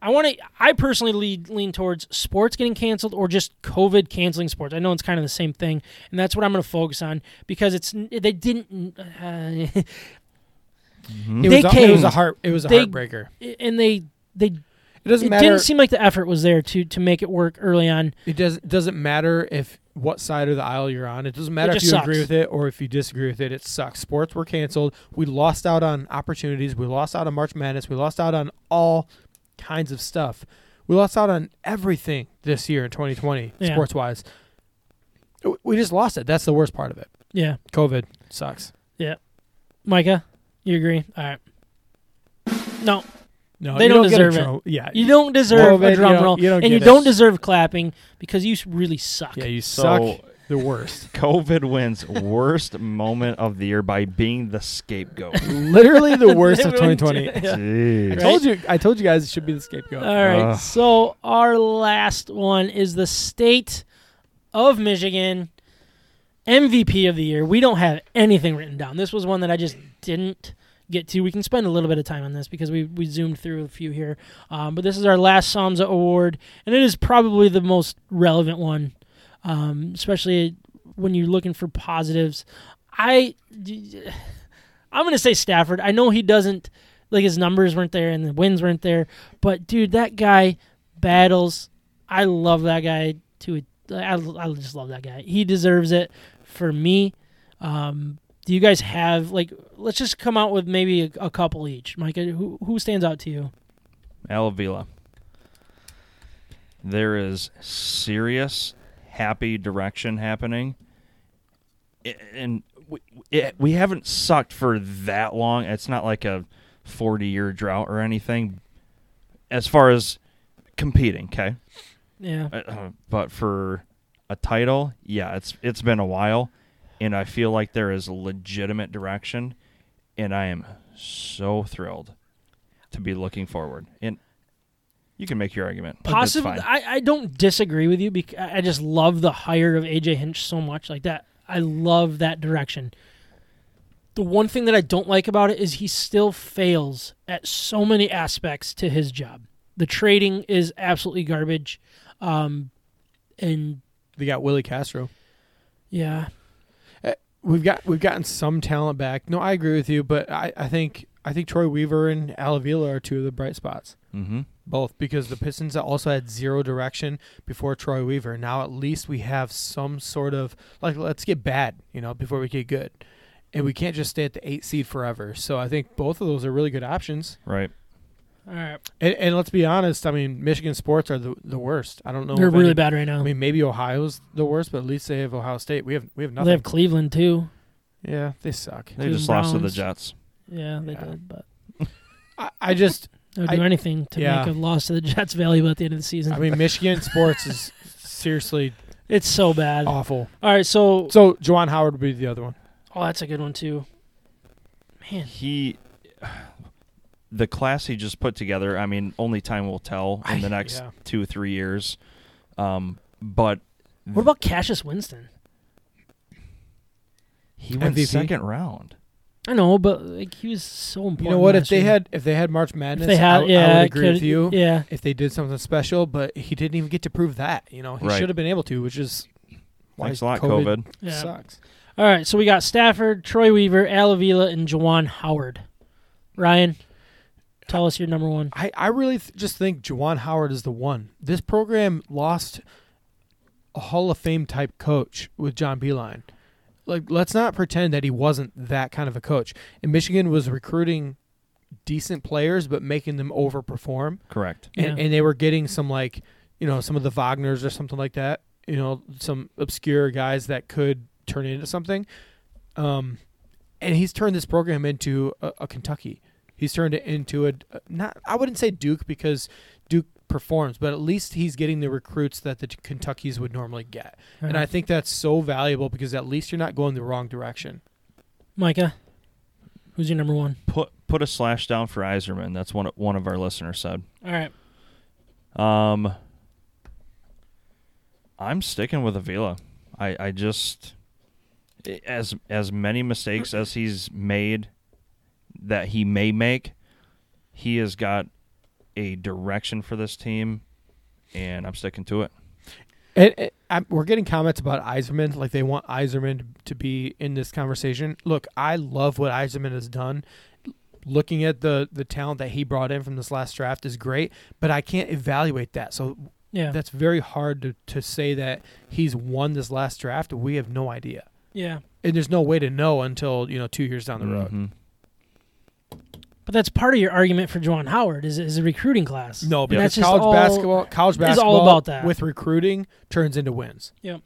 I want to. I personally lean, lean towards sports getting canceled or just COVID canceling sports. I know it's kind of the same thing, and that's what I'm going to focus on because it's they didn't. Uh, Mm-hmm. It They was a, came. it was a heart it was a They- heartbreaker. and they they It doesn't it matter. didn't seem like the effort was there to to make it work early on. It doesn't doesn't matter if what side of the aisle you're on. It doesn't matter if just you sucks. agree with it or if you disagree with it. It sucks. Sports were canceled. We lost out on opportunities. We lost out on March Madness. We lost out on all kinds of stuff. We lost out on everything this year in 2020, Yeah. sports wise. We just lost it. That's the worst part of it. Yeah, COVID sucks. Micah, you agree? All right. No, No, They you don't get a deserve it. tro- Yeah, you don't deserve Well, a you drum don't- roll, you don't and you get it. don't deserve clapping because you really suck. yeah, you So- suck. The worst. COVID wins worst moment of the year by being the scapegoat. Literally the worst of They went 2020. to- Jeez. I told you. I told you guys it should be the scapegoat. All right. Ugh. So our last one is the state of Michigan MVP of the year. We don't have anything written down. This was one that I just didn't get to. We can spend a little bit of time on this because we we zoomed through a few here. Um, but this is our last Samza award, and it is probably the most relevant one, um, especially when you're looking for positives. I, I'm gonna say Stafford. I know he doesn't like his numbers weren't there and the wins weren't there, but dude, that guy battles. I love that guy to. a- I, I just love that guy. He deserves it for me. Um, do you guys have like? Let's just come out with maybe a, a couple each. Micah, who who stands out to you? Alavila. There is serious happy direction happening, I- and we, it, we haven't sucked for that long. It's not like a forty-year drought or anything. As far as competing, okay, Yeah, uh, but for a title, yeah, it's it's been a while, and I feel like there is legitimate direction, and I am so thrilled to be looking forward. And you can make your argument. but that's possibly. fine. I, I don't disagree with you. Because I just love the hire of AJ Hinch so much. Like that, I love that direction. The one thing that I don't like about it is he still fails at so many aspects to his job. The trading is absolutely garbage, um, and They got Willie Castro. yeah, We've got we've gotten some talent back. No, I agree with you, but I, I think I think Troy Weaver and Alavila are two of the bright spots. Mhm. Both because the Pistons also had zero direction before Troy Weaver. Now at least we have some sort of like let's get bad, you know, before we get good. And we can't just stay at the eight seed forever. So I think both of those are really good options. Right. all right, And, and let's be honest, I mean, Michigan sports are the, the worst. I don't know. they're if really any- bad right now. I mean, maybe Ohio's the worst, but at least they have Ohio State. We have we have They nothing. have Cleveland too. yeah, they suck. They Cleveland just lost to the Browns. Jets. Yeah, they Yeah. did, but I, I just they would do I- anything to yeah. make a loss to the Jets valuable at the end of the season. I mean, Michigan sports is seriously it's so bad. All awful. right, so uh, So Jawan Howard would be the other one. oh, that's a good one too. Man, He, the class he just put together. I mean, only time will tell in the next yeah. two three years. Um, but what about Cassius Winston? he went MVP? second round. I know, but like he was so important. You know what? If last they year. had if they had March if Madness, they had, I, w- I yeah, would agree could- with you. Yeah, If they did something special, but he didn't even get to prove that. You know, he Right. should have been able to, which is why Thanks a lot, COVID. yeah. sucks. All right, so we got Stafford, Troy Weaver, Alavila, and Jawan Howard. Ryan, tell us your number one. I, I really th- just think Jawan Howard is the one. This program lost a Hall of Fame type coach with John Beeline. Like, let's not pretend that he wasn't that kind of a coach. And Michigan was recruiting decent players, but making them overperform. Correct. And, Yeah. and they were getting some, like, you know, some of the Wagners or something like that, you know, some obscure guys that could turn into something. Um, and he's turned this program into a, a Kentucky. He's turned it into a not. I wouldn't say Duke because Duke performs, but at least he's getting the recruits that the Kentuckies would normally get. And I think that's so valuable because at least you're not going the wrong direction. Micah, who's your number one? Put put a slash down for Iserman. That's one one of our listeners said. All right, Um, I'm sticking with Avila. I, I just as as many mistakes as he's made that he may make, he has got a direction for this team, and I'm sticking to it. And, and I'm, we're getting comments about Iserman, like they want Iserman to be in this conversation. Look, I love what Iserman has done. Looking at the the talent that he brought in from this last draft is great, but I can't evaluate that. So yeah, that's very hard to, to say that he's won this last draft. We have no idea. yeah. And there's no way to know until, you know, two years down the road. Mhm. But that's part of your argument for Juwan Howard is is the recruiting class. No, And because that's just college all- basketball college it's basketball all about that. with recruiting turns into wins. All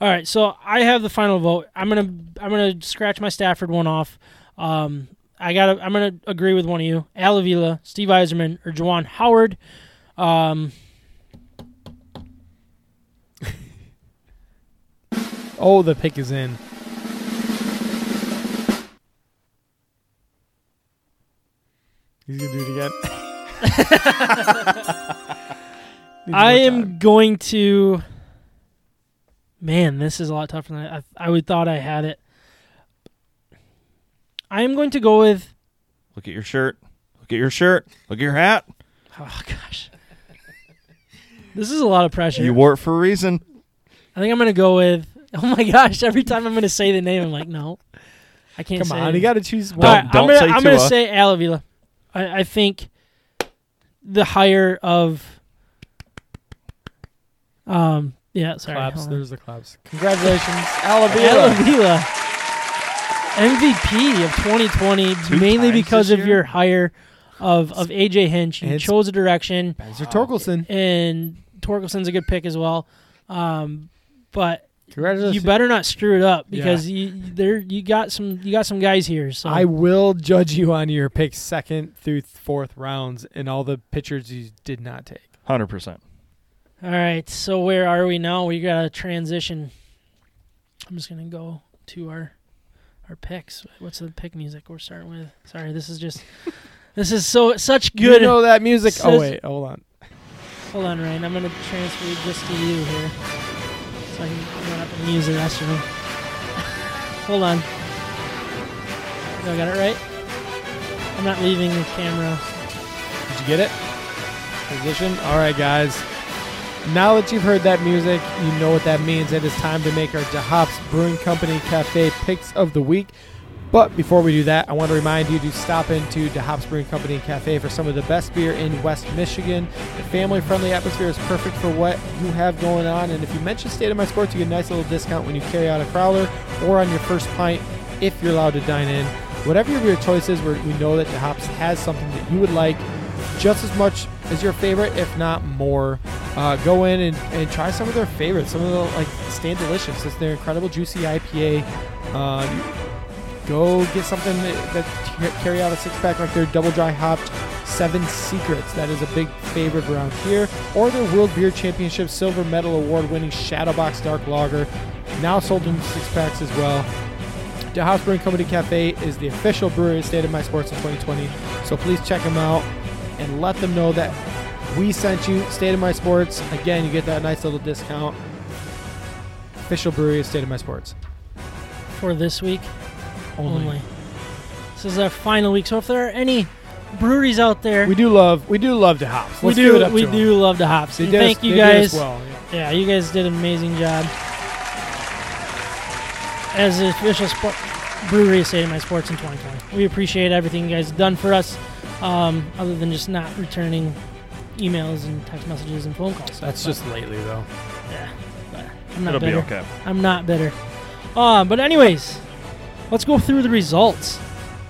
right, so I have the final vote. I'm gonna I'm gonna scratch my Stafford one off. Um, I gotta I'm gonna agree with one of you, Alavila, Steve Eiserman, or Jawan Howard. Um, Oh, the pick is in. He's gonna do it again. I Needs more am time. going to. Man, this is a lot tougher than I, I I would thought I had it. I am going to go with. Look at your shirt. Look at your shirt. Look at your hat. Oh gosh, this is a lot of pressure. You wore it for a reason. I think I'm gonna go with. Oh my gosh! Every time I'm gonna say the name, I'm like, no, I can't Come say on, you got to choose All one. right, don't I'm gonna, say I'm gonna Tua. say Alavila. I, I think the higher of. Um. Yeah. Sorry. claps. hold on. There's the claps. Congratulations, Alavila. Alavila. MVP of 2020, mainly times because this of year? your hire of of AJ Hinch. You It's- chose a direction, Spencer Torkelson. and Torkelson's a good pick as well. Um, but Congratulations. you better not screw it up Yeah. because you there you got some you got some guys here. So I will judge you on your pick second through fourth rounds and all the pitchers you did not take. Hundred percent. All right, so where are we now? We got to transition. I'm just gonna go to our our picks. What's the pick music we're starting with? Sorry, this is just this is so such good. You know that music. oh Says- wait, hold on. Hold on, Ryan. I'm gonna transfer you just to you here, so I can run up and use the rest of them. Hold on. Do I got it right? I'm not leaving the camera. Did you get it? Position. All right, guys. Now that you've heard that music, you know what that means. It is time to make our DeHops Brewing Company Cafe picks of the week. But before we do that, I want to remind you to stop into DeHops Brewing Company and Cafe for some of the best beer in West Michigan. The family friendly atmosphere is perfect for what you have going on. And if you mention State of My Sports, you get a nice little discount when you carry out a crowler or on your first pint if you're allowed to dine in. Whatever your beer choice is, we're- we know that DeHops has something that you would like just as much as your favorite, if not more. Uh, go in and, and try some of their favorites. Some of the like stand delicious. It's their incredible juicy IPA. Um, go get something that, that ca- carry out a six pack like their double dry hopped Seven Secrets. That is a big favorite around here. Or their World Beer Championship silver medal award winning Shadowbox Dark Lager, now sold in six packs as well. The House Brewing Company Cafe is the official brewery of State of My Sports in 2020. So please check them out and let them know that we sent you State of My Sports. Again, you get that nice little discount. Official brewery of State of My Sports. for this week Only. only. This is our final week. So if there are any breweries out there, We do love we do love the hops. we Let's give it do up we to 'em. do love the hops. They And did us- thank you they did us guys. well, yeah. Yeah, you guys did an amazing job. As the official sport brewery of State of My Sports in 2020, we appreciate everything you guys have done for us. Um, other than just not returning emails and text messages and phone calls. That's But, just lately though. yeah. but I'm not It'll be bitter. okay. I'm not bitter. Um, but anyways, let's go through the results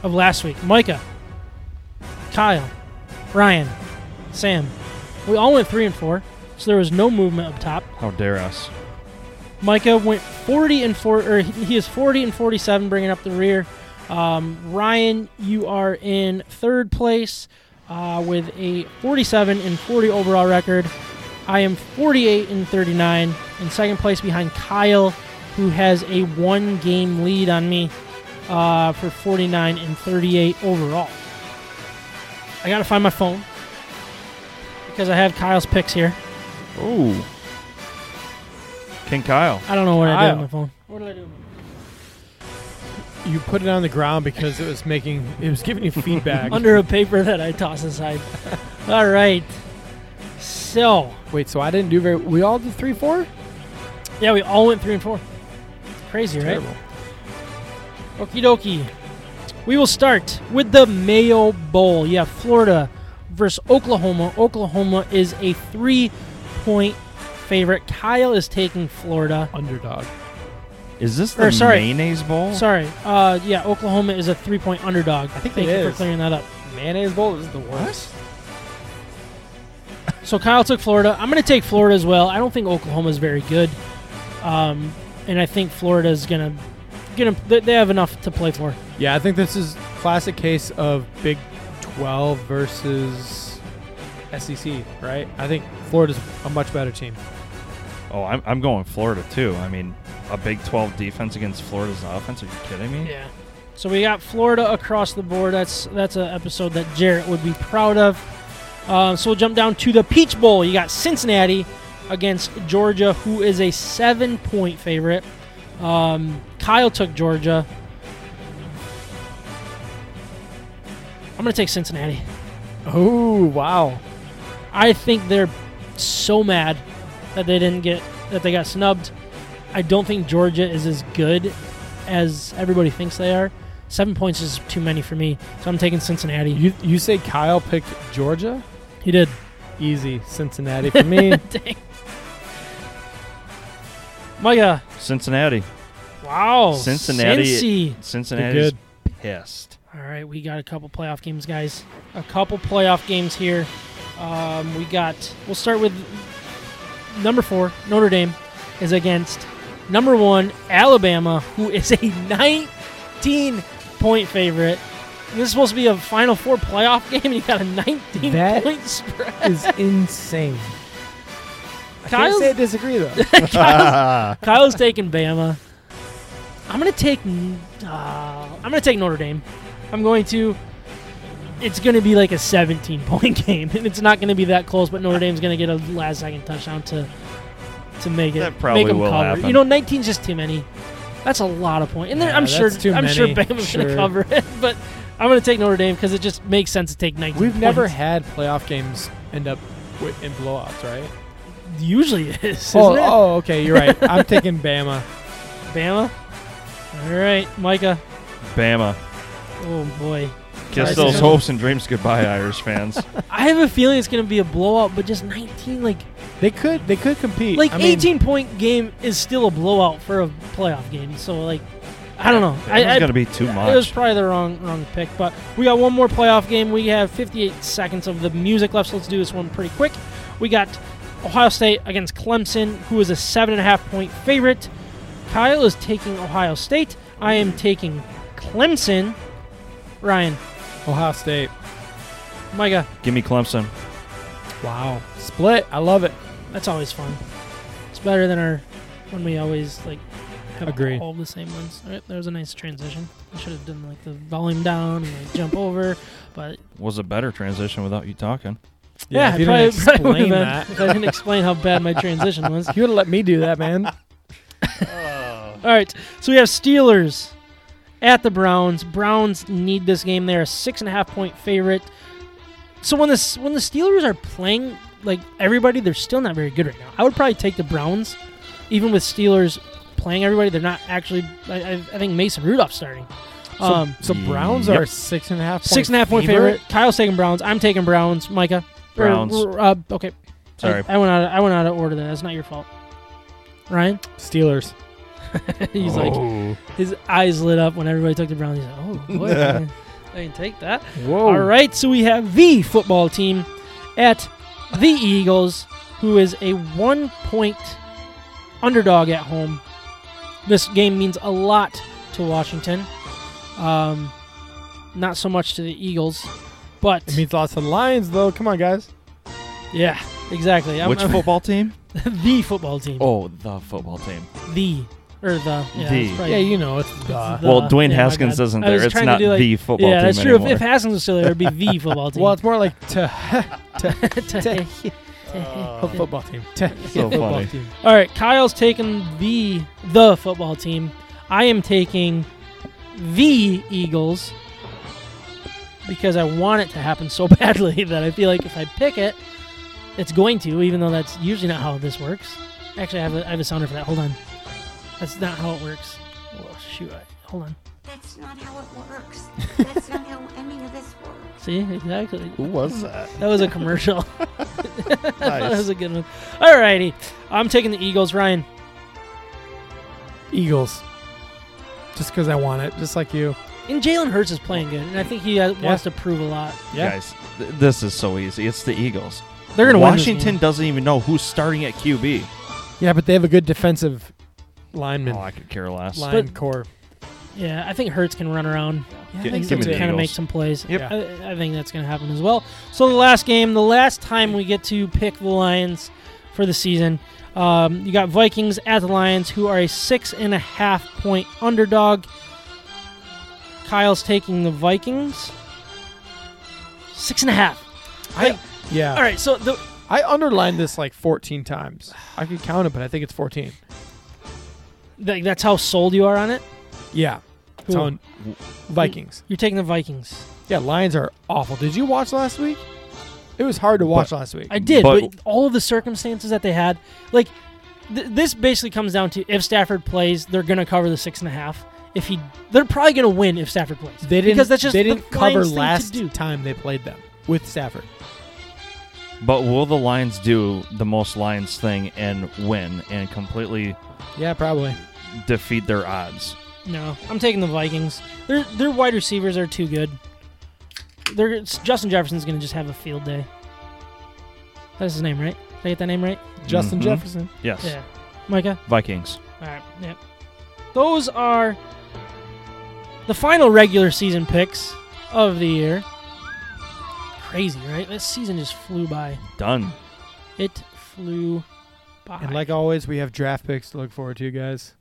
of last week. Micah, Kyle, Ryan, Sam. We all went three and four, so there was no movement up top. How Oh, dare us? Micah went 40 and four, or he he is 40 and 47, bringing up the rear. Um, Ryan, you are in third place uh, with a 47 and 40 overall record. I am 48 and 39 in second place behind Kyle, who has a one game lead on me uh, for 49 and 38 overall. I got to find my phone because I have Kyle's picks here. Ooh. King Kyle. I don't know what I did Kyle. on my phone. What did I do? You put it on the ground because it was making it was giving you feedback. under a paper that I toss aside. All right. So, Wait, so I didn't do very we all did three four? yeah, we all went three and four. Crazy, right? Terrible. Okie dokie. We will start with the Mayo Bowl. Yeah, Florida versus Oklahoma. Oklahoma is a three point favorite. Kyle is taking Florida. Underdog. Is this Or, the sorry. mayonnaise bowl? Sorry. Uh, yeah, Oklahoma is a three point underdog. I think Thank it you is. for clearing that up. Mayonnaise bowl is the worst. So Kyle took Florida. I'm going to take Florida as well. I don't think Oklahoma's very good, um, and I think Florida's going to going to they have enough to play for. Yeah, I think this is classic case of Big 12 versus SEC, right? I think Florida's a much better team. Oh, I'm, I'm going Florida too. I mean, a Big 12 defense against Florida's offense? Are you kidding me? Yeah. So we got Florida across the board. That's that's an episode that Jarrett would be proud of. Um, so we'll jump down to the Peach Bowl. You got Cincinnati against Georgia, who is a seven-point favorite. Um, Kyle took Georgia. I'm going to take Cincinnati. Oh, wow. I think they're so mad that they didn't get that they got snubbed. I don't think Georgia is as good as everybody thinks they are. Seven points is too many for me, so I'm taking Cincinnati. You you say Kyle picked Georgia? he did. Easy, Cincinnati for me. Dang. Micah. Cincinnati. Wow. Cincinnati- Oh, Cincy. Cincinnati's pissed. All right, we got a couple playoff games, guys. A couple playoff games here. Um, we got. We'll start with number four. Notre Dame is against number one Alabama, who is a 19 point favorite. This is supposed to be a Final Four playoff game, and you got a 19 That- point spread. is insane. I can't Kyle's- say I disagree though. Kyle's taking Bama. I'm gonna take. Uh, I'm gonna take Notre Dame. I'm going to. It's gonna be like a 17 point game, and it's not gonna be that close. But Notre Dame's gonna get a last second touchdown to to make it. That probably make 'em will cover. happen. You know, 19's just too many. That's a lot of points, and then Yeah, I'm that's sure. too I'm sure many. Bama's Sure. gonna cover it, but I'm gonna take Notre Dame because it just makes sense to take 19. We've never points. had playoff games end up wi- in blowouts, right? usually it is. Oh, isn't it? oh, okay, you're right. I'm taking Bama. Bama. All right, Micah. Bama. Oh boy. Sorry, Kiss those Sam. hopes and dreams goodbye, Irish fans. I have a feeling it's going to be a blowout, but just 19, like They could they could compete. like I mean, 18 point game is still a blowout for a playoff game. So like, I don't know. I, It's I- going to be too It was much. probably the wrong wrong pick, but we got one more playoff game. We have 58 seconds of the music left, so let's do this one pretty quick. We got Ohio State against Clemson, who is a seven and a half point favorite. Kyle is taking Ohio State. I am taking Clemson. Ryan, Ohio State. Micah, Give me Clemson. Wow. Split. I love it. That's always fun. It's better than our when we always like have Agree. all the same ones. All right, there was a nice transition. I should have done like the volume down and like, jump over, but Was a better transition without you talking. yeah, if I you probably, didn't probably explain would've been- that. if I didn't explain how bad my transition was. You would have let me do that, man. All right, so we have Steelers at the Browns. Browns need this game. They're a six and a half point favorite. So when the when the Steelers are playing like everybody, they're still not very good right now. I would probably take the Browns, even with Steelers playing everybody. They're not actually. I, I, I think Mason Rudolph starting. So, Um, so Browns yep. are six and a half. Point six and a half point favorite. Kyle's taking Browns. I'm taking Browns. Micah. Or, Browns. uh, okay. I- Sorry. I, went out. Of, I went out of order there. That's not your fault. Ryan. Steelers. He's Oh. like his eyes lit up when everybody took the Browns. He's like, oh boy, I can- I can take that. Oh. Whoa. All right, so we have the football team at the Eagles, who is a one-point underdog at home. This game means a lot to Washington, um, not so much to the Eagles, but It means lots of Lions, though. Come on, guys. yeah, exactly. I'm, Which I'm- football team? the football team? Oh, the football team. The or the yeah, The. it's probably Yeah, you know it's the- well, Dwayne yeah, my Haskins bad. isn't I was there. It's trying to not do, like- the football yeah, team that's true. If, anymore. if Haskins was still there, it would be the football team. Well, it's more like to Today. football team. To so football funny. team. All right, Kyle's taking the the football team. I am taking the Eagles because I want it to happen so badly that I feel like if I pick it, it's going to. Even though that's usually not how this works. Actually, I have a, I have a sounder for that. Hold on, that's not how it works. Oh, shoot, I, hold on. That's not how it works. That's not how any of this works. See, exactly. Who was that? That was a commercial. that Nice. was a good one. All righty, I'm taking the Eagles. Ryan, Eagles. Just because I want it, just like you. And Jalen Hurts is playing good, and I think he has, wants to prove a lot. Guys, th- this is so easy. It's the Eagles. They're going to Washington doesn't even know who's starting at QB. Yeah, but they have a good defensive lineman. Oh, I could care less. line But- core. Yeah, I think Hurts can run around Yeah, I Gi- think give me so, the too. kind of Eagles. make some plays. Yep. I, I think that's going to happen as well. So the last game, the last time we get to pick the Lions for the season, um, you got Vikings at the Lions, who are a six and a half point underdog. Kyle's taking the Vikings. Six and a half. I, yeah. All right, so the I underlined this like 14 times. I could count it, but I think it's 14. like that's how sold you are on it. Yeah. Cool. Telling Vikings. You're taking the Vikings. Yeah, Lions are awful. Did you watch last week? It was hard to watch last week. I did, but, But- all of the circumstances that they had, like th- this, basically comes down to if Stafford plays, they're going to cover the six and a half. if he they're probably going to win if Stafford plays. They didn't because that's just they the didn't Lions cover thing to last do. time they played them with Stafford. But will the Lions do the most Lions thing and win and completely Yeah, probably. defeat their odds? No, I'm taking the Vikings. Their their wide receivers are too good. They're, Justin Jefferson's going to just have a field day. That's his name, right? Did I get that name right? Justin Mhm. Jefferson. Yes. Yeah. Micah? Vikings. All right. Yep. Those are the final regular season picks of the year. Crazy, right? This season just flew by. Done. It flew by. And like always, we have draft picks to look forward to, guys.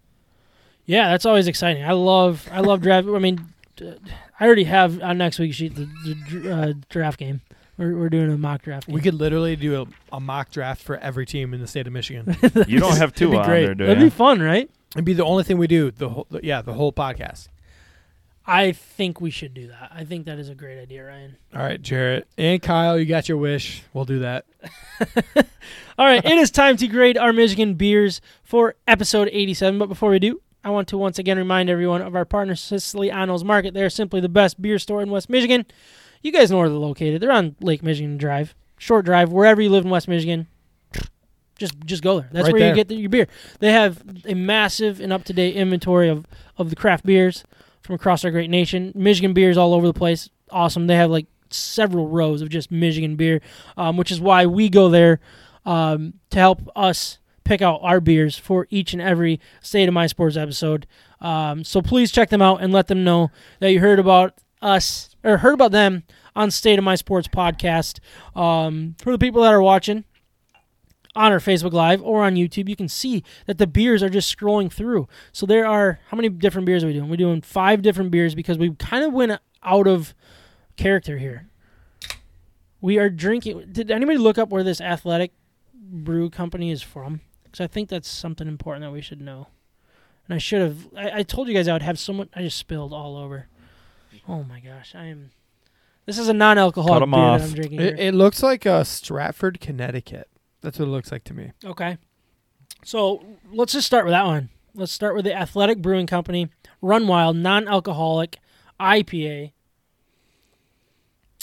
yeah, that's always exciting. I love, I love draft. I mean, uh, I already have on next week's sheet the, the dr- uh, draft game. We're, we're doing a mock draft. Game. We could literally do a, a mock draft for every team in the state of Michigan. You don't have It'd two be on great. there, do That'd you? be fun, right? It'd be the only thing we do. The whole, the, yeah, the whole podcast. I think we should do that. I think that is a great idea, Ryan. All right, Jarrett and Kyle, you got your wish. We'll do that. All right, it is time to grade our Michigan beers for episode 87. But before we do, I want to once again remind everyone of our partner, Siciliano's Market. They're simply the best beer store in West Michigan. You guys know where they're located. They're on Lake Michigan Drive, short drive, wherever you live in West Michigan. Just just go there. That's Right where there. you get the, your beer. They have a massive and up to date inventory of, of the craft beers from across our great nation. Michigan beers all over the place. Awesome. They have like several rows of just Michigan beer, um, which is why we go there um, to help us pick out our beers for each and every State of My Sports episode. Um, so please check them out and let them know that you heard about us or heard about them on State of My Sports podcast. Um, for the people that are watching, on our Facebook Live or on YouTube, you can see that the beers are just scrolling through. So there are how many different beers are we doing? We're doing five different beers because we kind of went out of character here. We are drinking. Did anybody look up where this athletic brew company is from? Because I think that's something important that we should know. And I should have. I, I told you guys I would have so much. I just spilled all over. Oh my gosh, I am. This is a non-alcoholic Cut 'em beer off. that I'm drinking. here. It, it looks like uh, Stratford, Connecticut. That's what it looks like to me. Okay. So let's just start with that one. Let's start with the Athletic Brewing Company, Run Wild, non alcoholic IPA. Hmm.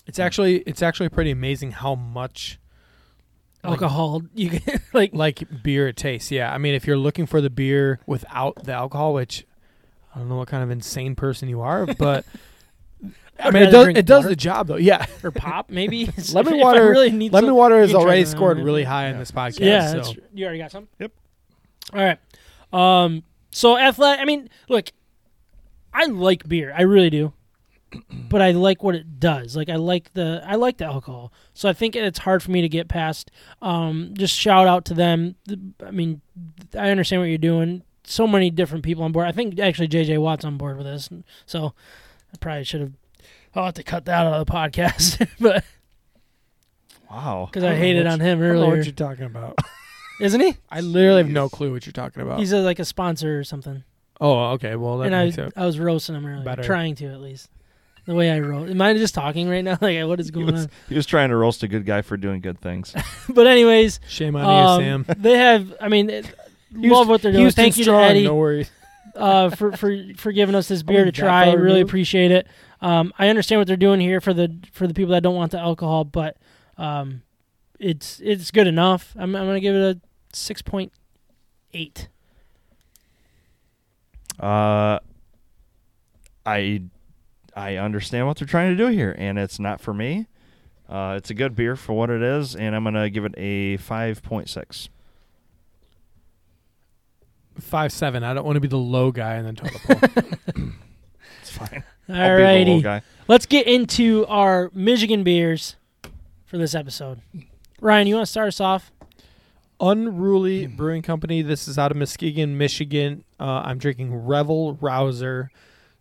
It's actually it's actually pretty amazing how much Like- Alcohol. You can, like, like beer it tastes. Yeah, I mean, if you're looking for the beer without the alcohol, which I don't know what kind of insane person you are, but I I'd mean, it rather does drink it does water. the job though. Yeah, or pop, maybe. If Lemon I water- really need lemon some- water has you can try already that one, scored yeah. really high in this podcast. Yeah, so. that's, you already got some. Yep. All right. Um. So athletic. I mean, look, I like beer. I really do. But I like what it does. Like I like the I like the alcohol. So I think it's hard for me to get past. Um, just shout out to them. The- I mean, I understand what you're doing. So many different people on board. I think actually JJ Watt's on board with this. So I probably should have. I'll have to cut that out of the podcast, but Wow. because I, hated on him earlier, what you're talking about. isn't he? I literally have no clue what you're talking about. He's a, like a sponsor or something. oh, okay. Well, that and I, makes it. I was roasting him earlier, better. trying to at least. The way I wrote. Am I just talking right now? Like, what is He going was, on? he was trying to roast a good guy for doing good things. But anyways, Shame on you, um, Sam. they have. I mean, it, Houston- love what they're doing. Houston Thank you to strong, Eddie No worries. uh, for, for for giving us this beer Are we to that try. I far really removed? appreciate it. Um, I understand what they're doing here for the for the people that don't want the alcohol, but um, it's it's good enough. I'm, I'm gonna give it a six point eight. Uh, I I understand what they're trying to do here, and it's not for me. Uh, it's a good beer for what it is, and I'm gonna give it a five point six. Five seven. I don't want to be the low guy and then total poll. It's fine. I'll be the little Alrighty. guy. Let's get into our Michigan beers for this episode. Ryan, you want to start us off? Unruly Brewing Company. This is out of Muskegon, Michigan. Uh, I'm drinking Revel Rouser.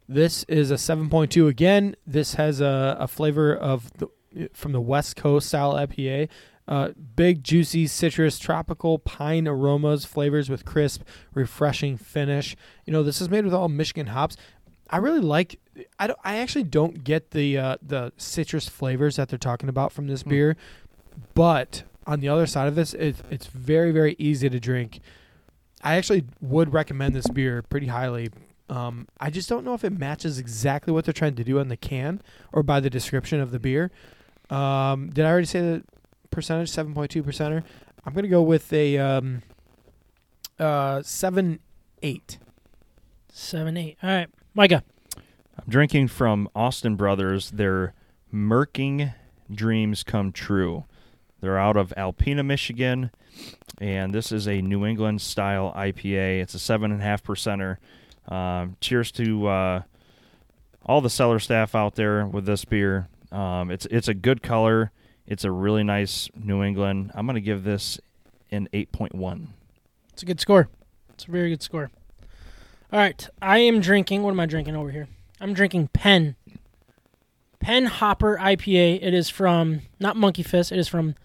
This is a 7.2 again. This has a, a flavor of the, from the West Coast style IPA. Uh, big, juicy, citrus, tropical, pine aromas, flavors with crisp, refreshing finish. You know, this is made with all Michigan hops. I really like. I, don't, I actually don't get the uh, the citrus flavors that they're talking about from this beer, but on the other side of this, it, it's very very easy to drink. I actually would recommend this beer pretty highly. Um, I just don't know if it matches exactly what they're trying to do on the can or by the description of the beer. Um, did I already say the percentage? Seven point two percenter. I'm gonna go with a um, uh, seven eight. Seven, eight. All right, Micah. I'm drinking from Austin Brothers. Their Merking Dreams Come True. They're out of Alpena, Michigan, and this is a New England style IPA. It's a seven and a half percenter. Um, cheers to uh, all the cellar staff out there with this beer. Um, it's it's a good color. It's a really nice New England. I'm gonna give this an 8.1. It's a good score. It's a very good score. All right, I am drinking. What am I drinking over here? I'm drinking Pen. Pen Hopper IPA. It is from not Monkey Fist. It is from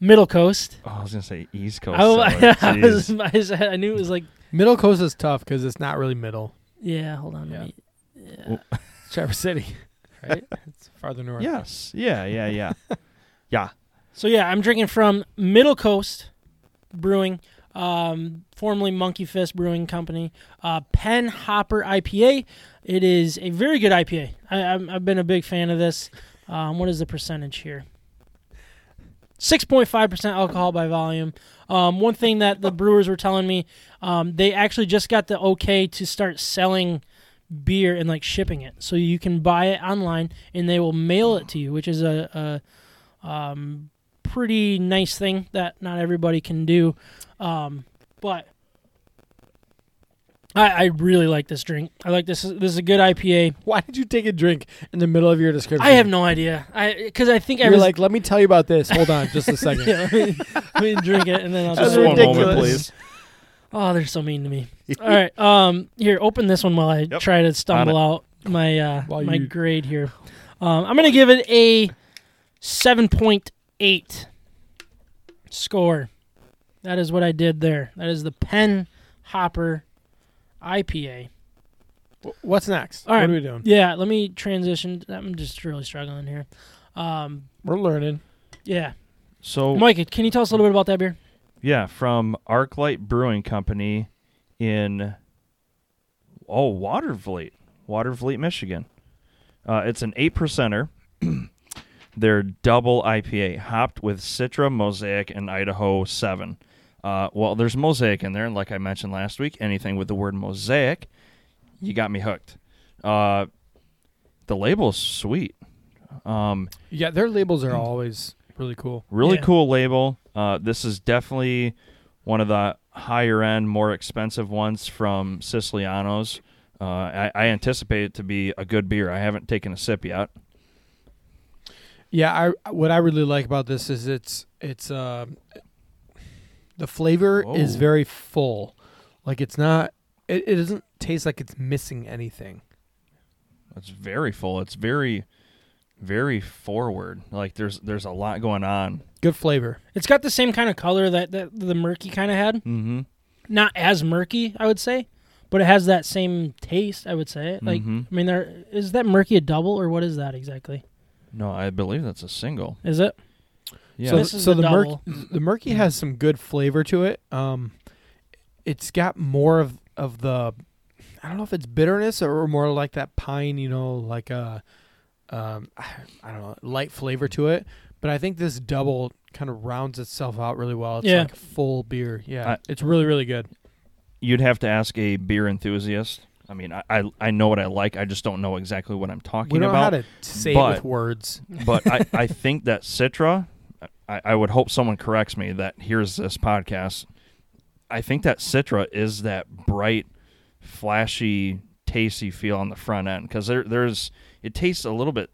Middle Coast. Oh, I was gonna say East Coast. I, I, cellar. Jeez. was, I, was- I knew it was like Middle Coast is tough because it's not really middle. yeah. Hold on. Yeah. Let me, Traverse City, right? it's farther north. yes. Yeah. Yeah. Yeah. yeah. So yeah, I'm drinking from Middle Coast Brewing, um, formerly Monkey Fist Brewing Company, uh, Pen Hopper IPA. It is a very good IPA. I, I'm, I've been a big fan of this. Um, what is the percentage here? Six point five percent alcohol by volume. Um, one thing that the brewers were telling me, um, they actually just got the okay to start selling beer and like shipping it, so you can buy it online and they will mail it to you, which is a, a um, pretty nice thing that not everybody can do. Um, but I, I really like this drink. I like this. This is a good IPA. Why did you take a drink in the middle of your description? I have no idea. I because I think I You're was like, let me tell you about this. Hold on, just a second. yeah, let me, let me drink it and then I'll That's just Just one moment, ridiculous. please. Oh, they're so mean to me. All right. Um, here, open this one while I Yep. try to stumble out my uh, While my you- grade here. Um, I'm gonna give it a seven point eight score. That is what I did there. That is the Pen Hopper IPA. Wh- What's next? All right. What are we doing? Yeah, let me transition. I'm just really struggling here. Um, We're learning. yeah, So Mike, can you tell us a little bit about that beer? yeah, from ArcLight Brewing Company in oh Watervliet, Watervliet, Michigan. Uh, it's an eight percenter. They're double IPA, hopped with Citra, Mosaic, and Idaho Seven. Uh, well, there's Mosaic in there, and like I mentioned last week, anything with the word Mosaic, you got me hooked. Uh, the label's sweet. Um, Yeah, their labels are always really cool. Really Yeah. cool label. Uh, this is definitely one of the higher end, more expensive ones from Siciliano's. Uh, I, I anticipate it to be a good beer. I haven't taken a sip yet. Yeah, I what I really like about this is it's it's uh, the flavor is Whoa. very full. Like it's not it, it doesn't taste like it's missing anything. It's very full. It's very, very forward. Like there's there's a lot going on. Good flavor. It's got the same kind of color that, that the murky kind of had. Mm-hmm. not as murky, I would say, but it has that same taste, I would say. Like, Mm-hmm. Mhm. I mean, there is that murky a double or what is that exactly? No, I believe that's a single. Is it? Yeah. So, This is so the the, murky double. the murky has some good flavor to it. Um, it's got more of of the I don't know if it's bitterness or more like that pine, you know, like a um, I don't know, light flavor to it. But I think this double kind of rounds itself out really well. It's Yeah. like full beer. Yeah, I- it's really really good. You'd have to ask a beer enthusiast. I mean, I, I I know what I like. I just don't know exactly what I'm talking We don't know about. how to say it with but- words. but I, I think that Citra, I, I would hope someone corrects me that hears this podcast. I think that Citra is that bright, flashy, tasty feel on the front end because there, there's it tastes a little bit.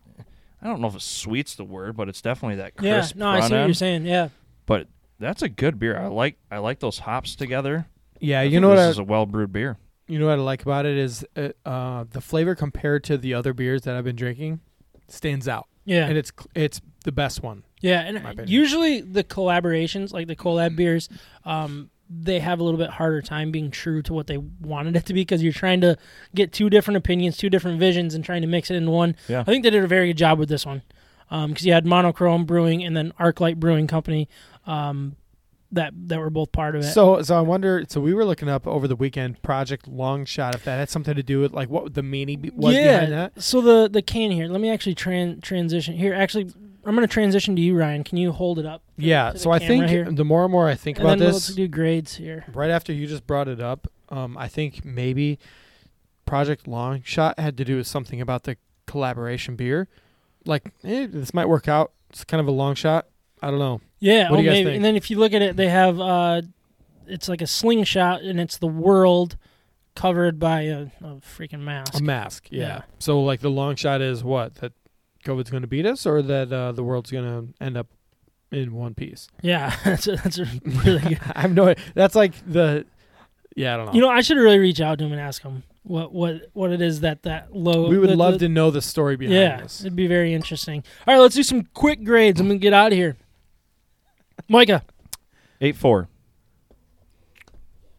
I don't know if it's sweet's the word, but it's definitely that Yeah. crisp No, front I see what you're end. saying. Yeah. But that's a good beer. I like I like those hops together. Yeah, I you think know what? this I, is a well brewed beer. you know what I like about it is uh, uh, the flavor compared to the other beers that I've been drinking stands out, Yeah. and it's cl- it's the best one. yeah. my And opinion. Mm-hmm. usually the collaborations, like the collab beers, um, they have a little bit harder time being true to what they wanted it to be because you're trying to get two different opinions, two different visions, and trying to mix it into one. Yeah. I think they did a very good job with this one because you had Monochrome Brewing and then ArcLight Brewing Company. Um, that that were both part of it. So, so I wonder. So we were looking up over the weekend Project Long Shot if that had something to do with like what the meaning be- was behind that. So the the can here. Let me actually tran- transition here. Actually, I'm going to transition to you, Ryan. Can you hold it up? to- Yeah. to the So I camera think here? the more and more I think and about then we'll this, do grades here. right after you just brought it up, um, I think maybe Project Long Shot had to do with something about the collaboration beer. Like, eh, this might work out. It's kind of a long shot. I don't know. Yeah. What oh, do you guys maybe. think? And then if you look at it, they have uh, it's like a slingshot, and it's the world covered by a, a freaking mask. A mask. Yeah. Yeah. So, like, the long shot is what? That COVID's going to beat us or that uh, the world's going to end up in one piece? yeah, that's a, that's a really good. I have no That's like the. Yeah, I don't know. You know, I should really reach out to him and ask him what what what it is that that low. we would the- love the- to know the story behind Yeah, this. it'd be very interesting. All right, let's do some quick grades. I'm gonna get out of here. Micah, Eight four.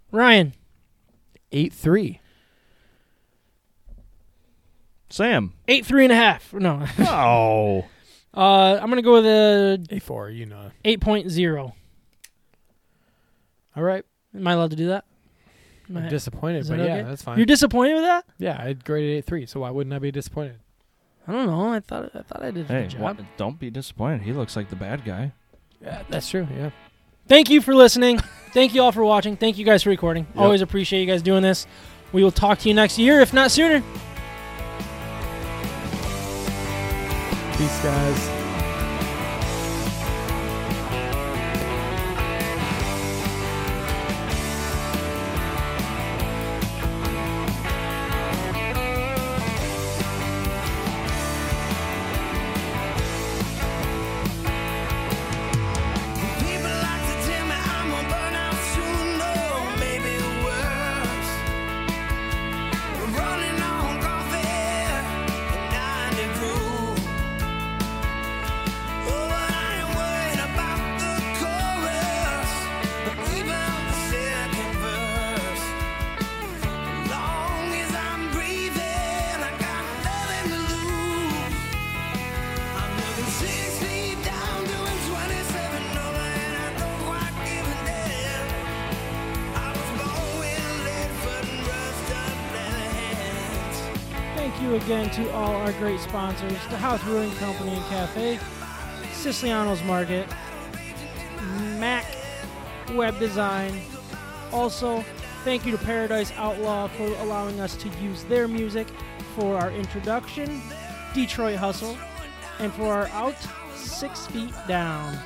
Ryan, 8 3. Sam. eight three and a half. No, Oh. uh, I'm gonna go with a 8 4, you know. eight point zero. All right. Am I allowed to do that? Am I- I'm disappointed, Is but that yeah, okay? that's fine. You're disappointed with that? Yeah, I had graded eight three, so why wouldn't I be disappointed? I don't know. I thought I thought I did a Hey, good job. wha- don't be disappointed. He looks like the bad guy. Yeah, that's true. Yeah. Thank you for listening. Thank you all for watching. Thank you guys for recording. Always appreciate you guys doing this. We will talk to you next year, if not sooner. Peace, guys. People like to tell me I'm a burnout soon, no, maybe worse. Running on coffee and ninety proof. Oh, but I ain't worried about the chorus, or even the second verse. Long as I'm breathing, I got nothing to lose. I'm living six feet down, doing 27 over, and I don't quite give a damn. I was born with lead foot and rust under hands. Thank you again to all our great sponsors the House Brewing Company and Cafe, Siciliano's Market, Mac Web Design. Also, thank you to Paradise Outlaw for allowing us to use their music for our introduction, Detroit Hustle, and for our out Six Feet Down.